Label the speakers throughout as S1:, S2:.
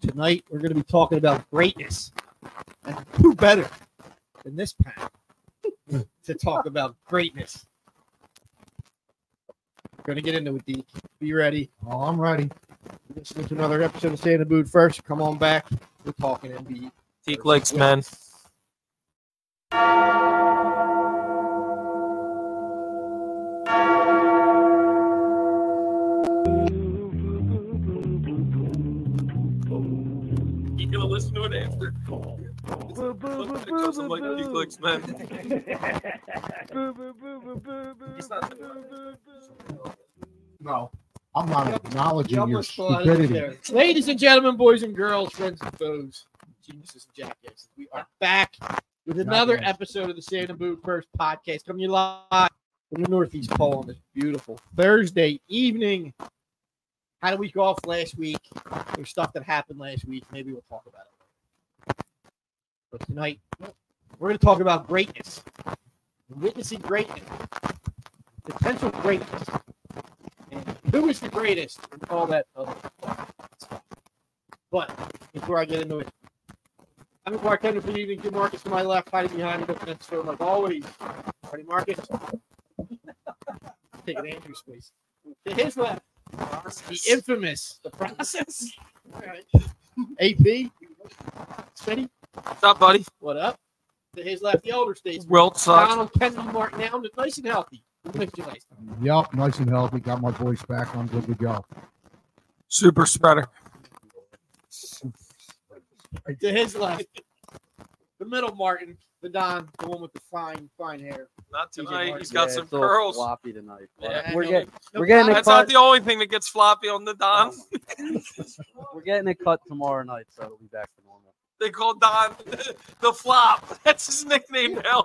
S1: tonight we're going to be talking about greatness. And who better than this panel to talk about greatness? We're going to get into it, Deke. Be ready.
S2: Oh, I'm ready.
S1: Listen to another episode of Stay in the Mood first. Come on back. We're talking NBA.
S3: Teak likes men. You gonna listen to it after?
S2: No, I'm not acknowledging
S1: Double
S2: your
S1: squad is
S2: stupidity.
S1: there. Ladies and gentlemen, boys and girls, friends and foes, geniuses and jackasses, we are back with another
S2: Jackass.
S1: episode of the Sand and Boot First podcast coming to you live from the Northeast Pole on this beautiful Thursday evening. Had a week off last week. There's stuff that happened last week. Maybe we'll talk about it. But tonight, we're going to talk about greatness, witnessing greatness, potential greatness, and who is the greatest, and all that other stuff. But before I get into it, I'm your bartender for the evening. Jim Marcus to my left, hiding behind me, but that's so like always. Ready, Marcus? Taking Andrew's space. To his left, the infamous, the process. All right. AP, Steady,
S3: What's up, buddy?
S1: what up? To his left, the elder states.
S3: World sucks.
S1: Donald Kennedy Martin Allen is nice and healthy. We missed you last time.
S2: Yup, nice and healthy. Got my voice back. I'm good to go.
S3: Super spreader.
S1: To his left, the middle Martin, the Don, the one with the fine, fine hair.
S3: Not
S1: TJ
S3: tonight.
S1: Martin.
S3: He's got
S4: Yeah,
S3: some
S4: it's all
S3: curls.
S4: Floppy tonight.
S3: Yeah,
S4: We're
S3: he'll
S4: getting
S3: be-
S1: No,
S4: we're getting
S1: I-
S4: it
S3: That's not
S4: cut.
S3: the only thing that gets floppy on the Don.
S4: We're getting it cut tomorrow night, so it'll be back to normal.
S3: They call Don the flop. That's his nickname now.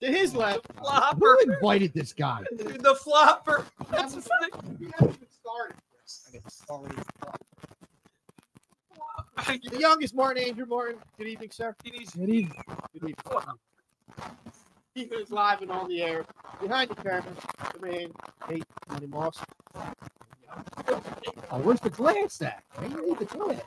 S1: To his left,
S3: Flopper.
S2: Who invited this guy?
S3: The flopper. That's his nickname.
S1: we haven't even started. The youngest Martin, Andrew Martin. Good evening, sir. Good evening. He is live and on the air behind the camera. The man, Nate Money Moss.
S2: Oh, where's the glass at? I need the glass.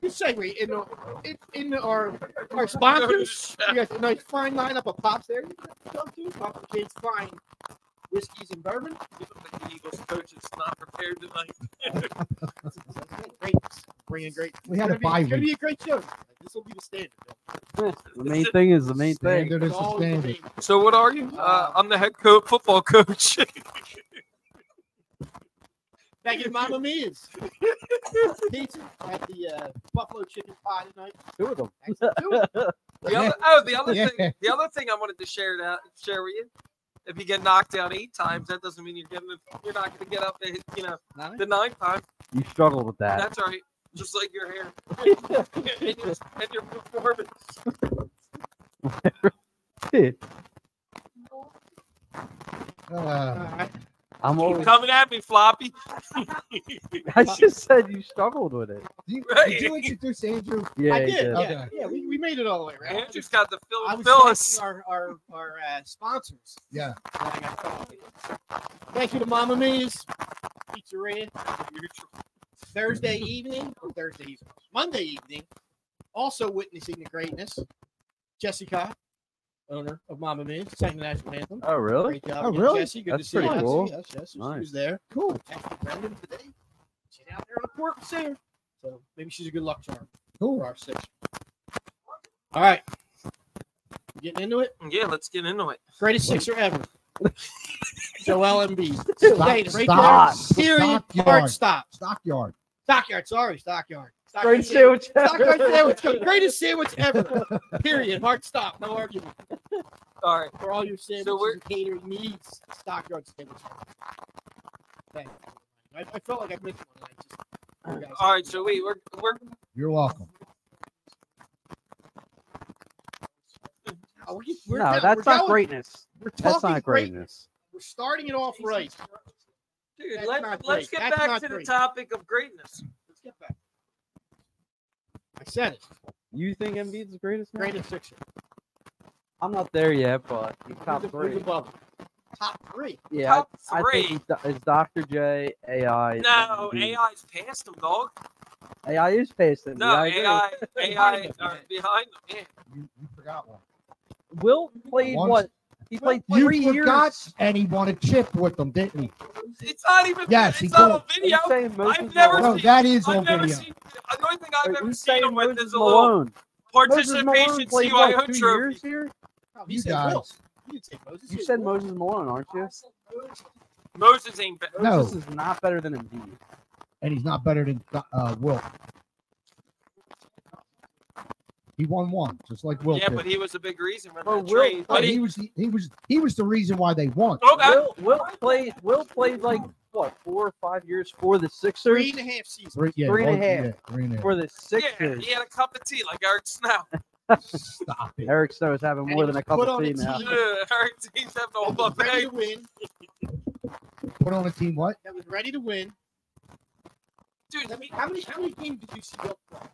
S1: Good segue in, the, in, in our our sponsors. You got a nice fine lineup of pops there. You got some too. Papa Kids Fine Whiskeys and Bourbon.
S3: The Eagles coach is not prepared tonight.
S1: Great. Bringing great.
S2: We had a
S1: It's gonna be-
S2: bye
S1: It's going to
S2: week.
S1: be a great show. This will be the standard.
S4: The main thing is the main thing.
S2: Standard is
S1: It's
S2: the
S1: always the
S2: standard.
S1: main.
S3: So what are you? Uh, I'm the head coach, football coach.
S1: Back at Mama Mia's. Pizza at the uh, Buffalo Chicken Pie tonight.
S4: Two of them.
S1: Excellent. Two.
S3: The other, oh, the other
S2: Yeah.
S3: thing. The other thing I wanted to share that share with you. If you get knocked down eight times, that doesn't mean you're getting. You're not going to get up. The, you know,
S1: Nine.
S3: the ninth time.
S4: You struggled with that.
S3: That's all right. Just like your hair and your, and your performance.
S2: Uh,
S1: Alright.
S4: I'm
S3: Keep
S4: always.
S3: coming at me, floppy.
S4: I just said you struggled with it.
S2: did, you,
S3: Right.
S2: did you introduce Andrew?
S4: Yeah,
S1: I
S4: you
S1: did.
S4: did.
S1: Yeah,
S2: Okay.
S1: yeah we, we made it all the way around.
S3: Andrew's got the
S1: I
S3: Phil
S1: was
S3: Phyllis.
S1: thanking our our, our uh, sponsors.
S2: Yeah.
S1: that I got caught with. Thank you to Mama Mia's Pizzeria Thursday evening or Thursday evening, Monday evening. Also witnessing the greatness, Jessica, owner of Mama Mia's, sang the national anthem.
S4: Oh, really?
S1: Great job,
S2: Oh,
S1: again,
S2: really?
S1: Jesse. Good
S4: That's
S1: to see
S4: pretty
S1: you.
S4: cool.
S1: Yes, yes, yes,
S4: Nice.
S1: she was there.
S2: Cool.
S1: Actually, Brendan today. She's out there on the court with Sarah. So maybe she's a good luck charm for
S2: Cool.
S1: our six. All right, getting into it.
S3: Yeah, let's get into it.
S1: Greatest sixer ever. Joel Embiid. Greatest right there.
S2: stop,
S1: Serious
S2: stockyard.
S1: hard stop.
S2: Stockyard.
S1: Stockyard. Sorry, stockyard. Stockyard
S4: Great sandwich.
S1: Stockyard sandwich. Greatest sandwich ever. Period. Hard stop. No argument.
S3: All right.
S1: For all your sandwiches,
S3: So we're-
S1: and catering needs stockyard sandwich. Thank you. I, I felt like I missed one. and I just,
S3: All right. So wait, we're we're
S2: You're welcome.
S1: Oh, we- we're
S4: No,
S1: go-
S4: that's
S1: we're
S4: not
S1: going-
S4: greatness.
S1: We're talking
S4: That's not
S1: great.
S4: greatness.
S1: We're starting it off right.
S3: dude.
S1: That's not
S3: Let's let's
S1: great.
S3: get
S1: That's
S3: back
S1: not
S3: to the
S1: great.
S3: topic of greatness.
S1: Let's get back. I said it.
S4: You think Embiid's the greatest? now?
S1: Greatest sixer.
S4: I'm not there yet, but he's top
S1: Who's
S4: three.
S1: above? Top three.
S4: Yeah,
S3: Top
S4: I, I think
S3: three.
S4: he's do- it's Dr. J, AI. and
S3: No,
S4: Embiid.
S3: AI's past him, dog.
S4: AI is facing.
S3: No,
S4: I agree.
S3: AI, AI
S1: Behind him.
S3: are behind him. Yeah.
S2: You, you forgot one.
S4: Will played
S2: Once-
S4: what? He played
S2: You
S4: three
S2: forgot,
S4: years.
S2: and he won a chip with them, didn't he?
S3: It's not even.
S2: Yes, he
S3: it's not on
S2: did.
S4: Are you
S3: video.
S4: saying Moses
S3: never
S4: Malone?
S2: No,
S3: seen-
S2: that is
S3: I've
S2: on
S3: never
S2: video.
S3: seen. The only thing I've
S4: Are
S3: ever
S4: you
S3: seen
S4: saying
S3: him with
S4: Moses
S3: is a little
S4: Malone? Moses Malone
S3: participation
S4: played what,
S3: CYO
S4: two
S3: trophy.
S4: years here?
S1: No,
S2: You guys.
S1: Will. You said Moses.
S4: You
S1: said
S4: said
S1: Will.
S4: Moses Malone, aren't you?
S3: Moses ain't better.
S2: No.
S4: Moses is not better than Embiid.
S2: and he's not better than uh, Will. He won one, just like Will.
S3: Yeah,
S2: did.
S3: but he was a big reason for
S4: But
S3: that
S4: Will-
S3: trade.
S2: But
S3: But
S2: he,
S3: he, Oh,
S2: was the, he was he was the reason why they won.
S3: okay.
S4: Will, Will played. Will played like what four or five years for
S1: Three
S4: the Sixers.
S1: and a half seasons.
S2: Three, yeah,
S4: Three and a
S2: one-
S4: half.
S2: yeah, three and a half.
S4: For the
S3: yeah,
S4: Sixers,
S3: he had a cup of tea like Eric Snow.
S2: Stop it.
S4: Eric Snow is having
S1: And
S4: more
S1: he
S4: than a
S1: was
S4: cup
S1: put
S4: of
S1: on
S4: tea
S1: the
S4: now.
S1: team.
S3: Eric teams have the whole
S1: That was ready
S3: buffet.
S1: to win.
S2: Put on a team what?
S1: That was ready to win.
S3: Dude,
S1: Let me- how many how many games did you see Will play?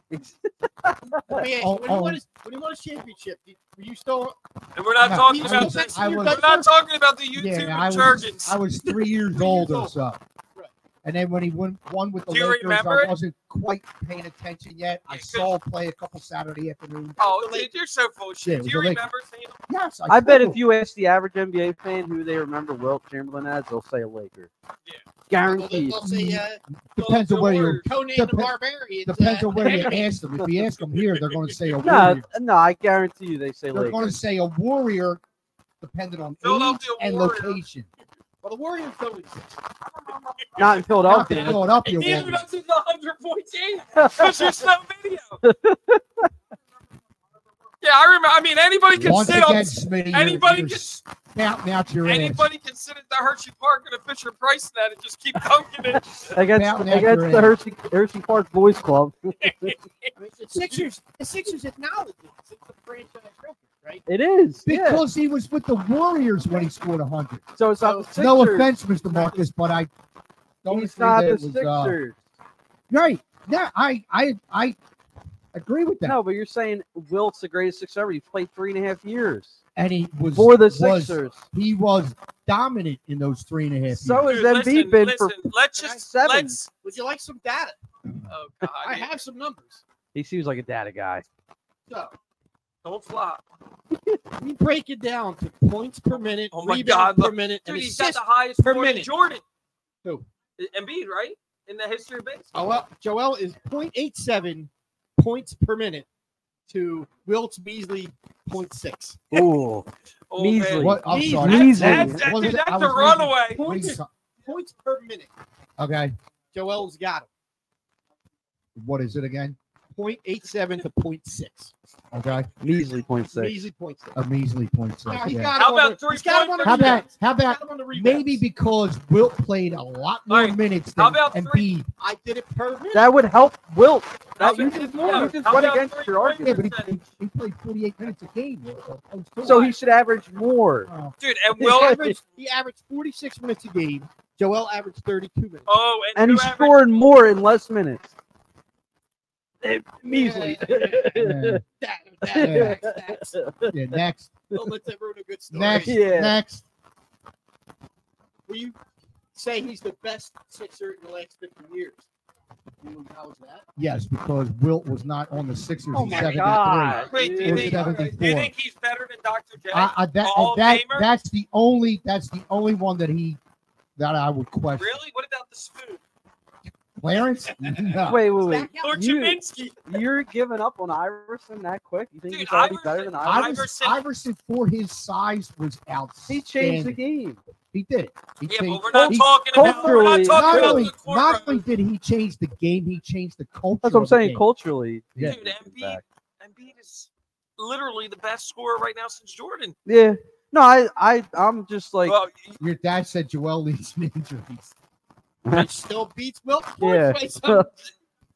S4: Oh,
S1: Let me ask you,
S2: oh.
S1: when, he won his, when he won his championship, did- were you still?
S3: and we're not
S2: No,
S3: talking
S1: I
S3: about
S1: was-
S3: this.
S1: I
S3: we're
S1: was-
S3: not talking about the YouTube
S2: Yeah, I was,
S3: insurgents.
S2: I was three years
S1: Three
S2: old
S1: years
S2: or
S1: old.
S2: so.
S1: Right.
S2: And then when he won one with the
S3: Do you
S2: Lakers,
S3: remember it?
S2: I wasn't quite paying attention yet. I
S3: Yeah, 'cause-
S2: saw him play a couple Saturday afternoons.
S3: oh, dude, you're so full of
S2: Yeah, it
S3: shit.
S2: was
S3: Do you
S2: the Lakers.
S3: remember seeing him?
S2: Yes, I,
S4: I bet
S2: do.
S4: if you ask the average NBA fan who they remember Wilt Chamberlain as, they'll say a Laker.
S3: Yeah.
S1: Well,
S4: Guaranteed.
S1: they'll say uh,
S2: depends on
S3: the
S2: where you
S3: word.
S1: Conan the
S2: Dep-
S1: Barbarian.
S2: depends
S1: uh,
S2: on where you ask them. If you ask them here, they're going to say a
S4: No,
S2: warrior.
S4: no, I guarantee you they say
S2: They're going
S4: Laker.
S2: to say a warrior, depending on age
S3: Philadelphia
S2: and
S3: Warriors.
S2: location.
S1: Well, the Warriors don't exist.
S4: Not in
S2: Not the
S4: Philadelphia.
S2: Philadelphia
S3: Even
S2: Warriors.
S3: up to the 100 point game. Because there's no video. yeah, I remember. I mean, anybody can
S2: Once
S3: sit
S2: again,
S3: on.
S2: Smitty, you're-
S3: Anybody
S2: you're
S3: can.
S2: spouting out your ass.
S3: Anybody can sit at the Hershey Park and a Fisher Price net and just keep dunking it.
S4: Against,
S2: Mountain Echo
S4: against the
S2: Inn.
S4: Hershey, Hershey Park Boys Club. it
S1: I mean, the Sixers, the Sixers acknowledge it. It's a franchise record, right?
S4: is. Yeah.
S2: Because he was with the Warriors when he scored 100.
S4: So it's not the Sixers.
S2: No offense, Mr. Marcus, but I don't
S4: He's
S2: think
S4: not
S2: that
S4: the
S2: it was, uh,
S4: Sixers.
S2: Right. Yeah, I, I, I agree with that.
S4: No, but you're saying Wilt's the greatest six ever. He played three and a half years
S2: And he was
S4: for the
S2: was-
S4: Sixers.
S2: he was dominant in those three and a half
S4: So
S2: years.
S4: is Embiid been for
S3: let's just
S4: seven?
S3: let's.
S1: Would you like some data?
S3: Oh God!
S1: I
S3: yeah,
S1: have some numbers.
S4: He seems like a data guy.
S1: So
S3: Don't flop.
S1: we break it down to points per minute,
S3: Oh my
S1: rebounds
S3: God, look.
S1: per minute,
S3: Dude,
S1: and
S3: he's got
S1: assists.
S3: the highest
S1: per
S3: score in
S1: minute.
S3: Jordan.
S1: Who?
S3: E- Embiid, right? In the history of baseball.
S1: Joel, Joel is 0.87 points per minute to Wilts Beasley 0.6.
S4: Ooh.
S3: Oh,
S4: Measly.
S3: man.
S2: What? I'm
S1: He's-
S2: sorry.
S3: That's,
S4: Measly.
S3: that's, that's,
S2: What was
S3: dude,
S2: it? I
S3: that's a
S2: was reading-
S3: runaway.
S2: what are you
S1: Points,
S2: ta-
S1: points per minute.
S2: Okay.
S1: Joel's got him.
S2: What is it again?
S1: 0.87 to 0.6.
S2: Okay.
S4: Measly point six.
S1: Beasley 0.6.
S2: A measly point.
S1: Now,
S2: six,
S1: he's
S2: yeah.
S1: got
S3: How
S1: him on
S3: about
S1: the- he's got him on the
S2: How about
S1: rebounds.
S2: how
S1: He's got
S2: about
S1: him on the rebounds.
S2: maybe because Wilt played a lot more
S3: All right,
S2: minutes
S3: how
S2: than
S3: about three-
S2: Embiid.
S1: I did it per minute.
S4: That would help Wilt.
S3: How
S4: That you
S3: about-
S4: just,
S3: how
S4: you just
S3: about
S4: went
S3: three
S4: against your
S3: points?
S4: argument.
S2: Yeah, but he, he- he played 48 minutes a game. Wilt. uh,
S4: So he should average more.
S2: Oh,
S3: Dude, and
S1: Well,
S3: Will.
S1: averaged, he averaged 46 minutes a game. Joel averaged 32 minutes.
S3: Oh,
S4: And
S3: and,
S4: he
S3: who averaged-
S4: scored more in less minutes. Eh, Measly.
S2: yeah,
S1: That, that, that, that.
S2: yeah, next,
S1: Don't let that ruin a good story.
S2: next,
S4: Yeah.
S2: next.
S1: Will you say he's the best Sixer in the last 50 years? Do you acknowledge that?
S2: Yes, because Wilt was not on the Sixers
S4: Oh
S2: in
S4: my
S2: 73.
S4: God.
S3: Wait, do
S2: Or
S3: you, think, do you
S2: 74.
S3: think he's better than Dr. J?
S2: I, I, that,
S3: Hall of
S2: that,
S3: Famer?
S2: that's the only that's the only one that he that I would question.
S3: really? What about the spoon?
S2: Clarence? No.
S4: Wait, wait, wait.
S1: Does that
S3: Or
S1: count?
S4: You-
S3: Chaminsky?
S4: You're giving up on Iverson that quick? You think
S3: Dude,
S4: he's already
S3: Iverson-
S4: better than Iverson?
S2: Iverson,
S3: Iverson-
S2: Iverson, for his size was outstanding.
S4: He changed the game.
S2: He did. He
S3: Yeah,
S2: changed-
S3: but we're not
S2: he-
S3: talking about. We're not
S4: culturally-
S3: talking
S2: not
S3: about
S2: only,
S3: the
S2: not only
S3: courtroom.
S2: did he change the game, he changed the culture.
S4: That's what I'm
S2: of the
S4: saying.
S2: game.
S4: Culturally,
S2: Yeah.
S3: Dude, Embiid, Embiid is literally the best scorer right now since Jordan.
S4: Yeah. No, I, I, I'm just like,
S3: well,
S2: Your dad said Joel leads in injuries.
S1: Which still beats Wilt.
S4: Yeah. no,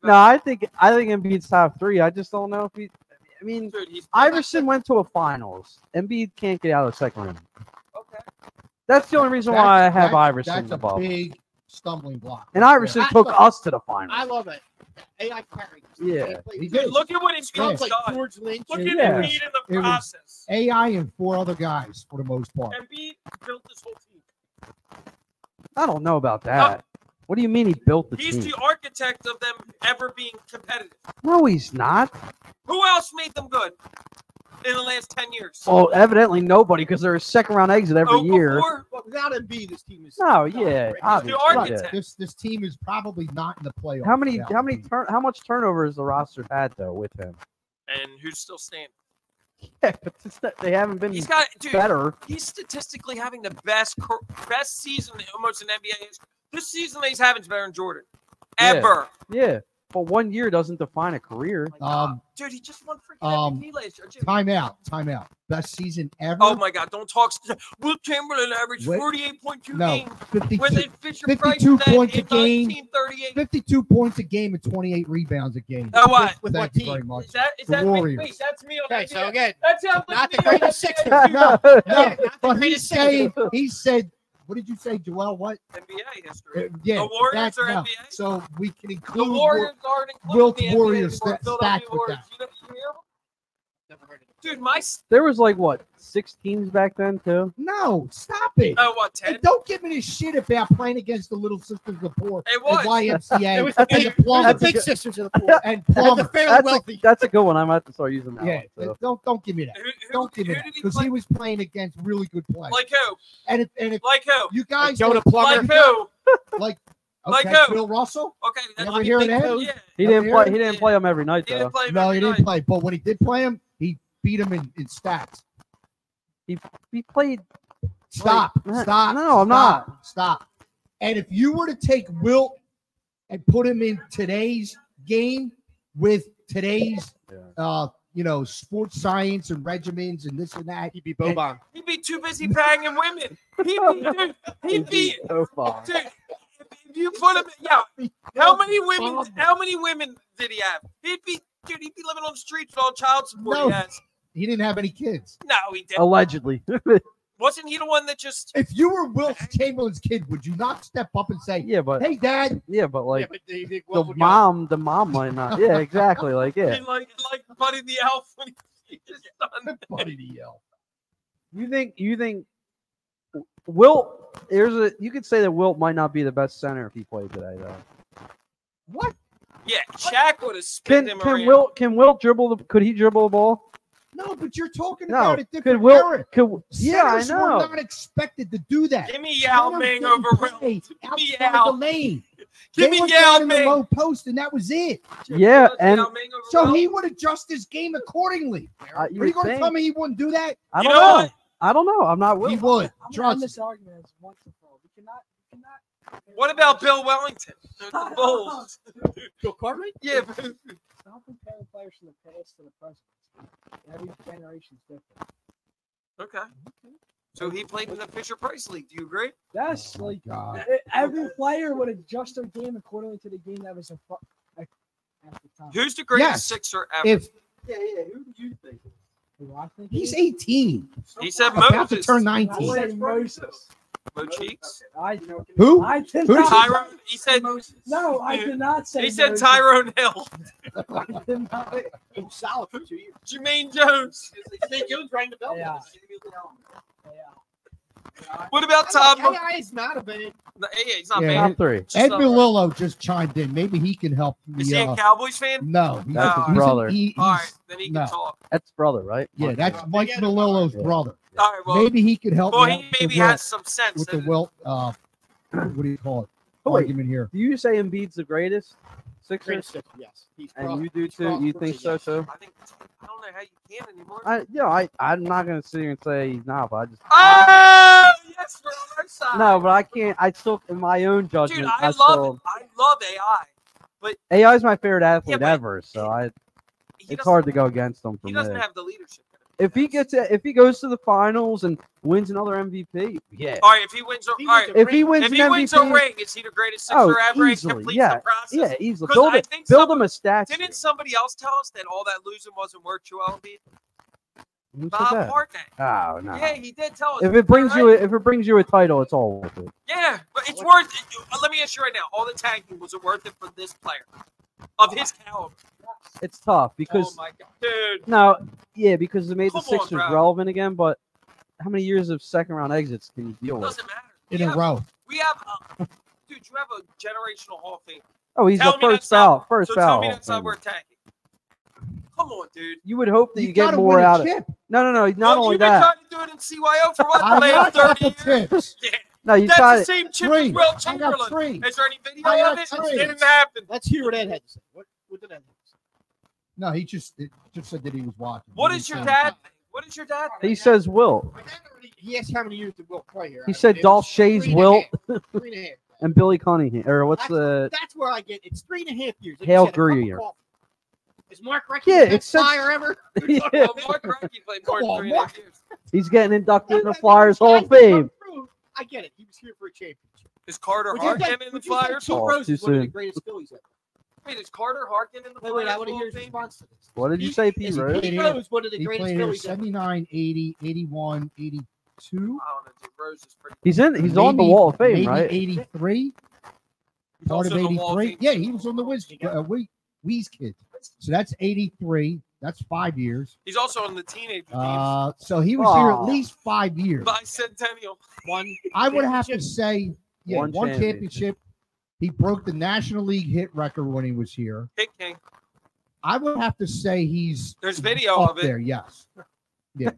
S4: I think, I think Embiid's top three. I just don't know if he. I mean,
S3: dude, he's
S4: Iverson went to a finals. Embiid can't get out of the second round.
S3: Okay.
S4: That's the only reason
S2: That's-
S4: why I have
S2: that's-
S4: Iverson
S2: That's a
S4: above.
S2: big stumbling block.
S4: And Iverson
S1: Yeah.
S4: took us to the final.
S1: I love it. AI carries.
S4: Yeah,
S1: They play-
S2: he
S1: they
S2: did.
S3: Look at what he's
S1: Sounds
S3: done.
S1: like George Lynch.
S3: Look
S4: Yeah.
S3: at Embiid in
S2: It
S3: the
S2: was-
S3: process.
S2: AI and four other guys for the most part.
S3: Embiid built this whole team.
S4: I don't know about that. What do you mean he built the
S3: Oh. He's
S4: team?
S3: the architect of them ever being competitive.
S4: no, he's not.
S3: Who else made them good in the last 10 years?
S2: Oh,
S4: Well, evidently nobody, because they're a second round exit every
S3: Oh,
S4: year.
S3: before?
S1: Well, without Embiid, this team is.
S4: No, Oh, yeah,
S3: He's
S4: obviously.
S3: the
S4: Right.
S3: architect.
S2: This this team is probably not in the playoffs.
S4: How many?
S2: without
S4: How many?
S2: Embiid.
S4: Turn, how much turnover has the roster had though with him?
S3: And who's still standing?
S4: Yeah, but it's not- they haven't been
S3: He's got, dude,
S4: better.
S3: he's statistically having the best cor- best season almost in NBA history. This season that he's having is better than Jordan.
S4: Yeah.
S3: Ever.
S4: Yeah, but one year doesn't define a career.
S2: Um,
S3: Dude, he just won freaking
S2: um,
S3: MVP last year. Dude.
S2: time out, time out. Best season ever.
S3: Oh my God! Don't talk. st- Will Chamberlain averaged
S2: Wait.
S3: forty-eight point two
S2: No.
S3: games
S2: 52,
S3: when they Fisher Price
S2: 52
S3: said
S2: points
S3: in
S2: a game.
S3: nineteen thirty-eight.
S2: 52 points a game and 28 rebounds a game.
S3: Oh, what?
S1: With
S2: Thank
S1: what
S2: you
S1: team?
S2: very much.
S3: Is that is
S2: The
S3: that
S2: Warriors.
S3: wait, that's me on
S1: Okay,
S3: the
S1: so
S3: NBA.
S1: again,
S3: That's how
S1: not the
S3: much NBA
S1: greatest
S3: is.
S1: sixer.
S2: No,
S1: yeah,
S2: no,
S1: not the
S2: but he's
S1: greatest
S2: saying he said, "What did you say, Joel? What?
S3: NBA
S2: Uh,
S3: history.
S2: yeah,
S3: The Warriors
S2: that's-
S3: are
S2: no.
S3: NBA?
S2: So we can
S3: The
S2: include
S3: Warriors aren't
S2: Wilt
S3: included in the
S2: Warriors
S3: NBA anymore.
S2: stat-
S3: Philadelphia
S2: stats with
S3: Warriors. You know- you hear
S1: Never heard of it.
S3: Dude, my s-
S4: There was like what six teams back then too.
S2: No, stop it!
S3: oh what
S2: And
S3: ten?
S2: don't give me this shit about playing against the little sisters of poor
S3: It
S2: and
S3: was.
S1: It
S2: YMCA
S1: was the
S2: and
S1: big,
S2: the
S1: the
S2: plumber
S4: a
S1: big
S4: good-
S1: sisters of the poor.
S2: and
S1: and the
S2: plumber.
S1: fairly
S4: That's a,
S1: wealthy.
S4: that's a good one. I might have to start using that
S2: Yeah,
S4: one. So.
S2: don't don't give me that.
S3: Who, who,
S2: Don't give
S3: who
S2: me
S3: did
S2: that
S3: he
S2: because
S3: play?
S2: he was playing against really good players.
S3: Like who?
S2: and if and if
S3: Like who?
S2: you
S1: Like
S2: guys
S1: Jonah
S3: Like
S1: Plummer.
S3: who? like
S2: okay,
S3: who?
S2: Bill Russell,
S3: Okay, that's
S2: you
S1: Bobby
S2: ever hear
S1: Big
S2: that?
S1: Toes.
S3: yeah.
S4: He
S2: Up
S4: didn't
S2: here?
S4: play. He didn't play them every night
S3: He
S4: though.
S3: didn't play
S2: No,
S3: very
S2: he
S3: nice.
S2: didn't play. But when he did play him, he beat him in, in stats.
S4: He played.
S2: Stop.
S4: Wait,
S2: stop.
S4: no, I'm
S2: stop, Stop. And if you were to take Wilt and put him in today's game with today's,
S4: Yeah.
S2: uh, you know, sports science and regimens and this and that,
S1: He'd be Boban.
S3: He'd be too busy banging women. He'd be, dude, he'd be
S4: so far.
S3: Dude, if if you put him, yeah. How many women? How many women did he have? He'd be, dude. He'd be living on the streets with all child support.
S2: No.
S3: He has.
S2: he didn't have any kids.
S3: No, he didn't.
S4: Allegedly.
S3: Wasn't he the one that just?
S2: If you were Will Chamberlain's kid, would you not step up and say,
S4: yeah, but
S2: "Hey, Dad,
S4: yeah, but
S1: yeah,
S4: like
S1: but they, they,
S4: the
S1: well, we got-
S4: mom, the mom might not. Yeah, exactly. Like yeah.
S3: he Like, like Buddy the Elf when he his son.
S2: buddy, to yell."
S4: You think you think Wilt? There's a you could say that Wilt might not be the best center if he played today though.
S2: What?
S3: Yeah, Shaq would have
S4: Can
S3: spit him
S4: can
S3: around.
S4: Wilt can Wilt dribble? The, could he dribble the ball?
S2: No, but you're talking
S4: No.
S2: about a
S4: Could
S2: different era.
S4: Wilt? Could yeah? I
S2: Centers Were
S4: know.
S2: not expected to do that.
S3: Give me Yao
S2: Let 'em
S3: Ming
S2: get
S3: over Will.
S2: play outside
S3: Yao.
S2: the lane.
S3: Give
S2: They
S3: me
S2: went
S3: Yao
S2: down in the
S3: Ming.
S2: low post, and that was it.
S4: Yeah, and-
S3: Yao Ming over
S2: So
S3: Will.
S2: he would adjust his game accordingly.
S4: Uh, you
S2: Are you
S4: would
S2: going to
S4: think.
S2: tell me he wouldn't do that?
S4: I
S3: You
S4: don't
S3: know
S4: know.
S3: what?
S4: I don't know. I'm not
S2: He
S4: Wilt.
S2: would.
S5: I'm gonna end
S2: Trust.
S5: this argument as once and for all. We cannot, we cannot.
S3: What about Bill Wellington? The Bulls.
S1: Bill Cartwright?
S3: Yeah,
S5: Stop comparing players from the past to the present. Every generation's different.
S3: Okay. So he played in the Fisher Price League. Do you agree?
S5: Yes, like
S2: Oh, God.
S5: e- every player would adjust their game accordingly to the game that was in front at at the time.
S3: Who's the greatest
S2: Yes.
S3: sixer ever?
S2: If
S5: Yeah, yeah. Who do you think? Who I think it
S2: he's
S5: is?
S2: 18,
S3: he said
S2: about to
S3: Moses.
S2: turn
S5: I
S2: 19.
S5: said Moses.
S3: Mo Cheeks.
S5: I
S2: Who?
S5: I did
S2: Who did
S5: not.
S3: Tyrone. He said.
S5: No, I did not say.
S3: He said
S5: Moses.
S3: Tyrone Hill.
S5: I did not.
S1: He was solid for two years.
S3: Jermaine Jones.
S1: St. Jones rang the bell.
S5: Yeah.
S1: once.
S5: Yeah. Yeah.
S3: What about Tom?
S1: Like, AI is not a bad.
S3: No, yeah, he's not
S2: Yeah.
S3: bad.
S4: Top three.
S3: Just
S2: Ed
S3: not-
S2: Melillo just chimed in. Maybe he can help
S3: Is
S2: me.
S3: he
S2: uh,
S3: a Cowboys fan?
S2: no, he's,
S4: That's
S3: his
S2: he's an-
S4: brother.
S2: he- he's-
S3: All right, then he can
S2: no.
S3: talk.
S4: That's brother, right?
S2: yeah,
S4: Mike.
S2: that's Mike
S1: Yeah.
S2: Melillo's
S4: Yeah.
S2: brother.
S3: All right, well,
S2: Maybe he could help
S3: well,
S2: me
S3: he
S2: out
S3: maybe
S2: with,
S3: has some sense.
S2: with the
S3: and-
S2: Wilt. Uh, what do you call it?
S4: Oh, wait.
S2: Argument here.
S4: Do you say Embiid's the greatest Sixer?
S1: Yes, he's
S4: And
S1: rough.
S4: you do
S1: He's
S4: too.
S1: rough.
S4: You think so too?
S3: I think I don't know how you can anymore.
S4: I, you know, I, I'm not gonna sit here and say he's not, but I just
S3: oh, yes, we're on our side.
S4: no, but I can't. I still, in my own judgment,
S3: dude, I,
S4: I,
S3: love
S4: still
S3: I love AI.
S4: AI is my favorite athlete
S3: but
S4: ever. So I,
S3: He
S4: it's
S3: doesn't-
S4: hard to go against him for
S3: He
S4: me.
S3: doesn't have the leadership.
S4: if he gets, it, if he goes to the finals and wins another MVP, yeah.
S3: All right, if he wins, all
S1: He
S3: right,
S1: wins a
S4: If he wins
S3: If
S4: an
S3: he
S4: MVP,
S3: wins a ring, is he the greatest sixer
S4: Oh,
S3: ever and
S4: easily,
S3: completes
S4: yeah,
S3: the process?
S4: yeah, easily
S3: 'Cause
S4: build
S3: I
S4: it,
S3: think
S4: build
S3: some-
S4: him a statue.
S3: Didn't somebody else tell us that all that losing wasn't worth Joel Embiid?
S4: Who said
S3: Bob
S4: that?
S3: Partey.
S4: Oh no.
S3: Yeah, he did tell us.
S4: If it brings you, a,
S3: Right?
S4: if it brings you a title, it's all worth it.
S3: yeah, but it's worth. It. Uh, Let me ask you right now: all the tanking was it worth it for this player of his caliber?
S4: It's tough
S3: Oh
S4: because
S3: my god, dude!
S4: now, yeah, because it made the
S3: Come on,
S4: Sixers
S3: bro.
S4: relevant again. But how many years of second round exits can you deal
S3: It
S4: with?
S3: doesn't matter.
S2: in
S3: we
S2: a
S3: have,
S2: row.
S3: We have, uh, dude. You have a generational Hall of Fame.
S4: Oh, he's
S3: Tell
S4: the
S3: me that's
S4: first
S3: not-
S4: foul. First
S3: so tell
S4: foul.
S3: me
S4: Hall of
S3: that's not
S4: Famer.
S3: worth tanking. Come on, dude.
S4: You would hope that you, get
S2: gotta
S4: more
S2: win a
S4: out of it.
S2: chip.
S4: No, no, no. Not
S3: Look,
S4: only
S3: you've been
S4: that.
S3: trying to do it in CYO for what the
S2: I
S3: last
S2: got
S3: thirty
S2: the
S3: years.
S2: tips.
S3: Yeah,
S4: No, you
S3: that's
S4: tried
S3: the
S4: it.
S3: same chip
S2: Three.
S3: as Will
S2: I got
S3: Chamberlain.
S2: three.
S3: Is there any video
S2: I got
S3: of it?
S2: three.
S3: It didn't happen.
S1: Let's hear what Ed had to say. What, what did Ed have to say?
S2: No, he just it just said that he was watching.
S3: What
S2: He
S3: is your
S2: didn't say
S3: dad? think? What is your dad? think?
S4: He says Wilt
S1: He asked how many years did Wilt play here.
S4: He said
S1: It was
S4: Dolph Shays,
S1: three and a
S4: Wilt.
S1: half. Three and a half.
S4: and Billy Cunningham, or what's the?
S1: That's where I get it's three and a half years. Like you
S4: Hale
S1: said, a cup of
S4: Greer.
S1: coffee. Is Mark Recchi
S4: Yeah,
S1: the
S4: it's
S1: best
S4: such-
S1: flyer ever?
S4: Yeah,
S3: Well, Mark Greinke played more
S1: Come
S3: than
S1: on,
S3: three and a half
S1: Mark.
S3: years.
S4: he's getting inducted in the
S1: That's
S4: Flyers Hall
S1: what "Oh, I mean. Guys,
S4: of Fame.
S1: come through. I get it. He was here for a championship.
S3: Is Carter
S1: Would you
S3: Harkin
S1: think-
S3: in the
S1: would you think
S3: Flyers?
S1: Pete
S4: Oh,
S1: Rose
S4: too
S1: is one of the
S4: soon.
S1: greatest Phillies ever.
S3: Wait, is Carter Harkin in the
S1: Wait, wait,
S3: Flyers?
S1: I want to
S3: Hall
S1: hear
S3: of
S1: his
S3: Fame?
S1: response to this.
S4: What did you
S1: He-
S4: say,
S1: is
S4: Pete
S2: he
S4: Rose?
S2: played
S1: Pete
S2: here?
S1: Rose one of the
S2: He
S1: greatest
S2: played here
S1: Phillies ever.
S2: 79, 80, 81, 82.
S3: I don't know, dude. Rose is pretty.
S4: He's in. He's
S2: maybe,
S4: on the Wall of Fame,
S2: maybe
S4: right?
S2: 83,
S3: He's
S2: part
S3: also
S2: of
S3: in the Wall of
S2: 83.
S3: Fame.
S2: Yeah, he was on the Wiz, uh, Wee, Wee's kid. So that's 83. That's five years.
S3: He's also on the teenage teams.
S2: Uh, so he was here
S4: Aw.
S2: at least five years.
S3: Bicentennial.
S1: One.
S2: I would have to say, yeah,
S4: One
S2: one,
S4: championship.
S2: championship. He broke the National League hit record when he was here.
S3: Hit King.
S2: I would have to say he's
S3: There's video
S2: up
S3: of it.
S2: there. Yes, yeah,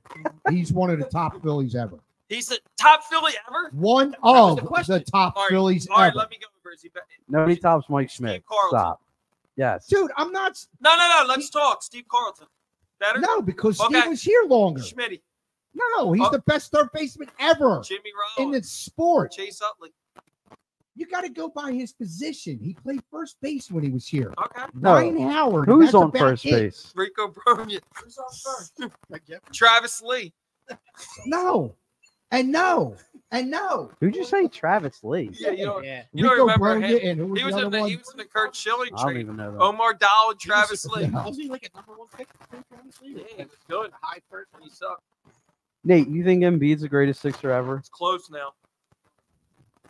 S2: he's one of the top Phillies ever.
S3: He's the top Philly ever.
S2: One
S1: was
S2: of
S1: the
S2: the,
S1: question.
S2: top
S3: All right,
S2: Phillies
S3: All right,
S2: ever.
S3: let me go over. Is he be-
S4: Nobody tops Mike
S3: Steve
S4: Schmidt.
S3: Carlson.
S4: Stop. Yes.
S2: Dude, I'm not
S3: No, no, no. Let's talk. Steve Carlton. Better?
S2: no because Steve
S3: Okay.
S2: was here longer.
S3: Schmitty.
S2: No, he's
S3: Oh.
S2: the best third baseman ever
S3: Jimmy
S2: in
S3: Rollins.
S2: the sport.
S3: Chase Utley.
S2: You got to go by his position. He played first base when he was here.
S3: Okay.
S4: No.
S2: Ryan Howard. and
S4: Who's
S2: that's
S4: on
S2: about
S4: first
S2: it.
S4: base?
S3: Rico Bronya.
S5: Who's on first?
S3: Travis Lee.
S2: No, and no, and no.
S4: Who'd you say, Travis Lee?
S3: Yeah, you don't,
S1: Yeah.
S3: you don't
S2: Rico
S3: remember
S2: Bronya
S3: him.
S2: and who was
S3: He was,
S2: the other
S3: in the,
S2: one?
S3: he was in the Kurt Schilling
S4: I don't
S3: trade.
S4: even know. That.
S3: Omar Dow and Travis Lee.
S2: No.
S1: Wasn't he like a number one pick? Travis Lee?
S3: Yeah, he was good.
S1: High first.
S3: He sucked.
S4: Nate, you think Embiid's the greatest Sixer ever?
S3: It's close now.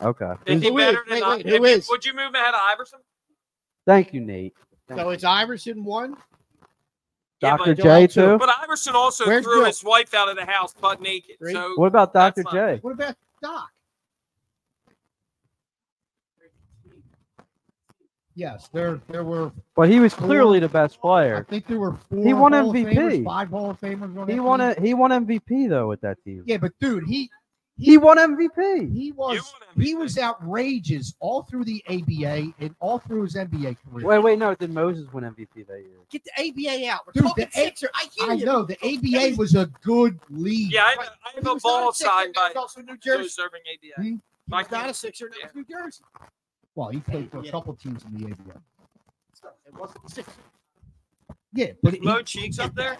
S4: Okay.
S3: Is he
S1: Who
S3: better
S1: is?
S3: than
S1: Wait,
S3: I-
S1: wait, who
S3: if you-
S1: is?
S3: Would you move ahead of Iverson?
S4: Thank you, Nate.
S1: So it's Iverson one.
S3: Yeah,
S4: Dr.
S3: but,
S4: J too.
S3: but Iverson also
S1: Where's
S3: threw
S1: Bill?
S3: his wife out of the house butt naked.
S1: Right.
S3: So
S4: What about Dr.
S3: That's
S4: J?
S2: What about Doc? Yes, there there were.
S4: But he was clearly the best
S2: I
S4: player.
S2: think there were four.
S4: He won
S2: Hall of
S4: MVP.
S2: Famers, five Hall of Famers. On
S4: He
S2: that
S4: won
S2: team.
S4: a, He won MVP though with that team.
S2: Yeah, but dude, he
S4: He won MVP.
S2: he was
S3: won
S2: he
S3: MVP.
S2: was outrageous all through the ABA and all through his NBA career.
S4: Wait, wait, no. Did Moses win MVP that year?
S1: Get the ABA out. We're
S2: Dude,
S1: talking
S2: the A-
S1: Sixer. I hear
S2: I
S1: you.
S2: know the ABA was a good league.
S3: yeah, I, I have
S1: He
S3: a
S1: was not
S3: ball
S1: Sixer,
S3: signed
S1: but he
S3: by
S1: was also New
S3: Joe
S1: Jersey.
S3: Serving ABA.
S2: Hmm?
S1: He
S3: My
S1: was not a Sixer. That
S3: Yeah.
S1: was New Jersey.
S2: Well, he played for a
S1: Yeah.
S2: couple teams in the ABA.
S1: It wasn't the Sixers.
S2: Yeah, but he,
S3: Mo Cheeks up there.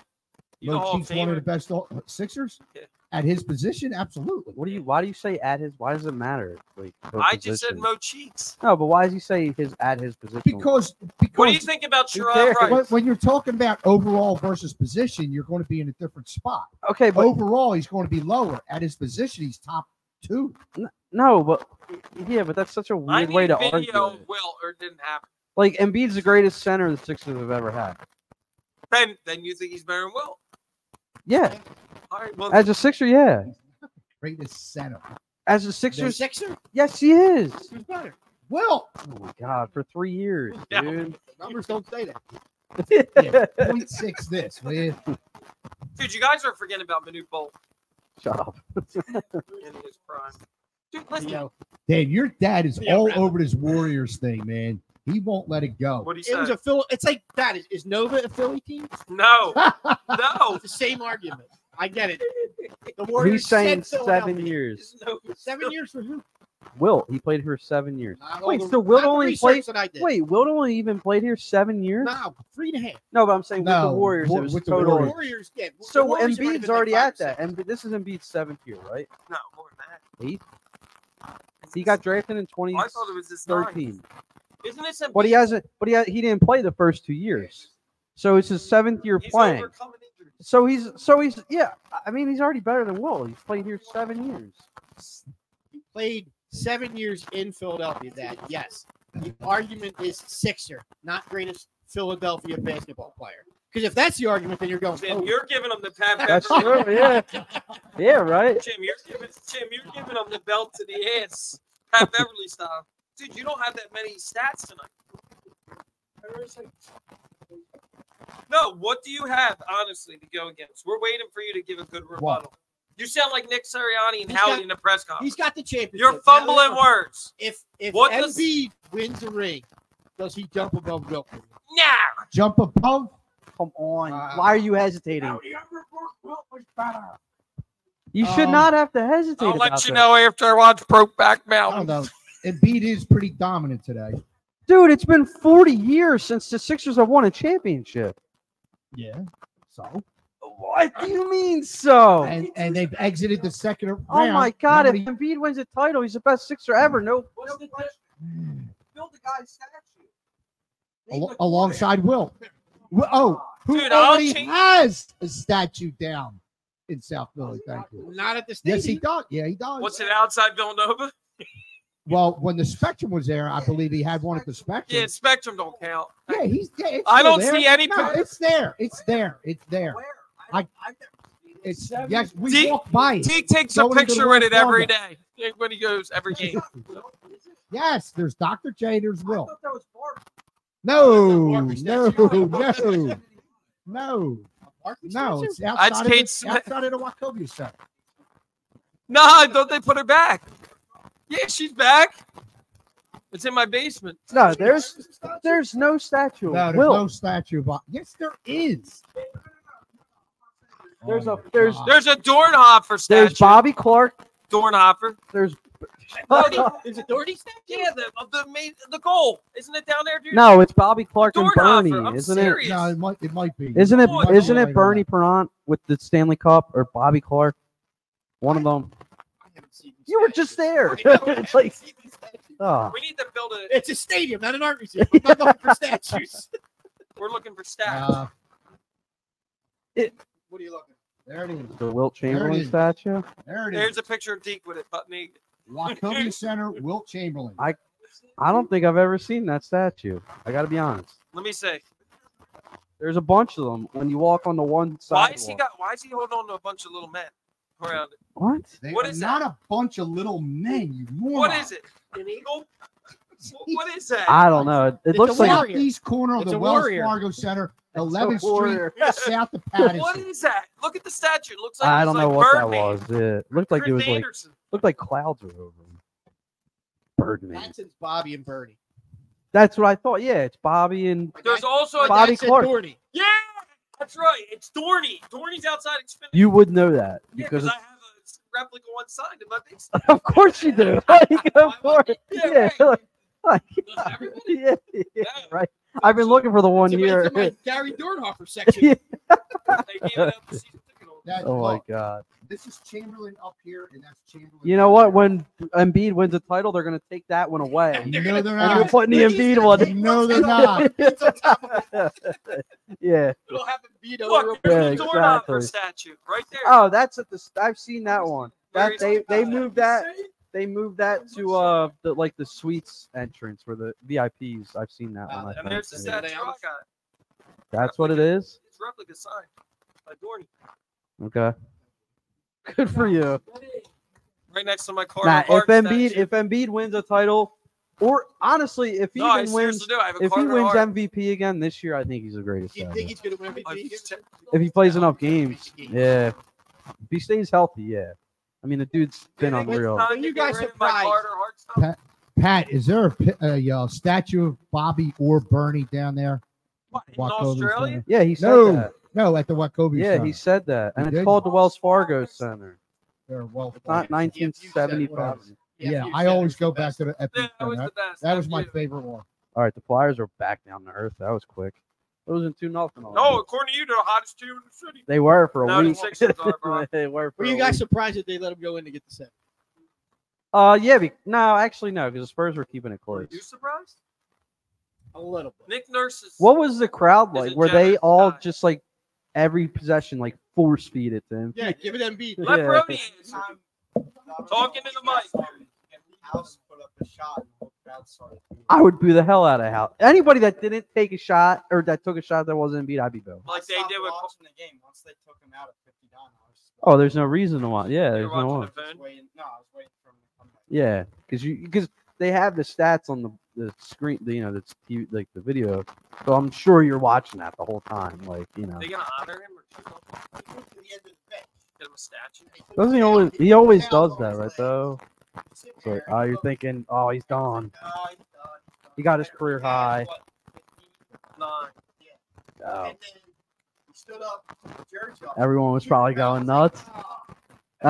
S3: He's a
S2: Mo
S3: Hall of
S2: Cheeks one of the
S3: Famer.
S2: best all- Sixers
S3: Yeah.
S2: at his position. Absolutely.
S4: What do you? Why do you say at his? Why does it matter? Like her
S3: I just said
S4: position?
S3: Mo Cheeks.
S4: No, but why does he say his at his position?
S2: Because because
S3: What do you think about
S4: Who
S3: Sherrod
S4: cares?
S3: Wright?
S2: when, when you're talking about overall versus position, you're going to be in a different spot.
S4: okay, but
S3: Oh.
S2: overall, he's going to be lower at his position. He's top two.
S4: no, but yeah, but that's such a
S3: I
S4: weird
S3: need
S4: way to argue.
S3: video.
S4: it.
S3: Will or it didn't happen.
S4: Like Embiid's the greatest center the Sixers have ever had.
S3: Then, then you think he's better than Will?
S4: Yeah,
S3: All right. Well,
S4: as a Sixer, yeah,
S2: Greatest center.
S4: as a
S1: The
S4: Sixers,
S1: Sixer?
S4: yes, he is.
S1: Who's better?
S2: Well,
S4: Oh my God, for three years,
S3: Yeah.
S4: dude.
S1: Numbers don't say that.
S2: yeah, 0.6 this. will you?
S3: dude, you guys are forgetting about Manute Bolt
S4: Shut up.
S3: in his prime. Dude, listen.
S1: You know,
S2: Dan, your dad is
S1: Yeah,
S2: all
S1: right.
S2: over this Warriors thing, man. He won't let it go.
S3: What he
S1: it was
S3: said?
S1: a Phil. It's like that. Is, is Nova a Philly team?
S3: No, no.
S1: It's the same argument. I get it. The
S4: He's
S1: Warriors
S4: saying
S1: said Philadelphia.
S4: seven years.
S3: no.
S1: Seven years for who?
S4: Will he played here seven years?
S1: Not
S4: Wait,
S1: all the-
S4: so Will
S1: not the
S4: only
S1: research
S4: played.
S1: that I did.
S4: Wait, Will only even played here seven years?
S1: no, three and a half.
S4: No, but I'm saying with
S2: No,
S4: the Warriors,
S2: wa-
S4: it was
S2: with the
S4: total.
S1: The
S2: Warriors.
S1: Warriors, yeah. the
S4: So
S1: Warriors have
S4: Embiid's
S1: been
S4: already
S1: like
S4: at
S1: five
S4: that, and this is Embiid's seventh year, right?
S3: No, more than that.
S4: Eight? He got drafted in
S3: Oh, I thought it
S4: 2013,
S3: was his nine. Isn't it?
S4: but he hasn't. But he ha- he didn't play the first two years, so it's his seventh year
S3: He's
S4: playing.
S3: overcoming injuries.
S4: So he's so he's yeah. I mean, he's already better than Will. He's played here seven years.
S1: He played seven years in Philadelphia. That yes, the argument is Sixer, not greatest Philadelphia basketball player. Because if that's the argument, then you're going.
S3: Jim,
S1: oh,
S3: you're giving him the pat.
S4: That's
S3: Beverly.
S4: true. Yeah. Yeah. Right.
S3: Jim, you're giving Jim, you're giving him the belt to the ass, Pat Beverly style. Dude, you don't have that many stats tonight. No, what do you have honestly to go against? We're waiting for you to give a good rebuttal. You sound like Nick Sirianni and
S1: He's
S3: Howdy
S1: got-
S3: in the press
S1: he's
S3: conference.
S1: got the championship.
S3: You're
S1: Now,
S3: fumbling words.
S1: If if
S3: What does-
S1: Embiid wins a ring, does he jump above Wilton?
S3: Nah.
S2: Jump a pump.
S4: Come on.
S1: Uh,
S4: Why are you hesitating?
S5: was better.
S4: You should
S2: um,
S4: not have to hesitate.
S3: I'll
S4: about
S3: let you
S4: that.
S3: know after I watch Brokeback
S2: I
S3: Mountain.
S2: don't know. Embiid is pretty dominant today.
S4: dude. It's been 40 years since the Sixers have won a championship.
S2: Yeah. So
S4: What do you mean so?
S2: and, and they've exited the second round.
S4: oh my God! If
S2: Nobody-
S4: Embiid wins a title, he's the best Sixer ever. No,
S3: What's the question? Build the guy's statue.
S2: al- alongside Will. Will- Oh, who
S3: Dude, I'll
S2: already
S3: change-
S2: has a statue down in South Philly? Thank you.
S1: Not at the stadium.
S2: Yes, he does. Yeah, he does.
S3: What's it outside Villanova?
S2: Well, when the Spectrum was there, I believe he had one at the Spectrum.
S3: Yeah, Spectrum don't count.
S2: Yeah, he's yeah, it's
S3: I
S2: still
S3: don't
S2: there.
S3: see any
S2: No,
S3: pro-
S2: it's there. It's there. It's there. I- It's yes. We
S3: See?
S2: walk by it.
S3: He takes a
S2: Going to the
S3: picture with it
S2: Wells
S3: every day when he goes every game.
S2: Yes, there's Dr. J. There's Will.
S5: that was Bart.
S2: No,
S1: Marcus,
S2: no,
S1: that's your-
S2: no, no,
S1: Marcus
S2: no.
S1: Spencer?
S2: It's outside of,
S3: Kate
S2: the,
S3: Smith.
S2: outside of the Wachovia Center.
S3: No, don't they put her back? Yeah, she's back. It's in my basement.
S4: no, there's there's no statue.
S2: No,
S4: of
S2: there's
S4: Will,
S2: no statue. Of, yes, there is.
S4: There's
S2: Oh
S4: a-
S2: my
S4: there's-
S2: God.
S3: There's a Dornhofer statue.
S4: Ah. there's Bobby Clark.
S3: Dornhofer.
S4: There's
S1: Is it Doherty statue?
S3: Yeah, the of the main, the goal. Isn't it down there, dude?
S4: no, it's Bobby Clark and
S3: Dornhofer,
S4: Bernie,
S3: I'm
S4: isn't
S3: serious.
S2: No, it might. It might be.
S4: it? Isn't it?
S3: Come on,
S4: Isn't
S2: Dornhofer.
S4: it Bernie Perrant with the Stanley Cup or Bobby Clark? One of them.
S1: I haven't seen these
S4: You were
S1: statues.
S4: just
S1: I
S4: there.
S1: know, I
S4: It's
S1: haven't
S4: like-
S1: seen these statues.
S4: Oh,
S3: We need to build a.
S1: It's a stadium, not an art museum. We're not going for statues.
S3: We're looking for stats.
S2: Uh,
S1: What are you looking?
S2: there it is.
S4: the Wilt Chamberlain
S2: is.
S4: statue.
S2: There it is.
S3: There's a picture of Deke with it, but naked.
S2: Wachovia Center, Wilt Chamberlain.
S4: I- I don't think I've ever seen that statue. I got to be honest.
S3: Let me say,
S4: There's a bunch of them when you walk on the one side.
S3: why is he got? Why is he holding on to a bunch of little men around it?
S4: what?
S2: They
S3: what
S2: are
S3: is that?
S2: not a bunch of little men, you moron.
S3: What is it? An eagle? Wh- What is that?
S4: I don't know. It, it
S1: It's
S4: looks
S1: a
S4: like
S1: warrior.
S2: Southeast corner of
S1: It's
S2: the
S1: a
S2: Wells
S1: warrior.
S2: Fargo Center,
S4: a
S2: 11th Street,
S4: warrior.
S2: south of
S3: What
S2: Patterson.
S3: is that? Look at the statue. It looks like
S4: I
S3: it's
S4: don't
S3: like
S4: know what that
S3: Birdman.
S4: was. It looked like it
S3: Chris
S4: was like
S3: Anderson.
S4: looked like clouds were over him. Birdman.
S1: That's Bobby and Bernie.
S4: That's what I thought. Yeah, it's Bobby and
S3: There's also
S1: My
S3: a
S1: dad
S4: Bobby
S1: said
S4: Clark.
S1: Doherty.
S3: Yeah, that's right. It's Dorney. Dorney's outside Xfinity.
S4: you would know that
S3: Yeah,
S4: because
S3: I
S4: it's,
S3: have a replica one signed in my basement.
S4: of course you do. Like, of course. Yeah,
S3: right.
S4: like- like,
S3: Does everybody?
S4: yeah, yeah,
S3: Yeah.
S4: right. I've been looking for the
S1: It's
S4: one
S1: in my-
S4: year.
S1: it's in my Gary Dornhofer section.
S3: They gave it up to season ticket holders.
S2: That-
S4: Oh my
S2: look,
S4: god.
S2: This is Chamberlain up here, and that's Chamberlain.
S4: You know what? When Embiid wins a title, they're gonna take that one away.
S2: No, they're
S4: And you're
S2: not.
S4: putting the Embiid one.
S2: No, they're not.
S4: yeah.
S1: It'll have to beat over.
S3: Look, there's
S4: Yeah,
S3: the Dornhofer
S4: exactly.
S3: statue right there.
S4: Oh, that's at the. s- I've seen that one.
S3: Very
S4: That they they
S3: nice.
S4: moved that they moved that to uh the, like the suites entrance for the VIPs. I've seen that
S1: Ah,
S4: one. I
S3: and
S4: think.
S3: there's the
S4: Yeah.
S3: statue. I got it.
S4: That's what it is.
S3: It's replica signed by Dorney.
S4: Okay. Good for you.
S3: Right next to my car.
S4: Nah, if Embiid if Embiid wins a title, or honestly, if he
S3: no, I
S4: even
S3: seriously
S4: wins
S3: do. I have a
S4: if he
S3: Carter
S4: wins
S3: Hart.
S4: MVP again this year, I think he's the greatest.
S1: You
S4: ever.
S1: think he's going to win
S3: I
S1: MVP?
S3: just-
S4: If he plays enough games,
S1: games.
S4: yeah. If he stays healthy, yeah. I mean, the dude's been
S3: Dude, it's
S4: unreal.
S3: time
S1: When
S3: to
S1: you
S3: get
S1: guys
S3: rid of my
S1: surprised-
S3: Carter Hart stuff.
S2: Pat, is there a, pi- a uh, statue of Bobby or Bernie down there?
S3: What, in
S2: Wachovia
S3: Australia?
S2: Center?
S4: Yeah, he said
S2: No.
S4: that.
S2: No, at the Wachovia
S4: Yeah,
S2: Center.
S4: he said that, and
S2: He
S4: it's
S2: did?
S4: called the Wells Fargo Center.
S2: There, well,
S4: It's not
S1: Yeah, if you said
S4: 1975.
S1: whatever.
S2: yeah, I always go back to the
S3: Yeah,
S2: Epic
S3: that was
S2: Center.
S3: the best.
S2: That was my
S3: Yeah.
S2: favorite one.
S4: All right, the Flyers are back down to earth. That was quick. Losing two nothing.
S3: No, according to you, they're the hottest team in the city.
S4: they were for a
S3: No, the
S4: week.
S3: Sixers are, bro.
S4: they were. For
S1: Were
S4: a
S1: you guys
S4: week.
S1: surprised that they let him go in to get the set?
S4: Uh, yeah. Be- no, actually, no, because the Spurs were keeping it
S3: Were
S4: close.
S3: you surprised?
S1: A little bit.
S3: Nick Nurse is.
S4: What was the crowd
S3: Is
S4: like?
S3: it
S4: Were they
S3: generous?
S4: all
S3: Nah.
S4: just like every possession, like force feed it to him.
S1: Yeah, give it Embiid.
S4: Yeah.
S3: Let Brody answer. Talking to the mic.
S1: House put up a shot.
S4: I would boo the hell out of Hal. Anybody that didn't take a shot or that took a shot that wasn't beat, I'd be boo.
S3: Like they did with
S1: watching the game once they took him out at fifty dollars.
S4: Oh, there's no reason to watch. Yeah,
S3: you're
S4: there's no
S3: watching
S4: one.
S3: the phone.
S1: No, I was waiting for him to come back.
S4: Yeah, because you because they have the stats on the, the screen, the, you know, that's you- like the video. So I'm sure you're watching that the whole time. Like you know,
S3: They gonna honor him or kill him?
S1: To the end of the bench.
S3: Get him a statue?
S4: doesn't he always he always does that, right though? It's like, oh, you're thinking, oh, he's gone. He got his career high.
S3: Nah.
S4: Oh,
S1: And then he stood up, took the jersey off.
S4: everyone was probably going nuts.
S1: Ah.
S4: Oh,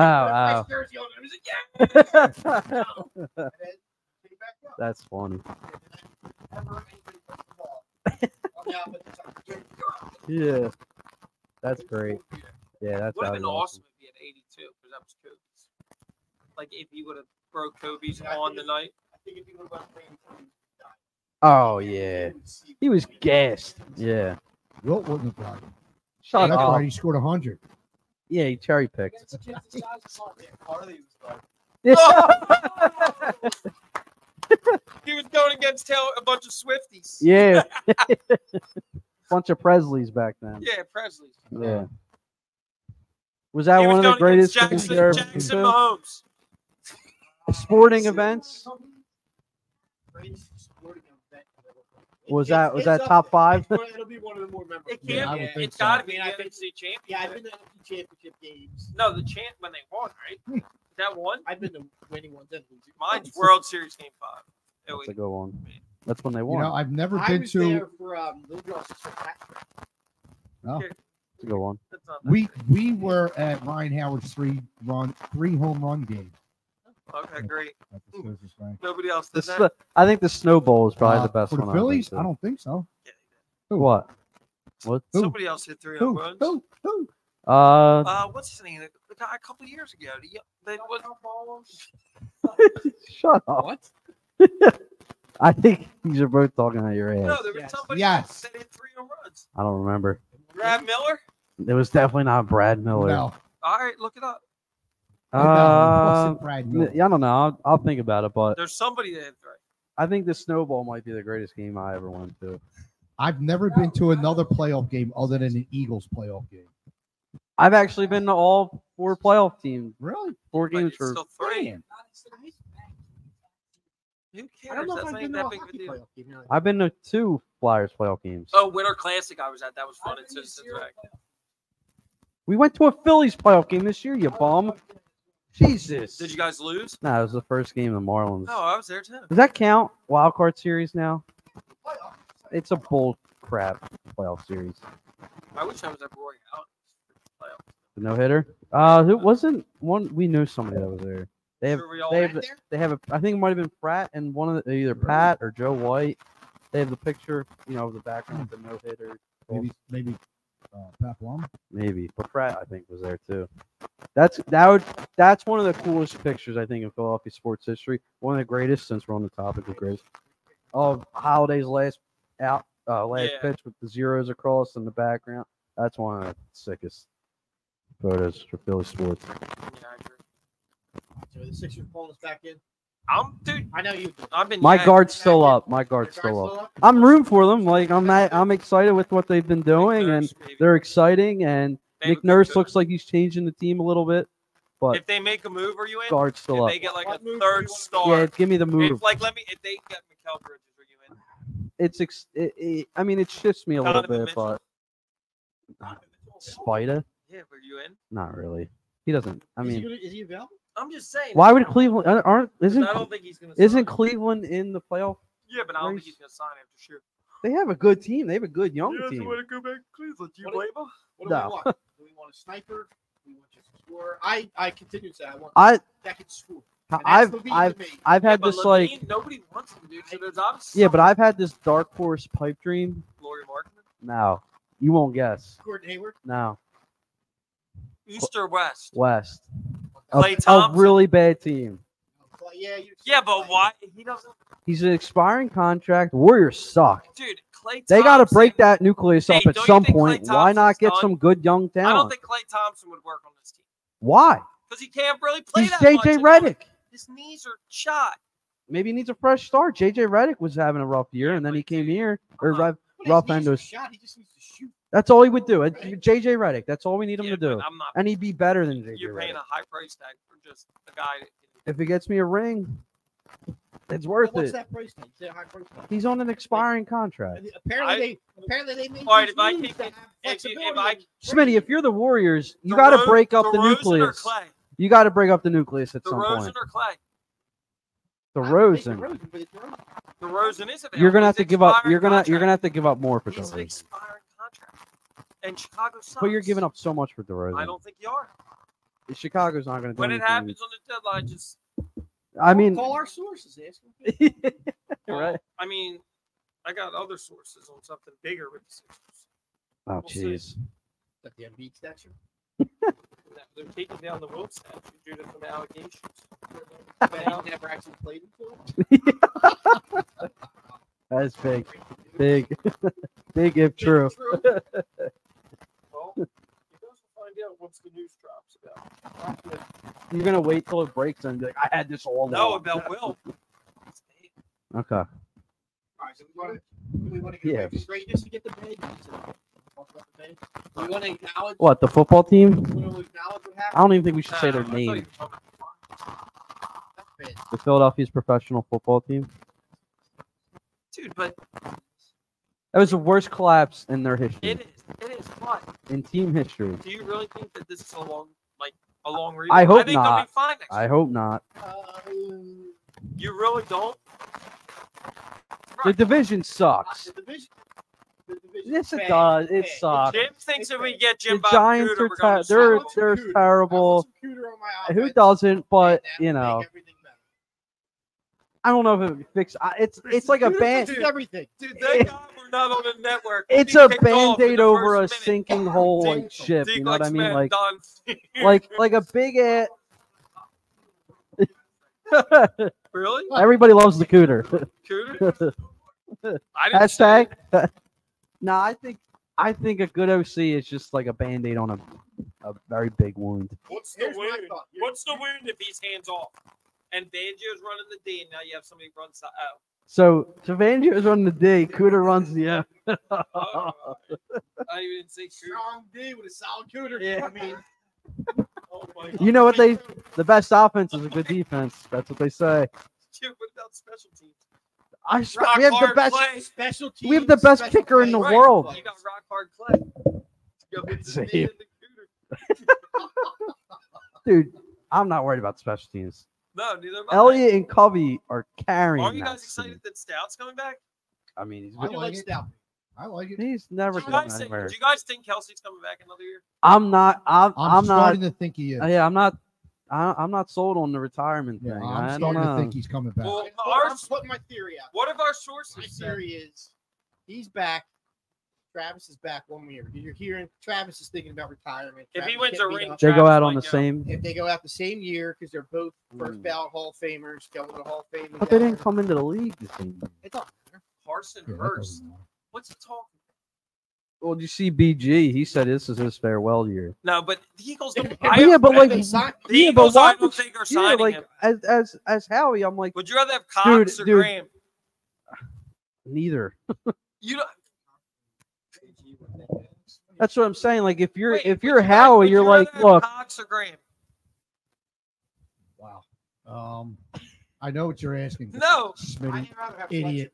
S1: Put
S4: oh.
S1: his jersey on, and he was like, yeah. And then came back up.
S4: That's funny.
S1: And then never anybody touched the ball. Oh, yeah, but it's like, dude,
S4: Yeah, that's great.
S1: you're-
S4: Yeah, that's
S3: Would have
S4: that
S3: been
S4: was
S3: awesome if he had 82 because that was Kobe's. Like if he would have broke Kobe's
S1: Yeah, I
S3: on
S1: think
S3: the
S1: it-
S3: night.
S1: I think if you would have playing
S4: Oh yeah, he was gassed. Yeah,
S2: Wilt wouldn't have died.
S4: shut
S2: That's
S4: up.
S2: right. He scored 100.
S4: Yeah, he cherry picked.
S1: Harley was like,
S3: Oh! He was going against Taylor, a bunch of Swifties.
S4: Yeah, bunch of Presleys back then.
S3: Yeah, Presley.
S4: Yeah. Was that
S3: he
S4: one of
S3: was
S4: the
S3: going against
S4: greatest things
S3: Jackson,
S4: there ever been
S3: Jackson
S4: to?
S3: Mahomes.
S4: sporting events?
S1: greatest sporting event I've ever played."
S4: Was
S1: It's-
S4: that was
S1: it's
S4: that
S1: up
S4: top
S1: there.
S4: five?
S1: It's- It'll be one of the more memorable.
S3: It can't.
S2: Yeah, I would
S3: be.
S2: think
S3: It's
S2: so.
S3: got to be
S1: I mean, I
S3: the
S1: think-
S3: NFC championship.
S1: Yeah, I've been to NFC championship games.
S3: No, the chant when they won, right? that one.
S1: I've been to winning ones and losing.
S3: Mine's
S1: ones.
S3: World Series Game Five. It
S4: That's
S3: was,
S4: a good one. That's when they
S2: You
S4: won.
S2: know, I've never
S1: I
S2: been
S1: was
S2: to.
S1: there for um, Little Girls.
S4: That's a good one.
S3: that's not that
S2: We
S3: big.
S2: we were at Ryan Howard's three run three home run game.
S3: Okay, great.
S2: at the Citizens Bank.
S3: Nobody else
S4: The
S3: does
S4: sl-
S3: that.
S4: I think the snowball is probably
S2: Uh,
S4: the best
S2: for the
S4: one. I've been
S2: Phillies.
S4: to.
S2: I don't think so.
S4: What? What?
S2: Who?
S3: Somebody else hit three home
S2: Who?
S3: runs.
S2: Who? Who?
S4: Uh,
S3: Uh, what's his name? The guy a couple years ago. The, the, what,
S4: shut up.
S1: What?
S4: I think these are both talking out your ass.
S3: no, there was
S1: Yes.
S3: somebody
S2: Yes.
S3: that hit three home runs.
S4: I don't remember.
S3: Brad Miller.
S4: It was definitely not Brad Miller.
S2: No.
S3: All right, look it up.
S4: Uh,
S2: no, it wasn't Brad
S4: n-
S2: Miller.
S4: Uh, yeah, I don't know. I'll, I'll think about it, but
S3: There's somebody that hit three.
S4: I think the snowball might be the greatest game I ever went to.
S2: I've never been to another playoff game other than the Eagles playoff game.
S4: I've actually been to all four playoff teams,
S2: Really?
S4: four
S3: But
S4: games
S3: it's
S4: for
S3: still three.
S2: Man.
S1: I
S3: Who cares?
S1: don't know if
S3: That's
S1: I've
S3: not
S1: been
S3: even
S1: to a
S3: that big of a
S1: hockey
S3: deal.
S1: playoff game. you know.
S4: I've been to two Flyers playoff games.
S3: Oh, Winter Classic I was at. That was fun in Citizens Bank.
S4: We went to a Phillies playoff game this year, you bum. Jesus.
S3: Did you Oh, guys lose?
S4: No, it was the first game of the Marlins.
S3: No, I was there too.
S4: Does that count? Wild card series now? It's a bull crap playoff series.
S3: I wish I was at Roy Out.
S4: No hitter. Uh, who wasn't one? We knew somebody that was there. They have,
S3: Sure we all
S4: they
S3: went
S4: have, they have a. I think it might have been Pratt and one of the, either Pat or Joe White. They have the picture, you know, of the background of the no hitter.
S2: Maybe maybe uh, Pat Blum.
S4: maybe. But Pratt, I think, was there too. That's that would that's one of the coolest pictures I think in Philadelphia sports history. One of the greatest since we're on the topic of greatest. Of Holiday's last out uh, last
S3: Yeah.
S4: pitch with the zeros across in the background. That's one of the sickest photos for Philly sports.
S3: Yeah, I agree.
S1: So the Sixers pulling us back in.
S3: I'm dude.
S1: I know you.
S3: I've been
S4: My
S3: yanked.
S4: guard's still up. My guard's still up. I'm rooting for them. Like I'm not, I'm excited with what they've been doing and
S3: Nurse, maybe.
S4: they're exciting and
S3: They
S4: Nick
S3: would be
S4: Nurse
S3: good.
S4: looks like he's changing the team a little bit, but
S3: If they make a move, are you in?
S4: guard's still
S3: if
S4: up.
S3: they get like
S1: What
S3: a
S1: move do you
S3: third
S1: want?
S3: star,
S4: Yeah, give me the move.
S3: if like let me, if they get Mikel Bridges, are you in?
S4: it's ex- it, it, I mean, it shifts me a little
S3: Donovan
S4: bit,
S3: Mitchell?
S4: but Spider,
S3: Yeah, were you in?
S4: not really. He doesn't. I
S1: is he,
S4: mean,
S1: gonna- is he available?
S3: I'm just saying.
S4: why would Cleveland aren't- aren't isn't
S3: I don't think he's gonna. sign.
S4: isn't Cleveland in the playoff?
S3: Yeah, but I don't
S4: Grace-
S3: think he's gonna sign after sure.
S4: They have a good team. They have a good young team.
S3: to go back to Cleveland? Do
S1: you blame
S3: him?
S1: What do
S4: No.
S1: we want? Do we want a sniper? Do we want just a scorer? I I continue to say I want
S4: I
S1: that can score. And that's
S4: I've
S1: the lead to
S4: I've
S1: me.
S4: I've had this like
S3: nobody wants him, dude. So there's obviously
S4: yeah, but I've had this dark horse pipe dream.
S3: Lori Markman,
S4: No, you won't guess.
S1: Gordon Hayward.
S4: No,
S3: East or West?
S4: West.
S3: Clay
S4: A, a
S3: Thompson?
S4: really bad team.
S1: Clay- Yeah, you
S3: Yeah, but why he doesn't,
S4: He's an expiring contract. Warriors suck.
S3: dude? Clay.
S4: They got to
S3: Thompson-
S4: break that nucleus
S3: Hey,
S4: up at
S3: don't you
S4: some
S3: think Klay
S4: point. Why not
S3: Thompson's
S4: get
S3: done?
S4: some good young
S3: I don't
S4: talent?
S3: think Clay Thompson would work on this team
S4: Why?
S3: because he can't really play
S4: He's
S3: that much.
S4: JJ
S3: and all-
S4: Reddick.
S3: His knees are shot.
S4: Maybe he needs a fresh start. JJ Reddick was having a rough year, and then he came here.
S3: Come
S4: Or
S3: on.
S4: Rev-
S1: But his
S4: Ralph
S1: knees are
S4: Endos.
S1: Shot, he just needs to shoot.
S4: that's all he would do. And JJ Reddick. That's all we need him
S3: Yeah,
S4: to do.
S3: but I'm not.
S4: And he'd be better than JJ
S3: You're
S4: Reddick.
S3: paying a high price tag for just a guy. That
S4: If he gets me a ring, it's
S1: Well,
S4: worth
S1: what's
S4: it.
S1: that price tag? Is it a high price tag?
S4: He's on an expiring contract.
S1: And Apparently,
S3: I-
S1: they apparently they made
S3: All right,
S1: these
S3: if I
S1: moves
S3: can-
S1: that have
S3: if you- if
S1: flexibility.
S3: I-
S4: Smitty, if you're the Warriors, you
S3: DeRozan-
S4: got to break up the
S3: DeRozan Or
S4: nucleus.
S3: Clay.
S4: You got to break up the nucleus at some
S3: DeRozan
S4: point.
S3: or Clay.
S4: DeRozan,
S3: DeRozan is available.
S4: you're gonna have
S3: He's
S4: to give up.
S3: expiring
S4: You're gonna you're
S3: contract.
S4: gonna have to give up more for
S3: He's an
S4: DeRozan.
S3: expiring contract. And Chicago sucks.
S4: But you're giving up so much for
S3: I
S4: DeRozan.
S3: don't think you are.
S4: Chicago's not going to do
S3: When it
S4: anything.
S3: happens on the deadline, just
S4: I mean,
S1: call our sources. Ask them.
S4: right?
S3: I mean, I got other sources on something bigger with the Sixers.
S4: Oh
S3: We'll see.
S4: jeez.
S1: Like the Embiid statue.
S3: That- They're taking down the Wolves statue due to some allegations.
S1: But he never actually played before.
S4: That's big, big, big if true.
S3: Well, you guys will find out once the news drops about.
S4: You're gonna wait till it breaks and be like, I had this all
S3: No,
S4: along."
S3: about Will.
S4: Okay.
S1: All right, so we want to we want to get
S4: Yeah.
S1: back to straightness to get the bid. We want to acknowledge.
S4: What the football team?
S1: We want to acknowledge what
S4: I
S1: happened.
S4: don't even think we should say their
S3: Uh, I thought you
S4: name.
S3: were talking about-
S1: That's bad.
S4: The Philadelphia's professional football team.
S3: Dude, but
S4: That was the worst collapse in their history,
S3: it is. It is what?
S4: in team history.
S3: Do you really think that this is a long, like, a long rebound?
S4: I hope
S3: I think they'll
S4: not.
S3: be fine next
S4: I hope not.
S1: Um,
S3: year. You really don't?
S4: The
S3: Right.
S4: division sucks.
S1: the division. The division
S4: Yes, it
S1: bad.
S4: does. It
S1: Bad.
S4: sucks.
S3: Jim thinks if we get Jim
S4: The
S3: Bob
S4: Giants
S3: Cooter,
S4: are
S3: we're
S4: ter-
S3: gonna
S4: they're
S3: suck.
S4: they're
S1: Computer. I
S4: terrible.
S1: want some computer on my
S4: Who
S1: offense,
S4: doesn't?
S1: and
S4: But
S1: that
S4: you
S1: will
S4: know,
S1: make everything better.
S4: I don't know if it fixes. It's it's like a band.
S1: It's everything.
S3: Dude, thank God we're not on the network.
S4: It's
S3: He
S4: a
S3: kicked off in
S4: band-aid
S3: the
S4: over a
S3: first minute.
S4: sinking hole
S1: Dink-
S4: like ship. You
S3: Deke
S4: know what I mean?
S3: Lexman
S4: Like
S3: done.
S4: like like a big ass.
S3: really?
S4: Everybody loves the cooter.
S3: Cooter? I didn't say
S4: Hashtag.
S3: it.
S4: nah, I think I think a good OC is just like a band-aid on a a very big wound.
S3: What's the
S1: Here's my
S3: wound?
S1: thought.
S3: What's the wound if he's hands off? And Banjo's running the D, and now you have somebody run side.
S4: So Savannah is on the D, Cooter runs the F.
S3: Oh, all right. I even say Cooter.
S1: Strong D with a solid cooter.
S4: Yeah.
S1: I mean,
S3: Oh my
S4: You
S3: God.
S4: know what they? The best offense is a good defense. That's what they say.
S3: Shit, what about special teams?
S4: I swear,
S3: Rock
S4: we have the
S3: hard
S4: best.
S3: Clay.
S1: special teams.
S4: We have the best
S1: special
S4: kicker in the
S1: plays.
S3: Right.
S4: world.
S3: You got rock hard clay. Yo, it's the D and the Cooter.
S4: dude. I'm not worried about special teams.
S3: No, neither am I.
S4: Elliott and Covey are carrying.
S3: Aren't you
S4: that
S3: guys excited
S4: team.
S3: that Stout's coming back?
S4: I mean, he's
S1: I
S4: been-
S2: like
S1: like
S2: it.
S1: stout.
S2: I like it.
S4: he's never
S3: Do you,
S4: gone
S3: guys think,
S4: anywhere.
S3: do you guys think Kelsey's coming back another year?
S4: I'm not. I'm.
S2: I'm,
S4: I'm not.
S2: starting to think he is.
S4: uh, Yeah, I'm not. I, I'm not sold on the retirement
S2: Yeah,
S4: thing.
S2: I'm
S4: I don't
S2: starting to
S4: know.
S2: think he's coming back.
S3: Well,
S1: Well, I'm
S3: ours-
S1: putting my theory out.
S3: What if our
S1: My
S3: sources said?
S1: theory is he's back. Travis is back one year. You're hearing Travis is thinking about retirement.
S3: If he
S1: Travis
S3: wins
S1: getting
S3: a
S1: beat
S3: ring,
S1: up.
S4: they go
S3: Travis
S4: out on
S3: might
S4: the
S3: go.
S4: same,
S1: if they go out the same year because they're both first
S4: Mm.
S1: ballot Hall of Famers, going to the Hall of Fame.
S4: but they didn't come into the league the same. year.
S1: It's all
S3: Carson
S2: Yeah, that
S3: Hurst.
S2: doesn't matter.
S3: What's he talking?
S4: Well, you see, BG. He said this is his farewell year.
S3: No, but the Eagles don't.
S1: Yeah,
S3: I,
S4: yeah, but
S3: I
S4: like,
S1: they
S3: think-
S1: signed-
S3: the
S4: yeah, but
S3: Eagles,
S4: why
S3: I don't
S4: would
S3: think are
S4: yeah,
S3: signing
S4: like
S3: him.
S4: as as as Howie, I'm like
S3: Would you rather have Cox or
S4: dude.
S3: Graham?
S4: neither.
S3: You know,
S4: That's what I'm saying. Like if you're
S3: Wait,
S4: if
S3: would
S4: you're
S3: you rather- would
S4: Howie,
S3: you
S4: you're
S3: rather
S4: like,
S3: have
S4: look,
S3: Cox or Graham?
S2: Wow. Um, I know what you're asking.
S3: No,
S2: Smitty.
S1: I'd rather have
S2: Idiot.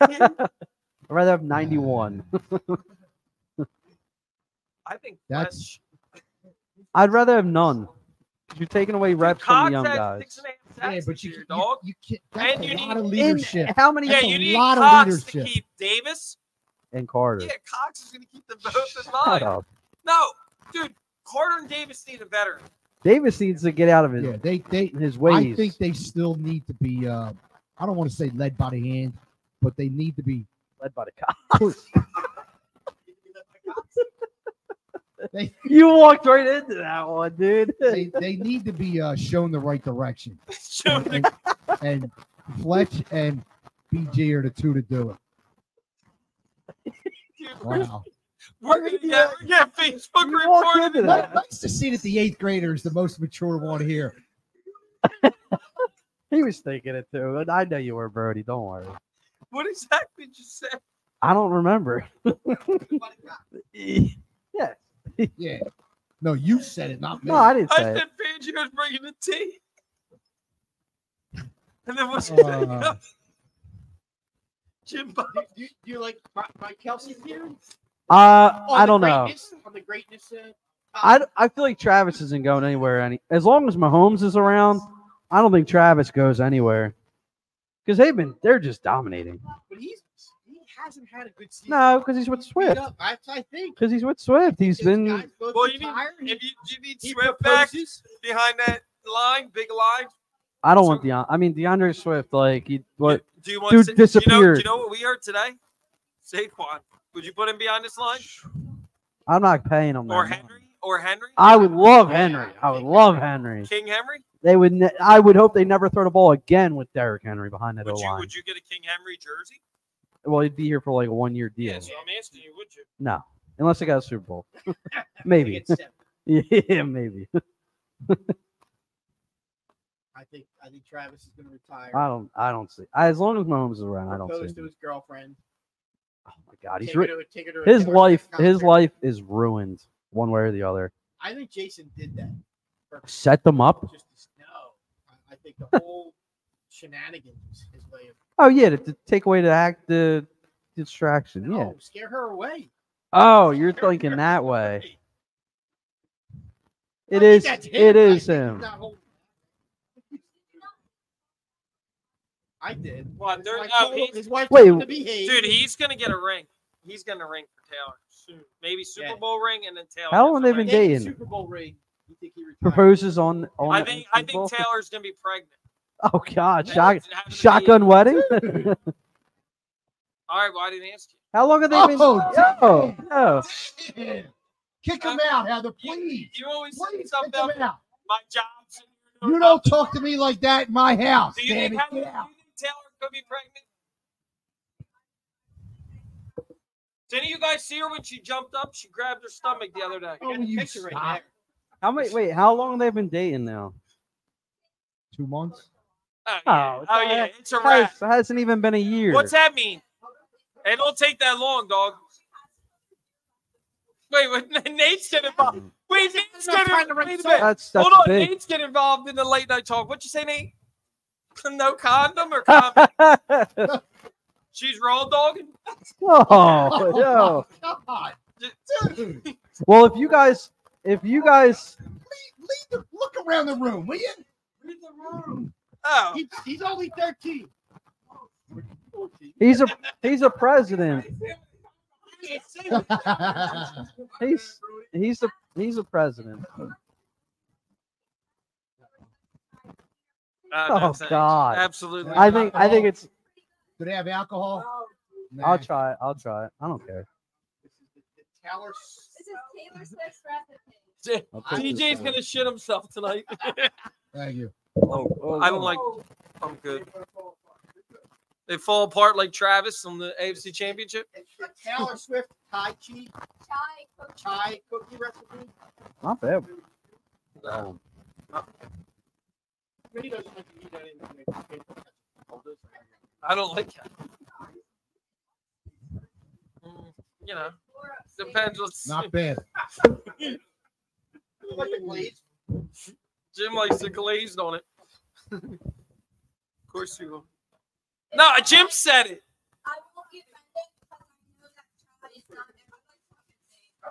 S4: I'd rather have 91.
S3: I think
S2: That's-
S3: that's
S4: I'd rather have none. 'Cause You're taking away reps from
S3: Cox
S4: the young
S3: had
S4: guys.
S3: six and a half
S2: Yeah,
S3: sacks
S2: but
S3: this
S2: you,
S3: year,
S2: you,
S3: dog.
S2: you can't. That's
S3: And
S2: a
S3: you
S2: lot
S3: need-
S2: of
S4: In-
S2: leadership.
S4: how many?
S3: yeah,
S2: that's
S3: you
S2: a
S3: need
S2: lot of
S3: Cox
S2: leadership.
S3: to keep Davis.
S4: and Carter.
S3: Yeah, Cox is going to keep them both in
S4: Shut
S3: line.
S4: up.
S3: No, dude, Carter and Davis need a veteran.
S4: Davis needs to get out of his
S2: Yeah, they they.
S4: his
S2: I
S4: ways.
S2: think they still need to be. Uh, I don't want to say led by the hand, but they need to be.
S4: led by the cops.
S2: They
S4: You walked right into that one, dude.
S2: they, they need to be uh, shown the right direction.
S3: Show the
S2: And, and Fletch and BG are the two to do it. Wow.
S3: We're gonna get, yeah, Facebook
S4: You walked
S3: report.
S4: into that.
S2: nice to see that the eighth grader is the most mature one here.
S4: He was thinking it too. and I know you were, Brody. Don't worry.
S3: What exactly did you say?
S4: I don't remember. yes.
S2: Yeah. No, you said it, not me.
S4: No, I didn't
S3: I
S4: say it.
S3: said Fangio was bringing the tea. And then what's
S2: Uh.
S3: Jim Bob.
S1: Do you, do you like my, my Kelsey theory?
S4: Uh,
S1: On
S4: I
S1: the
S4: don't know.
S1: greatness- On the greatness. Uh,
S4: I, I feel like Travis isn't going anywhere. Any as long as Mahomes is around, I don't think Travis goes anywhere. Because they've been they're just dominating.
S1: but he's he hasn't had a good season.
S4: No, because he's with
S1: He's beat
S4: Swift.
S1: up. I, I think.
S4: Because he's with Swift. He's
S1: His
S4: been
S1: guys both
S3: Well, you need,
S1: retire, he-
S3: if you, you need
S1: he
S3: Swift back
S1: proposes.
S3: behind that line, big line.
S4: I don't want Deon I mean DeAndre Swift, like he what
S3: Do you want
S4: Dude
S3: Sa- do You know, do you
S4: disappeared.
S3: know what we heard today? Saquon. Would you put him behind this line?
S4: I'm not paying him.
S3: Or
S4: that much.
S3: Henry? Or Henry?
S4: I would love Henry. I would love Henry.
S3: King Henry?
S4: They would ne- I would hope they never throw the ball again with Derrick Henry behind that
S3: Would you,
S4: line.
S3: would you get a King Henry jersey?
S4: Well, he'd be here for like a one year deal.
S3: so I'm asking you, would you?
S4: No. Unless they got a Super Bowl. maybe.
S1: It's seven.
S4: Yeah, maybe.
S1: I think I think Travis is going to retire.
S4: I don't. I don't see. I, as long as Mahomes is around, I don't
S1: propose
S4: see.
S1: to
S4: him.
S1: his girlfriend.
S4: Oh my God, he's
S1: take
S4: ri-
S1: her to, take her to a
S4: his
S1: dinner
S4: life. His
S1: concert.
S4: life is ruined one way or the other.
S1: I think Jason did that. purposely,
S4: Set them up.
S1: Just to, no, I, I think the whole shenanigans is his way of
S4: Oh yeah, to, to take away the act, the distraction.
S1: no,
S4: Yeah.
S1: scare her away.
S4: Oh, you're thinking that way. It is. It is him.
S1: I did.
S3: Well, there-
S1: I
S3: no,
S1: told him-
S3: he's-
S1: his wife
S4: Wait,
S1: told him to behave.
S3: Dude, he's gonna get a ring. He's gonna ring for Taylor soon. Maybe Super
S1: Yeah.
S3: Bowl ring and then Taylor.
S4: How
S3: gets
S4: long
S3: a
S4: they been
S3: ring.
S1: Take the
S4: dating.
S1: Super Bowl ring. You think he retired?
S4: Proposes on. on
S3: I think I think
S4: football?
S3: Taylor's gonna be pregnant.
S4: Oh God,
S3: Taylor's
S4: shock,
S3: having to be-
S4: shotgun wedding.
S3: All right, well I didn't ask you.
S4: How long have they been?
S2: Oh,
S4: Oh, no.
S2: Yeah. Kick him out, Heather,
S3: You,
S2: please.
S3: you always say
S2: Please
S3: something
S2: kick him
S3: about
S2: out.
S3: my job's.
S2: You don't talk to me like that in my house.
S3: Do you
S2: damn
S3: think,
S2: it.
S3: how, do you
S2: Get
S3: think
S2: out.
S3: Taylor could be pregnant? Didn't you guys see her when she jumped up? She grabbed her stomach the other day.
S1: Get the
S2: Oh, you
S1: picture right
S2: stop.
S1: there.
S4: How many? Wait, how long have they been dating now?
S2: Two months.
S3: Oh, yeah,
S4: Oh,
S3: oh, yeah. it's a wrap.
S4: Christ, It hasn't even been a year.
S3: What's that mean? It don't take that long, dog. Wait, wait Nate's get involved. Wait, Nate's
S1: not
S3: get
S1: trying to write
S3: involved. Wait a
S1: songs.
S3: minute.
S4: That's that's
S3: Hold on,
S4: big.
S3: Nate's get involved in the late night talk. What you say, Nate? No condom or condom? She's raw dogging.
S4: oh, yo.
S2: God. Dude, lead,
S4: Well, if you guys, if you guys,
S2: lead the, look around the room, will you?
S3: Oh,
S1: He- he's only 13. 14.
S4: he's a he's a president. He's he's a he's a president.
S3: Uh, no,
S4: Oh,
S3: thanks.
S4: God.
S3: Absolutely.
S4: I think I think it's.
S2: Do they have alcohol? Nah.
S4: I'll try. it, I'll try. it. I don't care.
S1: This is the, the Taylor
S6: This is Taylor Swift's recipe.
S4: I'll take this uh,
S3: DJ's
S4: one.
S3: gonna shit himself tonight.
S2: Thank you.
S4: Oh,
S3: I don't like. I'm good. They fall apart like Travis on the AFC Championship.
S1: It's the Taylor Swift Thai cheese
S6: Chai, cooked
S1: Thai cookie recipe.
S4: Not
S2: Oh.
S4: bad.
S1: Really doesn't like to eat that in-
S3: I don't like that. Mm, You know,
S6: floor of
S3: depends what's.
S2: Not bad.
S1: Like the glaze.
S3: Jim likes the glazed on it. of course you will. No, Jim said it.
S6: I won't be offended because I know that chai is not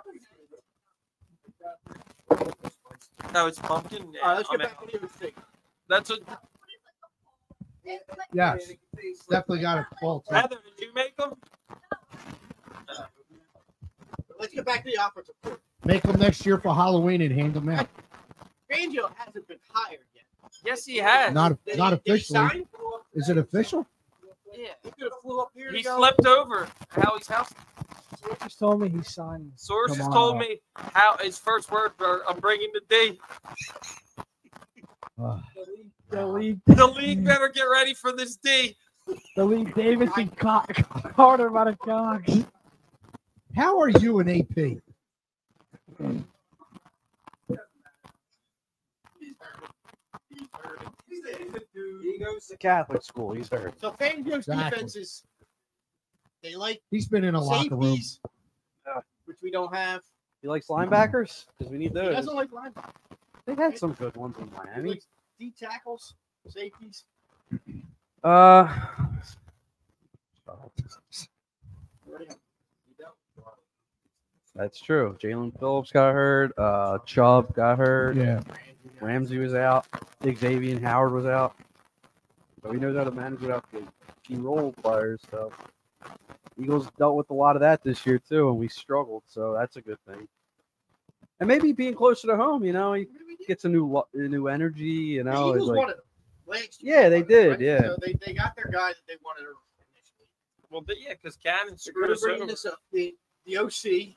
S6: everybody's fucking thing.
S3: No, it's pumpkin. Yeah,
S1: All right, let's
S3: I'm
S1: get back
S3: out.
S1: to the other thing.
S3: That's what.
S6: It's like,
S2: Yes. Definitely got a fault.
S3: Heather, did you make them?
S1: Let's get back to the offensive court.
S2: Make them next year for Halloween and hand them out.
S1: Fangio hasn't been hired yet.
S3: Yes, he has.
S2: Not
S1: Did
S2: not
S1: he- did he
S2: officially.
S1: sign?
S2: Is it official?
S3: Yeah.
S1: He could have flew up here.
S3: He
S1: to go.
S3: slept over at Howie's house.
S5: Just told me he's signing.
S3: Sources
S2: Come on.
S3: told me how his first words were, "I'm bringing the D."
S2: Ugh.
S5: The league,
S3: The
S4: Mm.
S3: league better get ready for this D.
S5: the league, Davidson, Carter, about a cock.
S2: How are you an AP?
S3: He goes to
S4: Catholic school. He's hurt.
S1: So Fangio's
S2: Exactly.
S1: defenses, they like
S2: He's been in a locker room.
S1: safeties, which we don't have.
S4: He likes linebackers because we need
S1: He
S4: those.
S1: doesn't like linebackers.
S4: They've had some good ones in
S1: He
S4: Miami.
S1: likes D tackles, safeties.
S4: Uh, that's true. Jalen Phillips got hurt. Uh, Chubb got hurt.
S2: Yeah.
S4: Ramsey was out. Xavier and Howard was out. So he knows how to manage without the key role players. So Eagles dealt with a lot of that this year too, and we struggled. So that's a good thing. And maybe being closer to home, you know, he gets a new lo- a new energy. You
S1: The
S4: know, it's
S1: Eagles
S4: like-
S1: wanted them. Last year
S4: Yeah, they
S1: wanted them,
S4: did, yeah.
S1: So they, they got their guy that they wanted initially.
S3: Well, but yeah, because Cannon
S1: They're
S3: screwed
S1: going
S3: us
S1: to bring
S3: over.
S1: this up. The, the OC,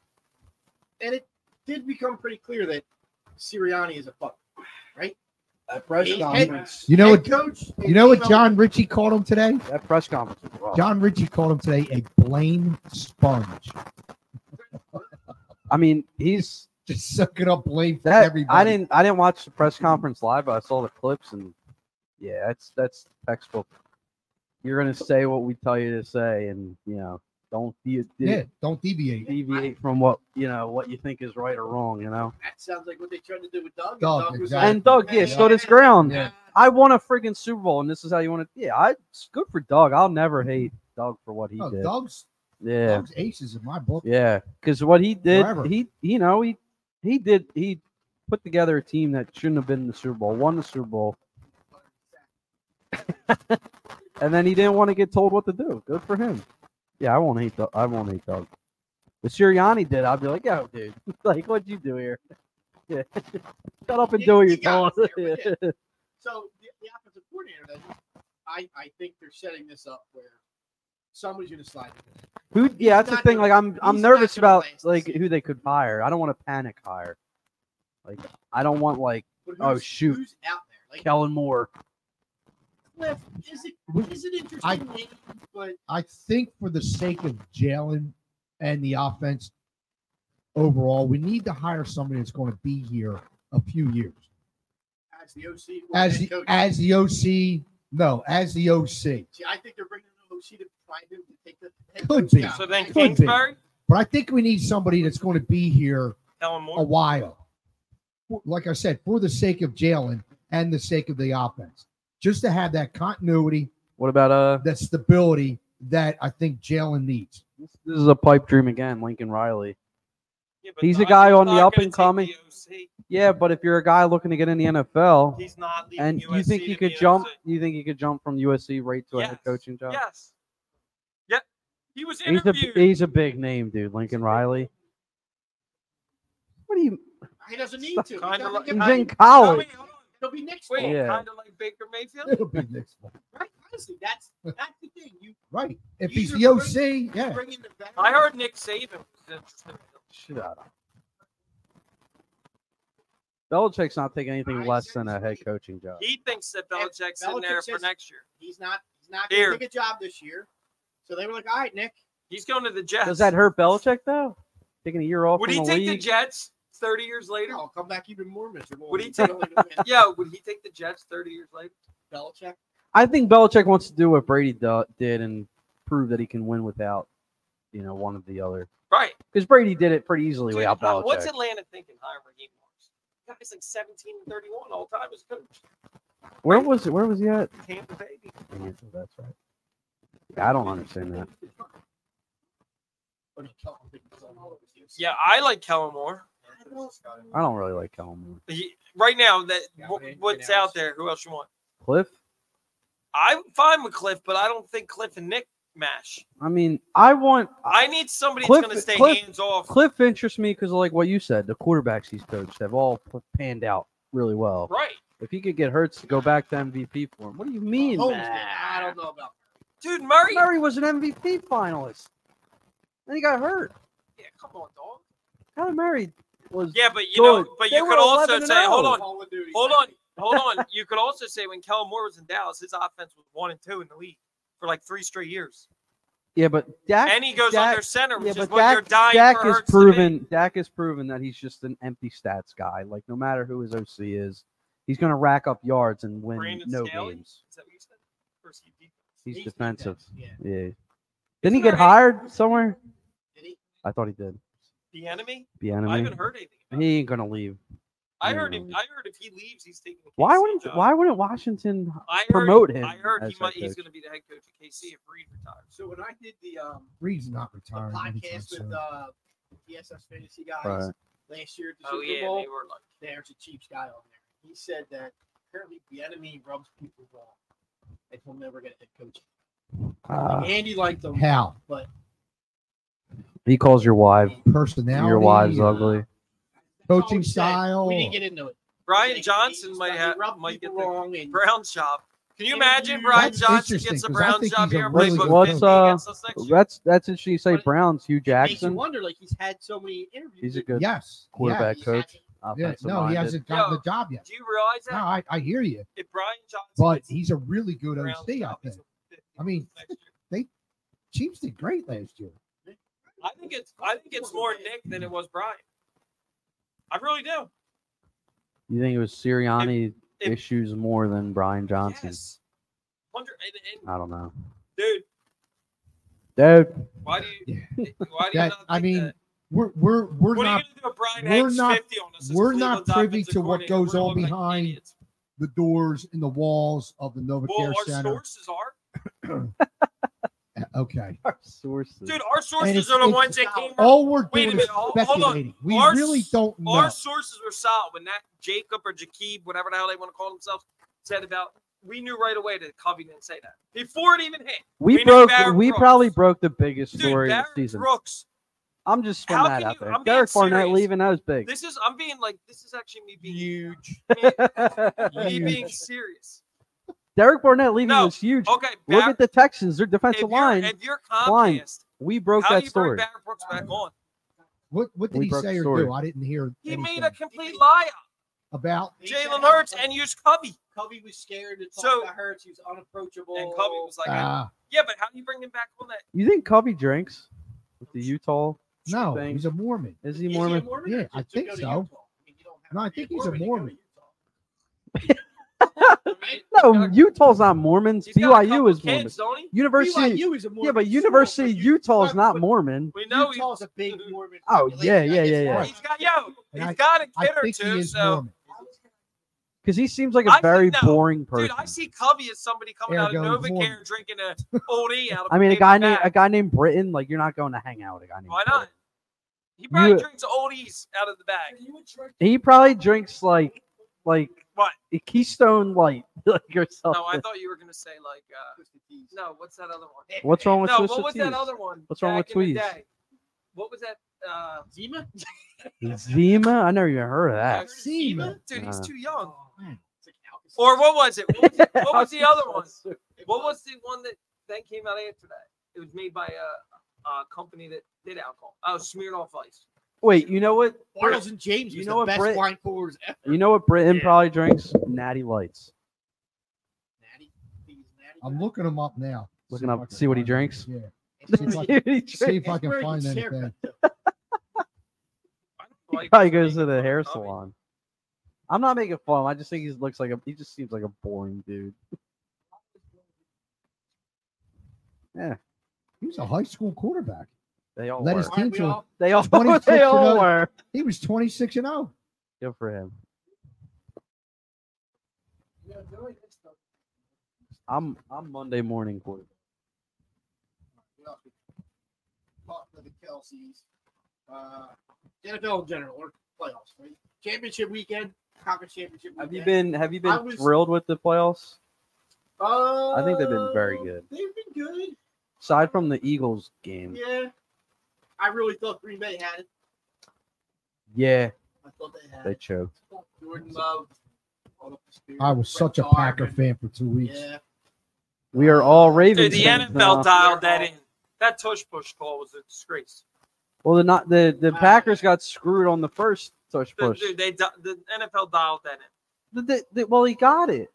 S1: and it did become pretty clear that Sirianni is a fuck.
S2: That
S1: He's
S2: You know
S1: head
S2: what?
S1: coach. and
S2: You know what
S1: team
S2: John Ritchie called him today?
S4: that press conference. Was rough.
S2: John Ritchie called him today a blame sponge.
S4: I mean, he's
S2: Just sucking up blame for
S4: that.
S2: everybody.
S4: I didn't. I didn't watch the press conference live, but I saw the clips, and yeah, that's that's textbook. You're gonna say what we tell you to say, and you know, don't de- de-
S2: Yeah, don't deviate.
S4: deviate from what you know what you think is right or wrong. You know,
S1: That sounds like what they tried to do with Doug.
S2: Doug,
S1: was
S2: exactly.
S1: like,
S4: and Doug, yeah, stood his ground. I won a freaking Super Bowl, and this is how you want to. Yeah, I, it's good for Doug. I'll never hate Doug for what he
S2: No,
S4: did.
S2: Doug's,
S4: yeah,
S2: Doug's aces in my book.
S4: Yeah, because what he did,
S2: Forever.
S4: he you know he he did he put together a team that shouldn't have been in the Super Bowl, won the Super Bowl, and then he didn't want to get told what to do. Good for him. Yeah, I won't hate. Doug- I won't hate Doug. If Sirianni did, I'd be like, "Yo, dude, like, what'd you do here? Yeah, shut up and
S1: You-
S4: do what
S1: you
S4: you're
S1: got
S4: told."
S1: us there, but So the, the offensive coordinator, then, I, I think they're setting this up where somebody's going to slide. through.
S4: Who? Yeah, that's the
S1: not
S4: thing.
S1: gonna-
S4: Like, I'm I'm
S1: he's not
S4: nervous
S1: gonna
S4: about
S1: last this
S4: like
S1: season.
S4: who they could hire. I don't want to panic hire. Like, I don't want like
S1: But
S4: Oh,
S1: who's-
S4: shoot.
S1: Who's out there? Like
S4: Kellen Moore.
S1: Cliff is it is it interesting?
S2: I-
S1: name, but
S2: I think for the sake of Jalen and the offense overall, we need to hire somebody that's going to be here a few years.
S1: as the OC, well,
S2: As
S1: head
S2: the,
S1: coach,
S2: as the OC, no, as the OC.
S1: see, I think they're bringing an OC to find him to take the head
S2: Could
S1: coach
S2: be.
S1: job.
S3: So then
S2: Could be.
S3: Kingsbury,
S2: But I think we need somebody that's going to be here
S3: Kellen
S2: a
S4: Oh,
S3: Moore.
S2: while. Like I said, for the sake of Jalen and the sake of the offense, just to have that continuity,
S4: What about uh?
S2: that stability that I think Jalen needs.
S4: This, this is a pipe dream again, Lincoln Riley.
S3: Yeah, but
S4: He's a
S3: Doug's
S4: guy on
S3: not
S4: the up
S3: gonna
S4: and
S3: take
S4: coming.
S3: the OC.
S4: Yeah, but if you're a guy looking to get in the NFL,
S3: He's not leaving
S4: and you
S3: USC
S4: think he
S3: to
S4: could
S3: be an
S4: jump,
S3: OC.
S4: you think he could jump from USC right to a head
S3: Yes.
S4: coaching job?
S3: Yes. Yep. He was
S4: he's a
S3: interviewed.
S4: he's a big name, dude. Lincoln Riley. What do you?
S1: He doesn't need to. He's
S3: Kinda
S1: gonna
S3: like-
S1: get
S4: He's
S3: I-
S4: in
S1: hired.
S3: Tell
S4: college.
S3: me, hold on.
S1: He'll be next.
S3: Wait,
S1: year.
S4: Yeah.
S3: kind of like Baker Mayfield?
S2: It'll be next one.
S1: Right? Honestly, that's that's the thing. You
S2: Right. If
S1: These
S2: he's
S1: are
S2: the OC, yeah.
S1: bring in the veteran.
S3: I heard Nick Saban was interested. in him.
S4: Shut up. Belichick's not taking anything
S1: I
S4: less
S1: said
S4: than a
S1: he's
S4: head
S1: leaving.
S4: coaching job.
S3: He thinks that Belichick's in
S1: Belichick
S3: there for
S1: says-
S3: next year.
S1: he's not he's not
S3: Here.
S1: going to take a job this year. So they were like, all right, Nick.
S3: He's going to the Jets.
S4: Does that hurt Belichick though? Taking a year off
S3: Would
S4: from
S3: he
S4: the
S3: take the
S4: league.
S3: Jets 30 years later?
S1: I'll come back even more miserable.
S3: What do you
S1: He's
S3: take-
S1: only gonna win.
S3: Yeah, would he take the Jets 30 years later?
S1: Belichick.
S4: I think Belichick wants to do what Brady do- did and prove that he can win without, you know, one of the other.
S3: Right.
S4: Because Brady did it pretty easily
S3: Dude,
S4: without Belichick.
S3: what's Atlanta thinking hiring Raheem Morris? Guy's like 17 and 31 all time as coach.
S4: where was it? Where was he at? oh,
S3: Tampa Bay.
S4: That's right. Yeah, I don't understand that.
S1: But he told him that he's on all of his teams.
S3: Yeah, I like Kellen Moore.
S4: I don't really like Kellen Moore.
S3: He, right now, that
S1: Yeah,
S3: what-
S1: okay,
S3: what's
S1: anything
S3: out
S1: else?
S3: there? Who else you want?
S4: Cliff.
S3: I'm fine with Cliff, but I don't think Cliff and Nick mash.
S4: I mean, I want
S3: I need somebody
S4: Cliff-
S3: that's going to stay
S4: Cliff-
S3: hands off.
S4: Cliff interests me because, like what you said, the quarterbacks he's coached have all p- panned out really well.
S3: Right.
S4: If he could get Hurts to go back to MVP for him, what do you mean?
S3: Oh,
S1: Mahomes
S4: man?
S1: did. I don't know about
S3: Dude, Murray.
S4: Murray was an MVP finalist, and he got hurt.
S3: Yeah, come on, dog.
S4: Kyler Murray was
S3: Yeah, but you
S4: Dude,
S3: know, but
S4: they
S3: you
S4: were
S3: could also
S4: 11 and
S3: say, hold
S4: oh.
S3: on,
S1: Call of Duty.
S3: hold on, hold on. You could also say when Kellen Moore was in Dallas, his offense was one and two in the league for like three straight years.
S4: Yeah, but Dak
S3: and he goes
S4: Dak-
S3: under center, which
S4: yeah,
S3: is
S4: but
S3: what you're
S4: Dak,
S3: dying
S4: Dak
S3: for.
S4: is
S3: Hurts to be.
S4: proven. Dak is proven that he's just an empty stats guy. Like no matter who his OC is, he's going to rack up yards and win
S3: Brandon
S4: no
S3: Staley?
S4: games.
S3: Is that what you said? Or is he deep?
S4: He's,
S1: He's
S4: defensive.
S1: defense, yeah.
S4: Yeah. Didn't he get
S3: not-
S4: hired somewhere?
S1: Did he?
S4: I thought he did.
S3: The enemy?
S4: The
S3: I
S4: enemy.
S3: haven't heard anything. About him.
S4: He ain't going to leave.
S3: I heard him.
S4: Mm.
S3: I heard if he leaves, he's taking. The
S4: Why
S3: KC
S4: wouldn't
S3: job.
S4: Why wouldn't Washington?
S3: I heard,
S4: promote him
S3: I heard
S4: as
S3: he
S4: head
S3: might, he's
S4: coach?
S3: going to be the head coach of KC if Reed retires.
S1: So when I did the um
S2: Reed's not
S1: the
S2: retiring. anytime
S1: podcast
S2: soon.
S1: with uh, ESS fantasy guys
S4: Right.
S1: last year at the
S3: Oh
S1: Super
S3: yeah,
S1: Bowl,
S3: they were like.
S1: there's a Chiefs guy on there. He said that apparently the enemy rubs people wrong, and he'll never get a head coach.
S4: Ah,
S1: Andy liked him.
S2: How?
S4: he calls your wife.
S2: Personality. uh,
S4: Your wife's ugly.
S1: Oh,
S2: Coaching
S1: we said-
S2: style.
S1: We didn't get into it.
S3: Brian
S1: They-
S3: Johnson
S1: they-
S3: might
S1: they
S3: have
S1: rub
S3: might get
S1: people
S3: the
S1: wrong and
S3: Brown job. Can
S1: Interview-
S3: you imagine Brian
S2: That's
S3: Johnson
S2: interesting,
S3: gets a
S2: 'cause I
S3: Brown
S2: think
S3: job
S2: he's a
S3: here?
S2: really
S3: plays
S4: good
S3: with
S4: What's,
S3: Fifty
S4: uh,
S3: against us next year?
S4: That's that's interesting. You say
S1: But-
S4: Brown's Hugh
S1: makes you
S4: Jackson.
S1: wonder. Like he's had so many interviews.
S4: He's a
S1: that
S4: good
S2: Yes.
S4: quarterback
S1: he's
S4: coach.
S1: had-
S2: Yeah. yeah.
S4: Offensive
S2: No, he
S4: minded.
S2: hasn't gotten the job yet.
S3: Do you realize
S2: No,
S3: that
S2: I, I hear you,
S3: if Brian Johnson?
S2: but
S3: gets
S2: he's a really good
S3: the Brown
S2: OC. I
S3: job,
S2: think
S3: he's a 50
S2: I mean-
S3: next year.
S2: Chiefs did great last year.
S3: I think it's I think it's more Nick than it was Brian. I really do.
S4: You think it was Sirianni
S3: if-
S4: issues more than Brian Johnson?
S3: Yes. Wonder and, and
S4: I don't know.
S3: dude,
S4: Dude,
S3: why do you why do you
S2: That
S3: not
S2: I
S3: think
S2: mean,
S3: that?
S2: we're we're we're
S3: what
S2: not
S3: are you gonna do if Brian
S2: we're
S3: hangs
S2: not-
S3: 50 on us as
S2: we're not
S3: Cleveland's
S2: privy
S3: offensive
S2: to what
S3: coordinator?
S2: goes
S3: We're gonna
S2: on
S3: look like
S2: behind
S3: idiots.
S2: the doors and the walls of the Novacare
S3: Well, our
S2: Center.
S3: sources are,
S2: Okay.
S4: our sources.
S3: dude. Our
S2: And
S3: sources
S2: it's-
S3: are the
S2: it's-
S3: ones that came.
S2: All
S3: Wait
S2: we're
S3: a
S2: doing is
S3: minute, hold- hold on.
S2: speculating. We
S3: Our
S2: really
S3: s-
S2: don't know.
S3: Our sources were solid when that Jacob or Jakib, whatever the hell they want to call themselves, said about. We knew right away that Covey didn't say that before it even hit.
S4: we,
S3: we knew
S4: broke.
S3: Barrett
S4: We
S3: Brooks.
S4: probably broke the biggest
S3: Dude,
S4: story of
S3: Barrett
S4: the season.
S3: Brooks.
S4: I'm just throwing
S3: How
S4: that
S3: can
S4: out
S3: you-
S4: there.
S3: I'm being
S4: Derek Barnett
S3: serious.
S4: leaving that was big.
S3: This is. I'm being like. This is actually me being huge. me being serious.
S4: Derek Barnett leaving
S3: No.
S4: was huge.
S3: Okay,
S4: Look
S3: Barrett-
S4: at the Texans. Their defensive
S3: if you're,
S4: line.
S3: if you're
S4: line.
S3: Comcast,
S4: We broke
S3: how
S4: that
S3: do you bring
S4: story.
S3: Barrett Brooks back on?
S2: What what did
S4: We
S2: he
S4: broke
S2: say
S4: the
S2: or
S4: story.
S2: do? I didn't hear
S3: He
S2: anything
S3: made a complete lie up.
S2: about
S1: he said
S3: Jalen Hurts
S1: Covey-
S3: and used Covey,
S1: Covey was scared to talk
S3: So-
S1: to Hurts. He was unapproachable.
S3: and Covey was like,
S4: Ah.
S2: uh,
S3: "Yeah, but how do you bring him back on that?"
S4: You think Covey drinks with the Utah?
S2: no,
S4: Thing.
S2: he's a Mormon.
S4: Is
S1: Is
S4: he Mormon?
S2: Yeah,
S1: or
S2: I
S1: just to
S2: think
S1: go to
S2: so.
S1: Utah? I mean, you don't have
S2: No,
S1: to be
S2: I
S1: a
S2: think he's a
S1: Mormon to go to Utah. Right?
S4: No, Utah's not Mormons.
S3: He's got a
S4: BYU
S3: couple
S4: is Mormon.
S3: kids, don't he?
S4: University.
S1: BYU is a Mormon
S4: Yeah, but
S1: school,
S4: University of
S1: you-
S4: Utah is
S1: but-
S4: not
S1: but
S4: Mormon.
S3: We know he's,
S1: Utah's a big Mormon.
S4: Oh, yeah,
S1: population.
S4: yeah,
S1: It's
S4: yeah, yeah.
S1: hard.
S3: he's got yo,
S2: And
S3: he's
S2: I-
S3: got a
S2: I
S3: kid or
S2: think he
S3: two.
S2: is
S3: So,
S2: Mormon.
S4: Because he seems like a
S3: I think
S4: very
S3: no.
S4: boring person.
S3: dude, I see Covey as somebody coming out of
S2: Ergo
S3: Novacare
S2: Mormon.
S3: drinking a old E out of.
S4: I mean, a
S3: paper
S4: guy named
S3: bag.
S4: a guy named Britain. Like, you're not going to hang out with a guy named.
S3: Why not?
S4: Britton.
S3: He probably
S4: You-
S3: drinks old E's out of the bag.
S4: He probably drinks like, like
S3: What?
S4: a Keystone Light, like or something.
S3: No, I thought you were gonna say like, uh, no, what's that other one?
S4: What's wrong with
S3: no,
S4: Twisted
S3: what was that
S4: Teas?
S3: other one?
S4: What's wrong with
S3: back in the
S4: Tweez?
S3: day? What was that? Uh,
S1: Zima?
S4: Zima? I never even heard of that.
S2: Seaman.
S3: dude, he's
S4: Ah. Uh.
S3: too young.
S1: It's like Alka-Seltzer.
S3: Or what was it? What was, the- what was the other one? What was the one that then came out after that? It was made by a, a company that did alcohol. Oh, Smirnoff Ice.
S4: Wait, you know what?
S1: Bartles and James
S4: You
S1: was
S4: know
S1: the
S4: what,
S1: best
S4: Brit-
S1: wine coolers ever.
S4: You know what Britain
S3: Yeah.
S4: probably drinks? Natty Lights.
S1: Natty. These natty
S2: I'm
S1: guys.
S2: looking him up now.
S4: Looking
S2: if
S4: up,
S2: I can
S4: see what he
S2: find him.
S4: drinks.
S2: Yeah.
S1: It's
S2: See
S1: just
S2: if
S1: like-
S2: I-
S4: See what he
S2: See
S4: drinks.
S2: if I can
S1: Where did
S2: find
S1: his
S2: anything.
S1: haircut go?
S3: I don't
S4: He
S3: like
S4: probably
S3: this
S4: goes to
S3: thing.
S4: the hair
S3: Tommy.
S4: salon. I'm not making fun. of him. I just think he looks like a. He just seems like a boring dude.
S2: He was a high school quarterback.
S4: They all
S2: Let
S4: were.
S2: his
S1: Aren't we
S2: team
S1: all?
S4: They all.
S2: 26
S4: They
S2: and
S4: all
S2: oh.
S4: were.
S2: He was 26 and oh. 0.
S4: Good for him. I'm I'm Monday morning quarterback.
S1: Talking to the Kelseys. Uh, NFL in general or playoffs, right? Championship weekend, conference championship.
S4: Have you
S1: weekend.
S4: been Have you
S1: I
S4: been
S1: was-
S4: thrilled with the playoffs?
S1: Uh,
S4: think they've been very good.
S1: They've been good.
S4: Aside from the Eagles game,
S1: Yeah. I really thought Green Bay had it.
S4: yeah,
S1: I thought they had
S4: they
S1: it.
S4: choked.
S1: Jordan Love. all up the spirit.
S2: I was
S1: Brett
S2: such a
S1: Favre,
S2: Packer fan for two weeks.
S1: Yeah.
S4: We are all Ravens.
S3: Dude, the
S4: fans
S3: NFL
S4: now.
S3: dialed that in. That tush push call was a disgrace.
S4: Well, the not the the Packers got screwed on the first touch
S3: Dude,
S4: push.
S3: dude, they di- the NFL dialed that in.
S4: The- the- the- well, he got it.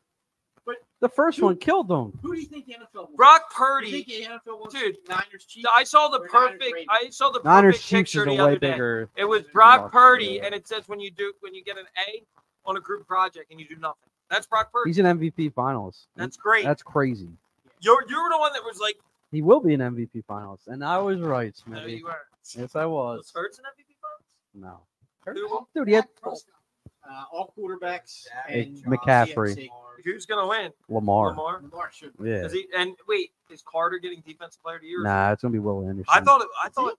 S1: But
S4: The first one killed them.
S1: Who do you think the NFL? wants?
S3: Brock
S1: Do you
S3: Purdy.
S1: think the NFL wants
S3: Dude.
S1: the Niners Chiefs?
S3: I saw the
S1: Or Niners
S3: perfect.
S1: Ravens.
S3: I saw the
S4: Niners
S3: perfect
S4: Chiefs is
S3: picture
S4: a
S3: the
S4: way
S3: other day.
S4: bigger.
S3: It was
S4: Yeah.
S3: Brock Purdy, and it says when you do when you get an A on a group project and you do nothing. That's Brock Purdy.
S4: He's an MVP finalist.
S3: That's great.
S4: That's crazy.
S3: You're you're the one that was like,
S4: He will be an MVP finalist, and I was right,
S3: no,
S4: Smitty.
S3: you weren't.
S4: Yes, I
S3: Was
S4: was.
S3: Hurts an MVP finalist?
S4: No,
S3: Who-
S4: dude, he had
S1: Uh, all quarterbacks
S4: Hey,
S1: and uh,
S4: McCaffrey.
S1: CMC.
S3: Who's gonna win?
S4: Lamar.
S3: Lamar.
S1: Lamar should.
S4: Yeah.
S3: Is he, and wait, is Carter getting defensive player of the year?
S4: Nah, it's gonna be Will Anderson.
S3: I thought. It, I thought.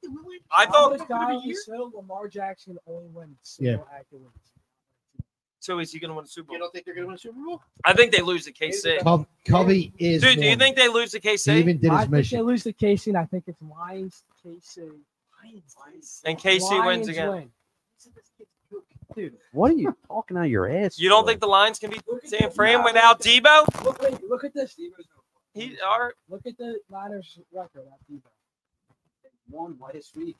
S3: I thought.
S5: This guy on the show, Lamar Jackson only won single active wins.
S3: So is he gonna win the Super
S1: You
S3: Bowl?
S1: don't think they're going to win the Super Bowl?
S3: I think they lose to KC.
S2: Cov- Covey is.
S3: Dude, do you
S2: one.
S3: think they lose to
S2: he
S3: KC?
S2: even did
S5: I
S2: his
S5: think they
S2: mission?
S5: lose to KC, and I think it's Lions, KC. Lions.
S3: And KC wins
S5: Lions
S3: again.
S5: win.
S1: Dude,
S4: What are you talking out your ass?
S3: You don't
S4: for?
S3: think the Lions can beat San Fran
S5: Nah.
S3: without Debo?
S5: Look, wait, look at this.
S3: He uh, are
S5: Look at the Niners record after you.
S1: one last week.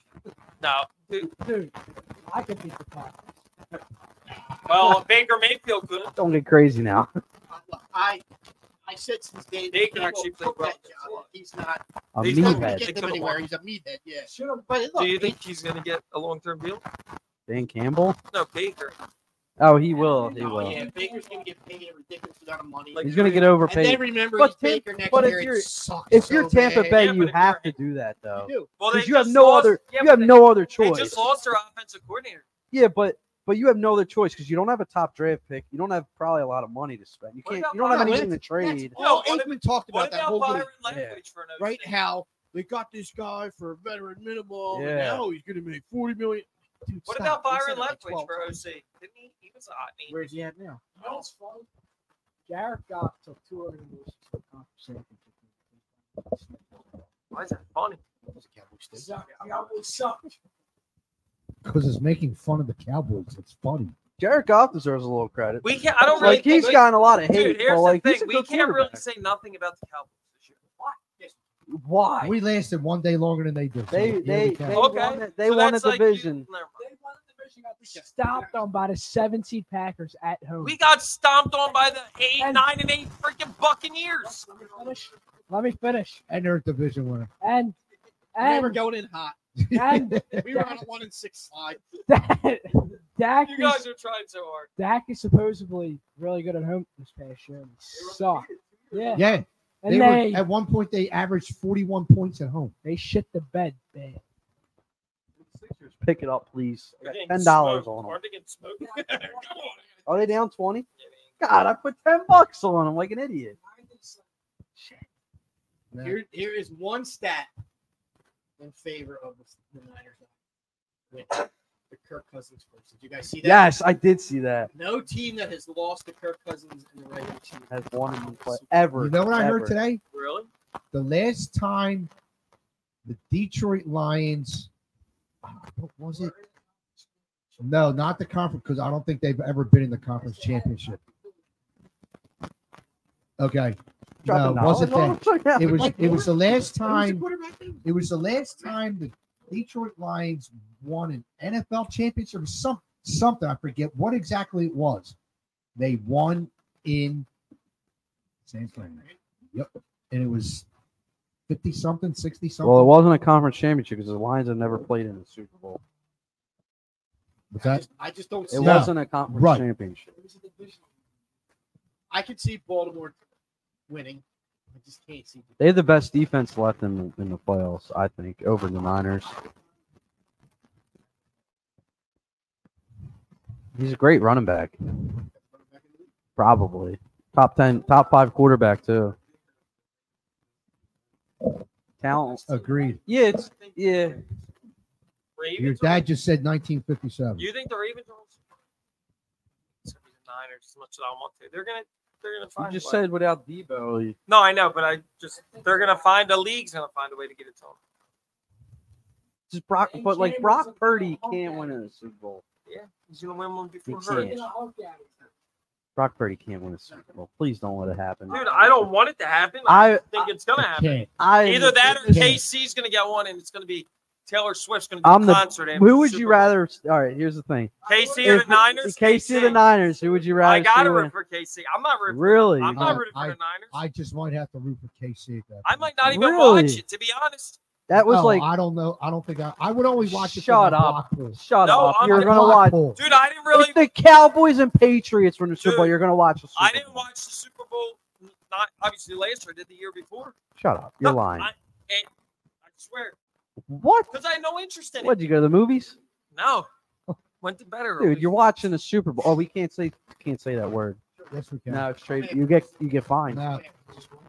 S3: no. Dude,
S5: Dude, I could beat the Packers.
S3: Well, Baker Mayfield could.
S4: Don't get crazy now.
S1: I- Look, I I said since day
S3: They can
S1: people
S3: actually play
S1: took
S3: well.
S1: that job, He's not.
S4: A
S3: He's
S1: He's not going to get
S4: meathead.
S3: They
S1: them
S3: could've
S1: anywhere.
S3: won.
S1: He's a meathead. Yeah.
S5: Should have
S1: But look,
S3: Do you
S1: he-
S3: think he's gonna get a long-term deal?
S4: Dan Campbell.
S3: No, Baker.
S4: Oh, he will. He
S1: Oh,
S4: will.
S1: yeah, Baker's going to get paid a ridiculous amount of money.
S3: Like,
S4: He's gonna get
S1: and
S4: overpaid.
S1: then remember
S4: But
S1: he's
S4: then-
S1: Baker next
S4: but if
S1: year.
S4: you're-
S1: it sucks
S4: if
S1: so
S4: you're Tampa
S1: bad.
S4: Bay,
S3: Yeah,
S4: you
S3: but if
S4: have to
S3: you're-
S4: do that though,
S1: You do.
S3: Well, they
S4: because you have
S3: just
S4: no
S3: lost-
S4: other.
S3: yeah,
S4: you
S3: but
S4: have
S3: they-
S4: no other
S3: They
S4: choice.
S3: just lost their offensive coordinator.
S4: Yeah, but but you have no other choice because you don't have a top draft pick. You don't have probably a lot of money to spend. You
S3: What
S4: can't.
S3: about
S4: You don't have
S1: Byron?
S4: anything to trade.
S1: That's all
S3: No, what
S1: Aikman talked
S3: What
S1: about that
S3: about
S1: whole
S3: Byron
S1: week,
S3: Language for no
S1: right? How they got this guy for a veteran minimum, and
S4: Yeah.
S1: now he's going to make forty million. Dude,
S3: What
S1: stop.
S3: about
S1: They said
S3: Byron
S1: it like
S3: Leftwich
S1: 12
S3: for
S1: times.
S3: OC? Didn't he? He was a hot knee.
S1: Where's he at now?
S5: You know what's funny? Garrett Goff took two organizations to the conference championship.
S3: Why is that funny?
S5: Suck. Cowboys suck.
S2: Because it's making fun of the Cowboys. It's funny.
S4: Jared Goff deserves a little credit.
S3: We can't. I don't really.
S4: like he's
S3: think-
S4: gotten a lot of hate.
S3: Dude, here's
S4: but, like,
S3: the
S4: he's a
S3: thing. We
S4: good
S3: can't really
S4: quarterback.
S3: say nothing about the Cowboys this year. Why?
S4: why
S2: We lasted one day longer than they did. so
S4: they
S2: yeah, we
S4: they
S2: count.
S4: they
S3: Okay,
S4: won, the- they
S3: So
S4: won a
S3: that's like you-
S4: division.
S3: never mind.
S5: They won the division, got stomped on by the seven seed Packers at home.
S3: We got stomped on by the eight,
S5: And-
S3: nine, and eight freaking Buccaneers.
S5: Let me finish. Let me finish.
S2: and they're a division winner.
S5: And
S1: we were
S5: and
S1: going in hot.
S5: and
S1: We were on a one and six slide.
S5: that Dak
S3: You guys
S5: is,
S3: are trying so hard.
S5: Dak is supposedly really good at home this past year. And he sucked. Yeah.
S2: Yeah, they,
S5: And they
S2: were, at one point they averaged 41 points at home.
S5: they shit the bed bad.
S4: Pick it up, please. I
S3: They're
S4: got
S3: getting
S4: Ten dollars
S3: smoked.
S4: on them.
S3: Aren't they getting smoked? Come on.
S4: Are they down twenty? God, I put ten bucks on them like an idiot.
S2: Yeah.
S1: Here, here is one stat in favor of the, the Niners with the Kirk Cousins first. Did you guys see that?
S4: Yes, I did see that.
S1: No team that has lost to Kirk Cousins in the regular season
S4: Has won in one play ever.
S2: You know what I
S4: ever.
S2: heard today?
S3: Really?
S2: The last time the Detroit Lions, ah, what was it? No, not the conference because I don't think they've ever been in the conference championship. Okay,
S4: Dropping
S2: no, it wasn't
S4: knowledge on
S2: that.
S4: them right now.
S2: It was
S1: Mike
S2: it was the last
S1: Who's the
S2: time
S1: quarterback then?
S2: it was the last time the Detroit Lions won an NFL championship or some something. I forget what exactly it was. They won in San Fran. Yep. And it was 50 something, 60 something.
S4: Well, it wasn't a conference championship because the Lions have never played in the Super Bowl.
S2: Was
S1: I
S2: that-
S1: just, I just don't see
S4: It
S1: it.
S2: No.
S4: wasn't a conference
S2: Right.
S4: championship.
S1: I could see Baltimore winning. I just can't see.
S4: They have the best defense left in the, in the playoffs, I think, over the Niners. He's a great running back, probably top ten, top five quarterback too. Talent,
S2: Agreed.
S4: yeah, it's yeah.
S3: Ravens
S2: Your
S3: are-
S2: dad just said 1957.
S3: You think the Ravens are? It's gonna be the Niners as much as I want to. They're gonna they're gonna
S4: You
S3: find.
S4: just
S3: a way.
S4: said without Debo,
S3: No, I know, but I just they're gonna find the league's gonna find a way to get it to them.
S4: just Brock, but like Brock Purdy can't win in the Super Bowl.
S3: Yeah, he's gonna win one before
S4: He
S3: her.
S4: can't. Brock Purdy can't win a Super Bowl. Please don't let it happen,
S3: Dude, I don't want it to happen. I,
S4: I
S3: think it's gonna
S2: I
S3: happen.
S2: can't.
S4: I
S3: Either that or
S2: Yeah.
S3: KC's gonna get one, and it's gonna be Taylor Swift's going to do
S4: I'm
S3: a
S4: the-
S3: concert. after
S4: Who would
S3: Super
S4: you
S3: Bowl.
S4: rather? All right, here's the thing.
S3: KC or
S4: If-
S3: the Niners?
S4: KC or the Niners? Who would you rather?
S3: I got to
S4: see
S3: root
S4: win?
S3: for Uh-huh. KC. I'm not rooting.
S4: Really?
S3: I'm not
S2: Uh,
S3: rooting for
S2: I-
S3: the Niners. I,
S2: I just might have to root for KC. at that point.
S3: might not even
S4: Really?
S3: watch it, to be honest.
S4: That was
S2: No,
S4: like,
S2: I don't know. I don't think I. I would only watch it. for
S4: Shut
S2: the
S4: up.
S2: block pool.
S4: shut
S3: No,
S4: up.
S3: I'm
S4: You're
S3: not-
S4: gonna
S2: Block
S4: watch.
S2: pool.
S3: Dude, I didn't really.
S4: If the Cowboys and Patriots win the Super Bowl,
S3: Dude,
S4: you're gonna watch. The Super
S3: I didn't
S4: Bowl.
S3: watch the Super Bowl. Not obviously last year. I did the year before.
S4: Shut up. You're
S3: No,
S4: lying.
S3: I- I swear,
S4: What?
S3: because I had no interest in it.
S4: What? Did you go to the movies?
S3: No, went to better.
S4: Dude, you're watching the Super Bowl. Oh, we can't say can't say that word.
S2: Yes, we can.
S4: No, it's straight. You get you get fined.
S2: No.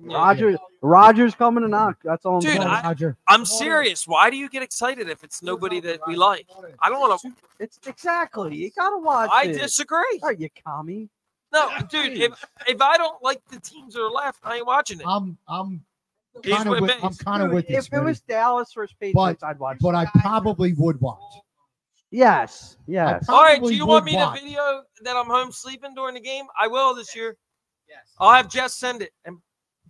S4: Roger Roger's coming to knock. That's all. I'm
S3: Dude,
S4: saying.
S3: I-
S2: Roger.
S3: I'm serious. Why do you get excited if it's nobody that we like? I don't want to.
S4: it's exactly. You gotta watch.
S3: I
S4: it.
S3: disagree.
S4: Are you commie?
S3: No, dude. If if I don't like the teams that are left, I ain't watching it.
S2: I'm. I'm
S3: He's
S2: kind of
S3: with
S2: with.
S3: me.
S2: I'm kind of
S4: Dude,
S2: with this.
S4: If it was Dallas versus Patriots, I'd watch.
S2: Vinny, but I probably would watch.
S4: Yes, yes.
S2: I
S3: All right. Do
S2: probably
S3: you want
S2: would
S3: me to
S2: watch.
S3: video that I'm home sleeping during the game? I will this year.
S1: Yes.
S3: I'll have Jess send it. And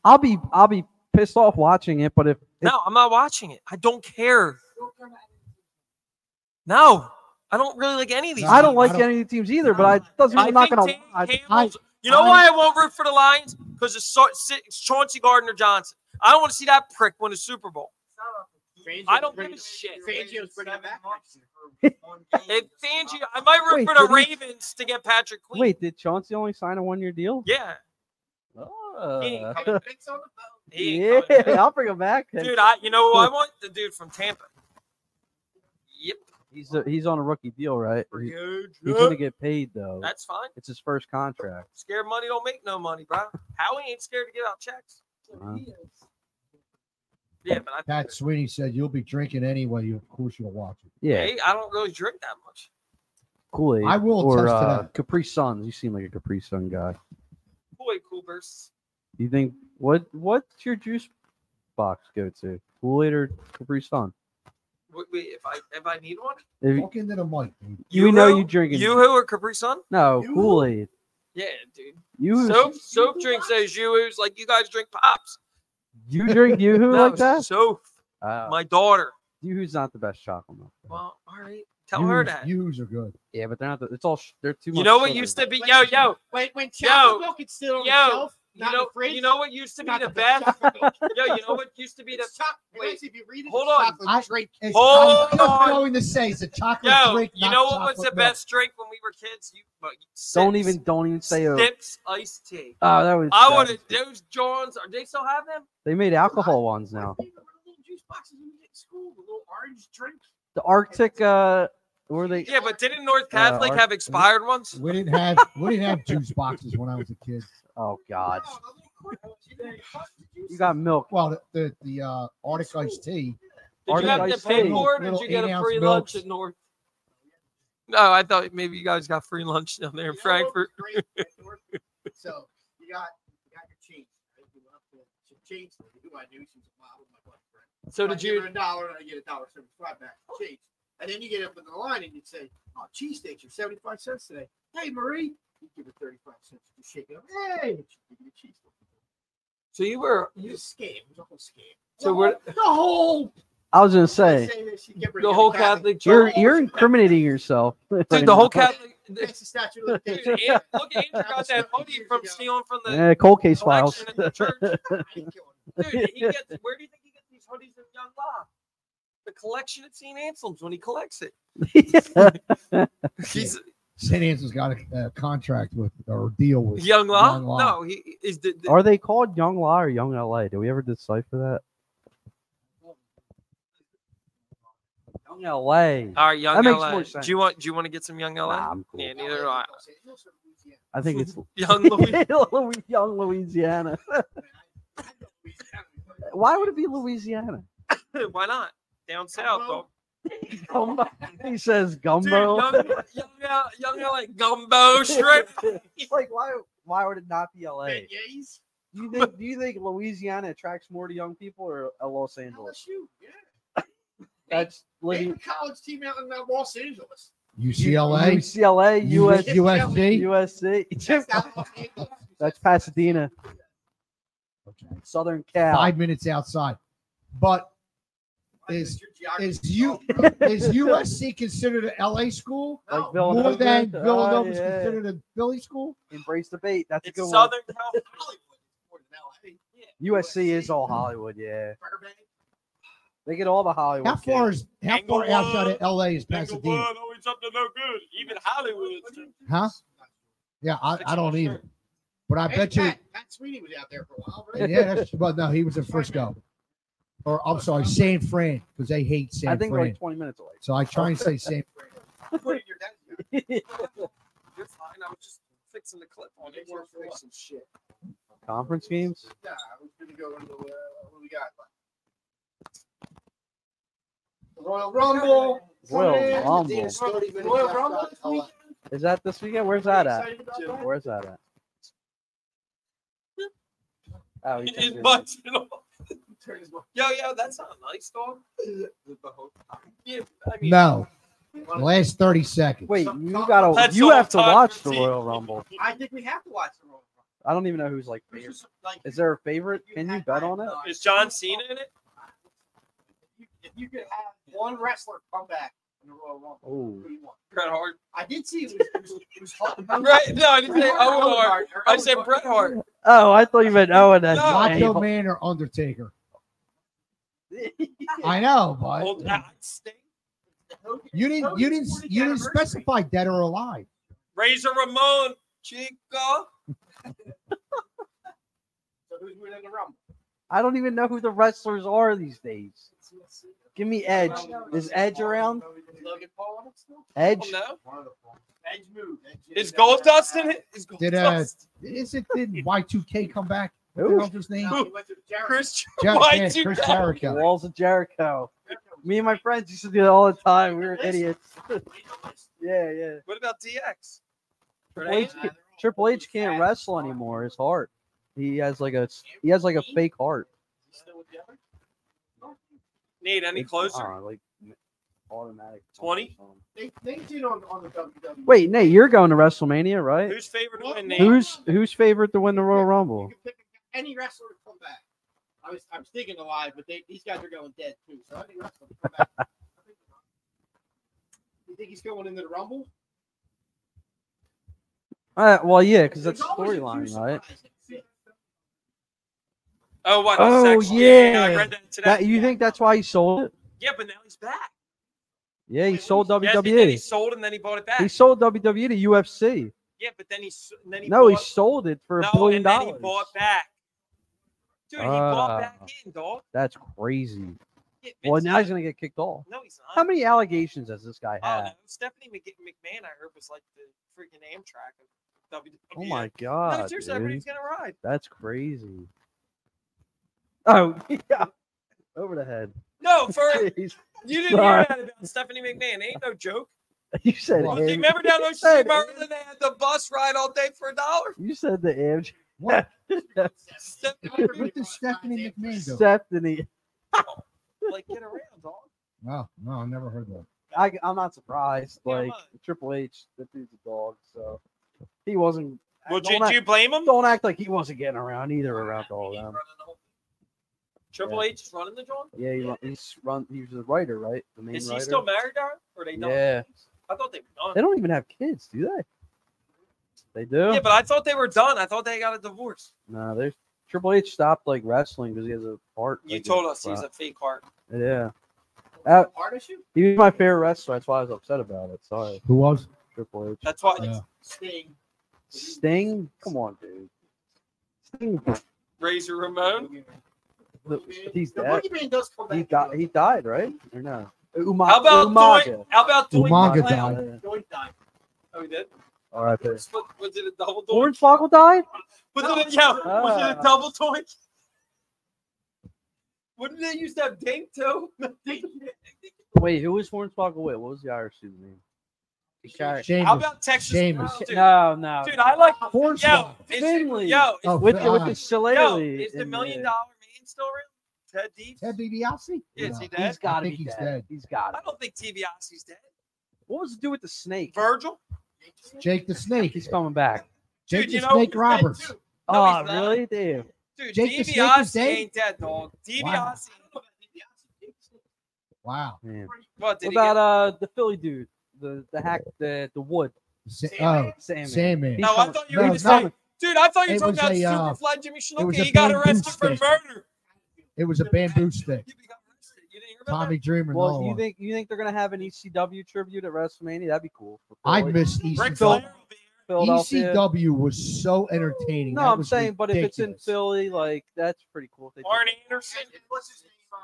S4: I'll be I'll be pissed off watching it, but if, if
S3: no, I'm not watching it. I don't care. No, I don't really like any of these.
S2: No,
S4: I don't
S2: I
S4: like
S2: don't-
S4: any of the teams either, but I doesn't
S3: I
S4: mean I'm not
S3: think
S4: gonna.
S3: Dan
S4: I,
S3: Campbell's- you know
S2: I-
S3: why I won't root for the Lions? Because it's, so, it's Chauncey Gardner Johnson. I don't want to see that prick win a Super Bowl. I don't give a shit.
S1: Fangio's bringing it back. next year.
S3: If Fangio, I might root
S4: Wait,
S3: for the
S4: did he-
S3: Ravens to get Patrick Queen.
S4: wait, did Chauncey only sign a one year deal?
S3: Yeah. He ain't
S4: Oh.
S3: coming.
S1: Fix on the phone.
S3: He
S4: yeah,
S3: ain't coming back.
S4: I'll bring him back.
S3: Dude, I you know who I want? The dude from Tampa. Yep.
S4: he's a, he's on a rookie deal, right? He- He's
S3: Yeah.
S4: gonna get paid though.
S3: That's fine.
S4: It's his first contract.
S3: Scared money don't make no money, bro. Howie ain't scared to get out checks.
S4: Uh,
S3: Yeah, but I
S2: Pat Sweeney said you'll be drinking anyway. You, of course, you'll watch it.
S4: yeah,
S3: Hey, I don't really drink that much.
S4: Kool Aid.
S2: I will
S4: or
S2: attest to
S4: uh,
S2: that.
S4: Capri Suns. You seem like a Capri Sun guy.
S3: Boy, cool bursts.
S4: You think what? What's your juice box go to? Kool Aid or Capri Sun?
S3: Wait, wait, if I if I need one,
S4: If you,
S2: Talk into the mic. dude.
S4: you know
S3: Yoo-hoo?
S4: you drinking
S3: You who or Capri Sun?
S4: no
S2: Yoo-hoo?
S4: Kool Aid.
S3: Yeah, dude.
S4: You
S3: Soap soap drinks those yoo-hoos like you guys drink pops.
S4: you drink you who
S3: No,
S4: like that?
S3: Soap.
S4: Uh,
S3: My daughter.
S4: you who's not the best chocolate milk.
S3: Well, all right. Tell her
S2: Yous-
S3: that. You,
S2: Yous are good.
S4: Yeah, but they're not. The, it's all. sh- They're too much.
S3: know what
S4: sugar.
S3: used to be? Yo, yo.
S1: When when
S3: Yo,
S1: chocolate milk is still on the
S3: yo,
S1: shelf,
S3: You
S1: not
S3: know,
S1: in the fridge,
S3: you know what used to be
S1: not
S3: the
S1: best
S3: best?
S1: chocolate milk.
S3: Yo, you know what used to be the
S1: It's chocolate.
S3: wait,
S1: If you read it,
S3: hold
S1: it's
S3: on.
S1: chocolate
S2: I-
S1: drink.
S2: It's,
S3: Hold
S2: I'm just
S3: on.
S2: going to say it's a chocolate
S3: Oh Yo,
S2: drink.
S3: you
S2: not
S3: know what was the
S2: chocolate milk.
S3: best drink when we were kids? You but
S4: Don't
S3: sips.
S4: even. Don't even say. Oh,
S3: sips iced tea.
S4: oh that was.
S3: I
S4: that
S3: wanted
S4: was-
S3: those Johns. Are they still have them?
S4: They made alcohol ones now.
S1: My favorite were the little juice boxes when you get in school, the little orange drink.
S4: The Arctic. Uh, were they?
S3: Yeah, but didn't North
S4: Uh,
S3: Catholic
S4: our-
S3: have expired ones?
S2: We didn't have we didn't have juice boxes when I was a kid.
S4: Oh God.
S1: No, the little cork ones, you know, you pop the juice
S4: You got milk.
S2: Well, the the, the uh, Arctic iced tea.
S3: Did you
S4: Arctic
S3: have
S4: iced
S3: to pay
S4: tea.
S3: for it, or did
S2: Little
S3: you get a
S2: eight-ounce
S3: free
S2: milks.
S3: lunch at North? No, I thought maybe you guys got free lunch down there in
S1: You know what
S3: Frankfurt.
S1: was great at North- so you got you got your change. right? You went up to to change. them. Who I knew, she was a model, my best friend.
S3: So
S1: I
S3: did
S1: give her
S3: you?
S1: a dollar and I get a dollar seventy-five back in change. And then you get up in the line and you'd say, "Oh, cheesesteaks are seventy-five cents today." Hey, Marie, you give her thirty-five cents. You shake it up. Hey, and she'd give you a cheesesteak.
S3: So you were
S1: It was a scam. It was a whole scam.
S3: So
S1: the
S3: we're-
S1: whole, the whole
S4: I was gonna
S1: say,
S4: say
S1: that she get rid
S3: the
S1: of
S3: whole Catholic
S4: you're
S3: Church.
S4: you're incriminating yourself.
S3: Dude, the whole Catholic.
S1: That's the statute of
S3: Dude,
S1: limitations.
S3: Andrew, look, Andrew got that money from stealing from the
S4: Yeah, cold case files.
S3: collection at the church.
S1: I ain't killing it.
S3: Dude, he gets, where do you think he gets these hoodies in Young Law? The collection at St. Anselm's when he collects it. He's
S2: St. Anselm's got a, a contract with or deal with
S3: Young Law.
S2: Young Law.
S3: No, he is the, the-
S4: Are they called Young Law or Young LA? Did we ever decipher that? Young LA.
S3: all right. Young
S4: That makes
S3: LA.
S4: more sense.
S3: Do you want? Do you want to get some Young LA?
S4: Nah, I'm cool.
S3: Yeah, neither do I.
S4: I think it's
S3: Young Louis.
S4: Louis- Young Louisiana. Why would it be Louisiana?
S3: Why not? Down south,
S1: Gumbo?
S3: though.
S4: Gumbo. He says
S3: Dude,
S4: gumbo.
S3: young, young, LA young, LA gumbo strip.
S4: It's like why why would it not be LA?
S1: Beignets?
S4: Do you think do you think Louisiana attracts more to young people or uh, Los Angeles?
S1: LSU, yeah.
S4: That's
S1: Name
S4: living
S1: a college team out in uh, Los Angeles.
S2: UCLA,
S4: UCLA, US,
S2: USD.
S4: USC.
S1: That's not Los Angeles.
S4: That's Pasadena,
S2: Okay.
S4: Southern Cal.
S2: Five minutes outside, but Is-
S1: Your geography Oh,
S2: Is you is USC considered an LA school
S1: No,
S2: more
S4: Like Villanova.
S2: than
S4: Ah,
S2: Villanova is
S4: yeah.
S2: considered a Philly school?
S4: Embrace debate. That's a
S3: It's
S4: good
S3: Southern
S1: Hollywood
S3: California.
S1: is more than LA. Yeah,
S4: one. USC is all Hollywood. Yeah,
S1: Burbank.
S4: they get all the Hollywood.
S2: How far
S4: kids.
S2: is how far
S3: Englewood.
S2: outside of LA is Pasadena?
S3: always up to no good. Even Hollywood.
S2: Huh? Yeah, I, I don't either. But I
S1: Hey,
S2: bet you.
S1: Pat, Pat Sweeney was out there for a while, right?
S2: Yeah, that's, well, no, he was in Frisco, or I'm sorry, San Fran, because they hate
S4: I
S2: San
S4: think we're
S2: Fran.
S4: like 20 minutes away.
S2: So I try and say San.
S1: Put in your desk.
S3: You're fine. I was just fixing the clip on it.
S1: We're fixing
S3: shit.
S4: Conference games.
S1: Yeah, I was gonna go into uh, what do we got. Royal Rumble.
S4: Royal
S1: Sunday,
S4: Rumble.
S1: Dina's 30 minutes
S3: Royal
S1: left
S3: Rumble
S1: on
S3: this
S1: Colin.
S3: weekend?
S4: Is that this weekend? Where's that at?
S1: Excited about that?
S4: Where's that at? Oh, you
S3: It is
S4: can
S3: much. you know.
S1: Turn his mic.
S3: Yo, yo, that's not nice, dog. Yeah, I mean,
S2: No,
S1: uh,
S2: last thirty seconds.
S4: Wait, you gotta.
S3: That's
S4: you
S3: all
S4: have to
S3: time
S4: watch
S3: for
S4: the
S3: tea.
S4: Royal Rumble.
S1: I think we have to watch the Royal Rumble.
S4: I don't even know who's like
S1: There's
S4: favorite.
S1: just, like,
S4: Is there a favorite? Can you
S1: had
S4: bet
S1: that,
S4: on it?
S1: uh,
S3: Is John Cena in it?
S1: If you- If you could have one wrestler come back in the Royal Rumble,
S4: Oh,
S1: who do you want?
S3: Bret Hart.
S1: I did see it was, it was, it was hot.
S3: Right? No, I didn't say Owen Hart.
S1: or
S3: I
S1: Owen
S3: said
S1: Hart.
S3: Bret Hart.
S4: oh, I thought you meant Owen. That's
S3: No.
S2: Macho
S4: no.
S2: Man or Undertaker? I know,
S3: Old
S2: but
S3: Al Sting.
S1: Hogan-
S2: you didn't you didn't
S1: Hogan's 40th
S2: you didn't
S1: anniversary.
S2: specify dead or alive.
S3: Razor Ramon. Chico.
S1: So who's winning the Rumble?
S4: I don't even know who the wrestlers are these days. Give me Edge. Is Edge around?
S1: Is Logan Paul on it still?
S4: Edge.
S3: Oh, No.
S1: Edge moved. Edge
S3: Is Gold Dust in it? Is Gold
S2: Did, uh,
S3: Dust?
S2: Is it did Y two K come back? What
S4: Who?
S2: the hell's his name?
S1: No, he went to Jericho.
S3: Chris
S2: Jer- yeah,
S3: Y2K.
S2: Chris Jericho.
S4: Walls of Jericho.
S1: Jericho was
S4: Me and my friends used to do that all the time. We were idiots.
S1: in the list.
S4: Yeah, yeah.
S3: What about DX?
S4: Triple H,
S1: Nah,
S4: can't-
S1: they're all
S4: Triple
S1: really
S4: H can't
S1: sad.
S4: wrestle anymore. His heart. He has like a he has like a fake heart.
S1: He's still with the other?
S3: Need any
S4: I
S3: closer?
S4: don't know, like automatic.
S3: 20?
S1: They, they did on, on the E. WWE.
S4: Wait, Nate, you're going to WrestleMania, right?
S3: Who's favorite to win? Nate?
S4: Who's who's favorite to win the Royal
S1: You
S4: Rumble?
S1: can pick any wrestler to come back. I was I was thinking alive, but they, these guys are going dead too. So any wrestler to come back. you think he's going into the Rumble?
S4: Uh, well, yeah, because that's
S1: There's
S4: the
S1: always a
S4: storyline,
S1: few
S4: right?
S1: surprises. See,
S3: Oh, what?
S4: Oh,
S3: Sex- I
S4: yeah.
S3: read that today.
S4: That you think that's why he sold it?
S3: Yeah, but now he's back.
S4: Yeah, he sold E.
S3: Yes, he did. He
S4: WWE.
S3: sold and then he bought it back.
S4: He sold WWE to UFC.
S3: yeah, but then he s- and then he
S4: No, he
S3: bought,
S4: sold it for a
S3: no,
S4: billion
S3: and then he
S4: dollars.
S3: bought back. Dude, he bought back
S4: Ah.
S3: in, dog.
S4: That's crazy.
S3: Yeah,
S4: Well,
S3: Vince-
S4: now he's gonna get kicked off.
S3: No, he's not.
S4: How many allegations has this guy
S3: Oh, no.
S4: had?
S3: Stephanie Mc- McMahon, I heard, was like the freaking Amtrak of WWE.
S4: Oh my
S3: No,
S4: god,
S3: seriously,
S4: dude.
S3: everybody's gonna ride.
S4: that's crazy. Oh yeah, over the head.
S3: No, for
S4: Jeez.
S3: you didn't hear
S4: Sorry.
S3: that about Stephanie McMahon. Ain't no joke.
S4: You said
S2: Well,
S4: Am-
S3: Remember down on
S4: You said
S3: Maryland, they had the bus ride all day for a dollar.
S4: You said the Amtrak.
S2: What?
S3: Step-
S2: What did Stephanie McMahon do?
S4: Stephanie.
S3: like get around, dog.
S2: No, no, I never heard that.
S4: I, I'm not surprised.
S3: Yeah, I'm
S4: Like Triple H, that dude's a dog, so he wasn't.
S3: Well,
S4: don't,
S3: do, do
S4: act,
S3: you blame him?
S4: don't act like he wasn't getting around either around all of them.
S3: Triple H is running the joint.
S4: Yeah, he, run- he's run. He was a writer, right? The main
S3: Is he
S4: writer.
S3: still married to her? Or they done?
S4: Yeah.
S3: I thought they were
S4: They
S3: done.
S4: don't even have kids, do they? They do.
S3: Yeah, but I thought they were done. I thought they got a divorce.
S4: no, there's Triple H stopped like wrestling because he has a heart.
S3: You
S4: like,
S3: told us
S4: uh,
S3: he's a fake heart.
S4: Yeah. Uh,
S1: Heart issue?
S4: he was my favorite wrestler. That's why I was upset about it. Sorry,
S2: Who was?
S4: Triple H.
S3: That's why.
S2: Yeah.
S1: Sting.
S4: Sting, come on, dude. Sting,
S3: Razor Ramon.
S4: look, he's
S1: The
S4: dead.
S1: Boogeyman does come back.
S4: He died. He died, right? Or no? Uma-
S3: How about
S4: Umaga?
S3: Doink? How about Doink?
S2: Umaga
S3: McCloud?
S2: died.
S1: Joint died.
S3: Oh, he did.
S4: R.I.P.
S3: Split- Was it a double doink?
S4: Hornswoggle died.
S3: Was it a, yeah, was it
S4: Ah.
S3: a double doink? Wouldn't they used to have dink too?
S4: Wait, who was Hornswoggle with? What was the Irish dude's name? He carried-
S2: Shame.
S3: How about Texas?
S2: Sheamus.
S3: Dude,
S4: No, no.
S3: dude, I like.
S2: Hornswoggle.
S3: Yo, is,
S4: Finley.
S3: yo, is,
S2: Oh,
S4: with the, with
S2: God.
S4: the
S3: yo,
S4: shillelagh.
S3: is the
S4: in
S3: million
S4: there.
S3: dollar man still around? Ted Deep?
S2: Ted DiBiase?
S3: Is he
S2: No.
S3: dead?
S4: He's got to
S2: think
S4: be
S2: he's
S4: dead.
S2: dead.
S4: He's got
S3: I
S4: it.
S3: don't think TBIC's dead.
S4: What was it do with the snake?
S3: Virgil?
S2: Jake the Snake.
S4: He's coming back.
S2: Jake
S3: Dude,
S2: the
S3: you know who's
S2: Snake
S3: dead,
S2: Roberts.
S3: too? No,
S4: Oh,
S3: he's not.
S4: really? Damn.
S3: Dude,
S2: Jake the Snake is
S3: DiBiase
S2: dead?
S3: ain't dead, dog. DiBiase.
S2: Wow.
S4: Man.
S3: What,
S4: What
S3: did
S4: about uh the Philly dude, the the hack, the the wood,
S2: Sa-
S3: Sandman?
S4: Sandman?
S2: Sandman.
S3: he get... No, I
S4: coming-
S3: thought you
S2: Oh, No,
S3: were going
S2: it's
S3: to say,
S2: not-
S3: dude, I thought you were
S2: it
S3: talking
S2: was
S3: about
S2: a, uh,
S3: Superfly Jimmy
S2: was
S3: Snuka.
S2: a
S3: He got
S2: bamboo
S3: arrested for
S2: stick.
S3: murder.
S2: It was a bamboo stick.
S3: You got arrested. You didn't hear about
S2: Tommy Dreamer. and
S4: Well,
S2: all
S4: you
S2: that.
S4: think you think they're gonna have an ECW tribute at WrestleMania? That'd be cool. for
S2: I E
S4: Philly.
S2: miss
S6: Ric
S3: that? Rick
S2: ECW.
S3: Flair will be here.
S4: Philadelphia.
S2: ECW was so entertaining.
S4: No,
S2: That
S4: I'm
S2: was
S4: saying, but if it's in
S2: ridiculous.
S4: Philly, like that's pretty cool. If they do.
S3: Arn Anderson.
S1: What's his name? Um,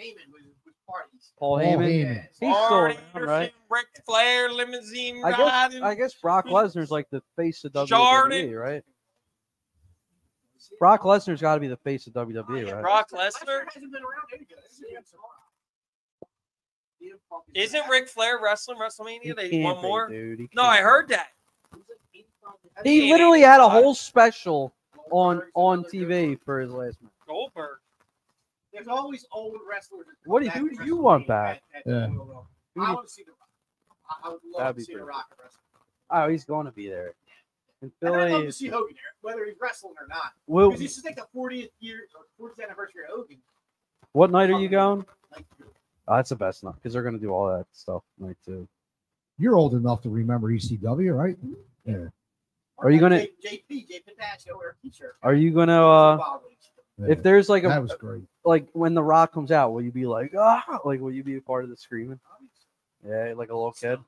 S1: Heyman was, was parties.
S4: Paul
S2: Paul
S4: Heyman.
S2: Heyman.
S4: He's still
S3: Arn
S4: around,
S3: Anderson,
S4: right?
S3: Ric Flair, limousine
S4: I
S3: riding.
S4: guess I guess Brock Lesnar's like the face of WWE,
S3: Jordan.
S4: right? Brock Lesnar's got to be the face of WWE, right?
S3: Brock Lesnar.
S1: hasn't been around any good. He didn't fucking-
S3: Isn't Ric Flair wrestling WrestleMania? They
S4: can't
S3: one
S4: be,
S3: more.
S4: dude. He
S3: No,
S4: can't
S3: I
S4: be.
S3: heard that.
S4: He
S3: Yeah,
S4: literally had a
S3: but-
S4: whole special on on TV for his last match.
S3: Goldberg.
S1: There's always old wrestlers. that come
S4: What do-
S1: back
S4: who
S1: to
S4: do you
S1: wrestling
S4: want
S1: that-
S4: back?
S1: that-
S2: Yeah.
S1: that will- uh,
S4: Who do
S1: I
S4: you-
S1: want to see the Rock. I- I would love
S4: That'd
S1: to
S4: be
S1: see the
S4: pretty
S1: Rock at wrestling.
S4: Oh, he's going to be there. And
S1: And I'd love
S4: Philly,
S1: to see Hogan there, whether he's wrestling or not.
S4: Will-
S1: Because this is like the 40th year, or 40th anniversary of Hogan.
S4: what night are you going?
S1: Like,
S4: Oh, that's the best night because they're going to do all that stuff night too.
S2: You're old enough to remember ECW, right?
S4: Are you gonna-
S1: J- JP, J Pistachio, wear a t-shirt.
S4: Are you going to? uh
S2: Yeah,
S4: If there's like
S2: that
S4: a
S2: was great.
S4: like when the Rock comes out, will you be like ah? Like will you be a part of the screaming? Yeah, like a little kid.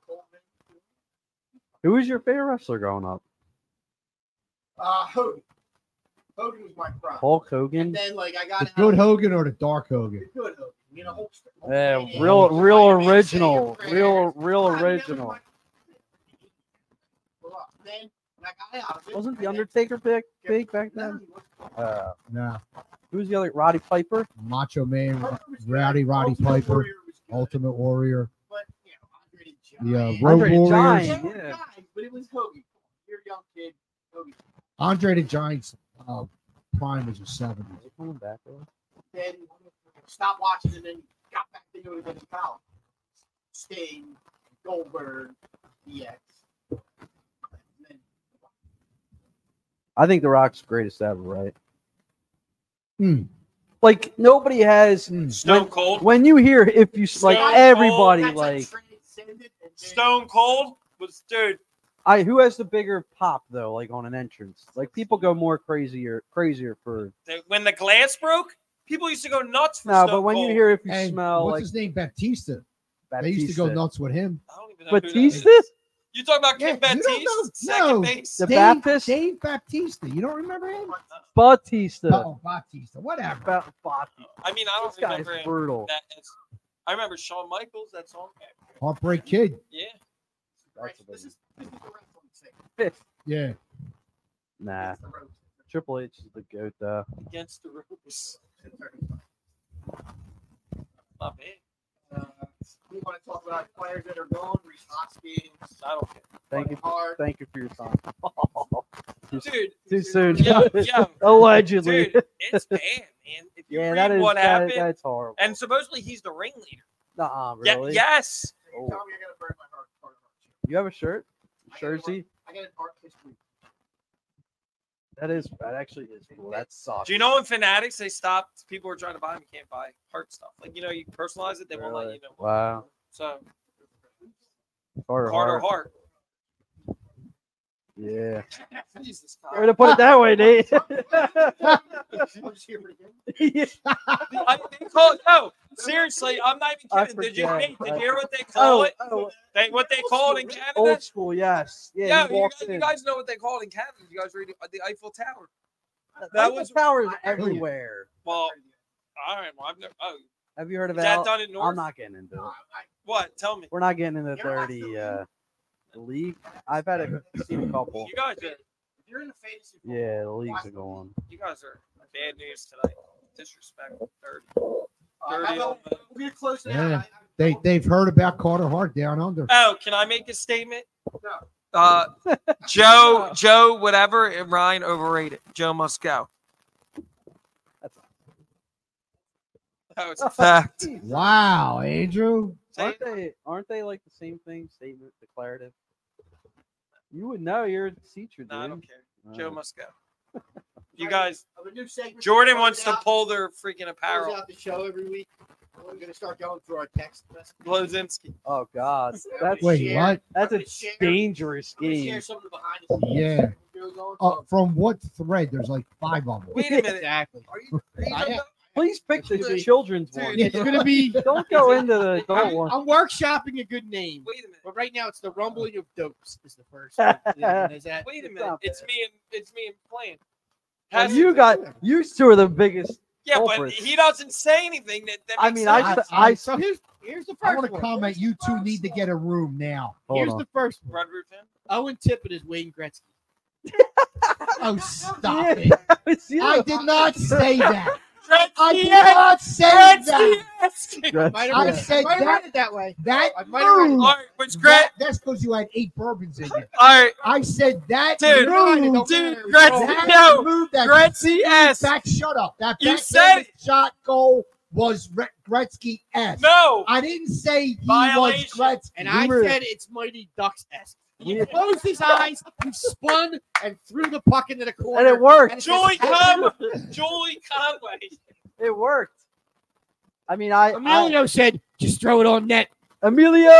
S4: Who was your favorite wrestler growing up?
S1: Uh, Hogan. Hogan was my prime.
S4: Hulk
S1: And
S4: Hogan.
S1: then, like, I got
S2: The
S1: out
S2: good
S1: of-
S2: Hogan or the dark
S1: the
S2: Hogan?
S1: good Hogan. You know, Hulkster.
S4: Yeah,
S1: Hulkster.
S4: real, real
S1: Iron Man, say your
S4: original,
S1: prayers.
S4: real, real
S1: I never
S4: original.
S1: want- Well, Then, when I got out of it,
S4: Wasn't
S1: I
S4: the
S1: then-
S4: Undertaker big, big back
S1: No,
S4: then?
S1: he wasn't.
S4: Uh,
S2: Nah,
S4: who was the other? Roddy Piper.
S2: Macho Man,
S1: Parker was good.
S2: Rowdy Roddy
S1: Ultimate
S2: Piper,
S1: Warrior was good,
S2: Ultimate Warrior.
S1: But, you know, Andre the
S2: The, uh,
S1: Giant.
S2: Road
S4: Andre the
S2: Warriors.
S1: Yeah,
S4: Giant.
S1: we're
S4: yeah.
S1: guys, but it was Hogan. You're a young kid. Hogan.
S2: Andre the Giant's uh, prime was the 70s.
S4: Is he coming back, though?
S1: Then stopped watching and then got back to doing it in college. Sting, Goldberg, E DX. And then
S4: I think The Rock's greatest ever, right?
S2: Mm.
S4: Like nobody has.
S2: Mm.
S3: Stone Cold.
S4: When you hear, if you s- like
S3: Stone Cold,
S4: everybody,
S1: that's
S4: like
S1: transcendent and then-
S3: Stone Cold was dude.
S4: I, who has the bigger pop though? Like on an entrance, like people go more crazier, crazier for.
S3: that When the glass broke, people used to go nuts for
S4: No,
S3: Stone
S4: but when
S3: Cold.
S4: you hear, if you
S2: And
S4: smell
S2: what's
S4: like
S2: his name? Baptista. They used to
S4: Batista.
S2: go nuts with him.
S3: I don't even know who that
S4: Batista.
S3: is. You talking about Kim
S2: Yeah, you don't
S3: Batiste?
S2: know-
S3: Second
S2: no.
S3: base.
S4: The Baptist?
S2: Dave Baptista. You don't remember him?
S4: Batista.
S2: Oh, Baptista. Whatever.
S4: Ba- Batista.
S3: I mean, I don't
S4: This guy's
S3: remember him.
S4: brutal.
S3: That is, I remember Shawn Michaels. That song.
S2: Heartbreak Kid.
S3: Yeah.
S1: Right,
S4: That's a
S1: This is this is the wrestling thing.
S2: Yeah.
S4: Nah,
S1: It's the road to
S4: Triple H is the goat though.
S3: Against the ropes.
S1: the third.
S3: My bad.
S1: Uh, we want to talk about players that are gone, Reese Hoskins,
S3: I don't care.
S4: Thank you,
S1: Hart.
S4: thank you for your time.
S3: Dude.
S4: Too soon.
S3: Yeah, yeah.
S4: Allegedly.
S3: Dude, it's bad, man. If you
S4: yeah,
S3: read
S4: that is
S3: what
S4: that-
S3: happened,
S4: that's horrible.
S3: and supposedly he's the ringleader.
S4: Nuh-uh,
S3: Yeah,
S4: really.
S3: yes.
S1: Tell me you're gonna burn my heart. heart, heart.
S4: You have a shirt, jersey.
S1: I got an art history.
S4: That is that actually is cool. That sucks.
S3: Do you know in Fanatics they stopped? People were trying to buy them. You can't buy heart stuff. Like you know, you personalize it, they won't let
S4: Really?
S3: you know.
S4: Wow.
S3: So
S4: Carter
S3: Carter
S4: Hart.
S3: Hart.
S4: Yeah.
S1: Jesus
S4: Or to put it that way, Nate.
S3: I, they call it, no, seriously, I'm not
S4: I
S3: even kidding. Did you,
S4: forget.
S3: Nate, did you hear what they call
S4: oh,
S3: it?
S4: oh,
S3: They, what they call it in Canada?
S4: old school. Yes. Yeah.
S3: yeah,
S4: he
S3: you
S4: walked
S3: guys,
S4: in.
S3: you guys know what they call it in Canada. You guys read it, uh, the Eiffel Tower. that
S4: Eiffel
S3: was-
S4: Tower is
S1: I-
S4: everywhere.
S3: Well, all right. Well, I've never. Oh,
S4: Have you heard
S3: is
S4: of
S3: that
S4: Al?
S3: done in North?
S4: I'm not getting
S1: Uh,
S4: into it.
S3: What? Tell me.
S4: We're not getting into
S1: You're not
S4: 30
S1: the
S4: uh, league. I've had a, seen a couple.
S3: You guys are.
S1: You're in the fantasy. football.
S4: Yeah, the leagues are going.
S3: You guys are bad news tonight. Disrespect. Third.
S1: Uh, how about- we're gonna close it out.
S2: Yeah.
S1: I- I-
S4: Oh.
S2: They they've heard about Carter Hart down under.
S3: Oh, can I make a statement?
S1: No.
S3: Uh, Joe, Joe, whatever, and Ryan overrated. Joe must go.
S4: That's-
S3: That was a fact.
S2: Wow, Andrew.
S3: See?
S4: Aren't they? Aren't they like the same thing? Statement, declarative. You would know. You're a teacher, dude.
S3: No, I don't care.
S4: Uh,
S3: Joe must go. You guys,
S1: Of a new segment.
S3: Jordan
S1: Close
S3: wants to
S1: out-
S3: pull their freaking
S1: close
S3: apparel.
S1: out the show every week. We're gonna start going through our text. messages.
S3: Blazinski.
S4: Oh God, that's
S2: Wait,
S1: Share.
S2: what?
S4: that's
S1: I'm gonna share-
S4: a dangerous
S1: I'm gonna share
S4: game.
S1: some of the behind the scenes.
S2: Yeah.
S1: Goes on.
S2: Uh, from what thread? There's like five of them.
S3: Wait a minute.
S1: exactly.
S3: Are you? Are you
S1: I
S3: talking
S1: am.
S3: about-
S4: Please pick
S1: Dude,
S4: the children's
S3: dude,
S4: one.
S1: It's gonna be.
S4: Don't go into the adult
S1: I'm,
S4: one.
S1: I'm workshopping a good name,
S3: Wait a minute.
S1: but right now it's the rumbling of dopes is the first. one. And is that
S3: Wait a minute.
S4: Stop
S3: It's me and it's me and Plan.
S4: Well,
S3: Has-
S4: you got you two are the biggest.
S3: yeah, but
S4: culprits.
S3: he doesn't say anything that. that
S4: I
S3: makes
S4: mean,
S3: sense.
S4: I I
S1: so here's here's the
S2: I
S1: first
S2: want to
S1: one.
S2: comment. You two need to get a room now.
S4: hold
S1: Here's
S4: on.
S1: the first one.
S3: Red Roof Inn?
S1: Owen Tippett is Wayne Gretzky.
S2: Oh, stop
S4: Yeah.
S2: it!
S4: It's you.
S2: I did not say that. I did
S3: Gretzky-esque!
S2: not say that.
S3: Gretzky-esque!
S4: That's-
S1: Might
S2: I
S1: have read,
S2: said
S1: might have
S2: that-
S1: read it that way.
S2: That
S1: I might have read it.
S2: move.
S3: All right, which Gret?
S2: That, that's because you had eight bourbons in you.
S3: All right,
S2: I said that
S3: Dude,
S1: It
S2: move.
S1: don't
S3: dude,
S1: matter.
S3: Gretzky,
S2: That
S3: no,
S2: move. That
S3: Gretzky-esque.
S2: back. Shut up. That
S3: You
S2: backhanded
S3: said it.
S2: shot goal was Re- Gretzky s.
S3: No,
S2: I didn't say he
S3: Violation.
S2: was Gretzky.
S1: And I
S4: were-
S1: said it's Mighty Ducks esque. He
S4: Yeah.
S1: closed his eyes, he spun, and threw the puck into the corner.
S4: and it worked.
S3: Joey Conway. Julie Conway.
S4: It worked. I mean, I, I
S1: Emilio said, just throw it on net.
S4: Emilio.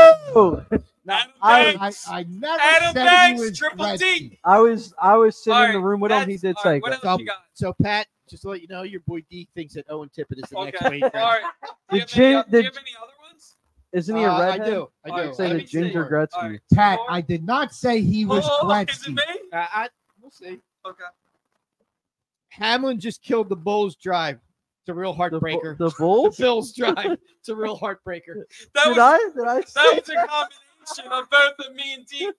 S3: Adam
S4: I-
S2: I,
S3: Banks.
S2: I never
S3: Adam
S2: said
S3: Banks,
S2: he was
S3: triple
S2: Gretzky.
S3: D.
S4: I was I was sitting in the
S3: Alright,
S4: room with him. He
S3: that's-
S4: did
S3: alright,
S4: say
S3: what
S4: that.
S3: else you got?
S1: So, Pat, just to let you know, your boy D thinks that Owen Tippett is the next
S3: Okay,
S1: Wayne
S3: all
S1: Gretzky.
S3: right. Do you, have
S4: The
S3: any,
S4: gin-
S3: o- do you
S4: the-
S3: have any other ones?
S4: Isn't he
S1: Uh,
S4: a
S1: I
S4: redhead?
S1: do. I do.
S3: Alright,
S4: Say
S1: I
S4: the
S3: let me see.
S4: ginger Gretzky.
S3: All right.
S2: Pat, I did not say he was
S3: Hold on, Oh, Is it
S2: Gretzky.
S3: me?
S1: Uh, I, we'll see.
S3: Okay.
S1: Hamlin just killed the Bulls drive. It's a real
S4: The,
S1: heartbreaker.
S4: the
S1: The
S4: Bulls? Did
S1: Bills drive. It's a real heartbreaker.
S3: That was
S4: I? Did I?
S3: that
S4: Say?
S3: was a combination of both of me and D,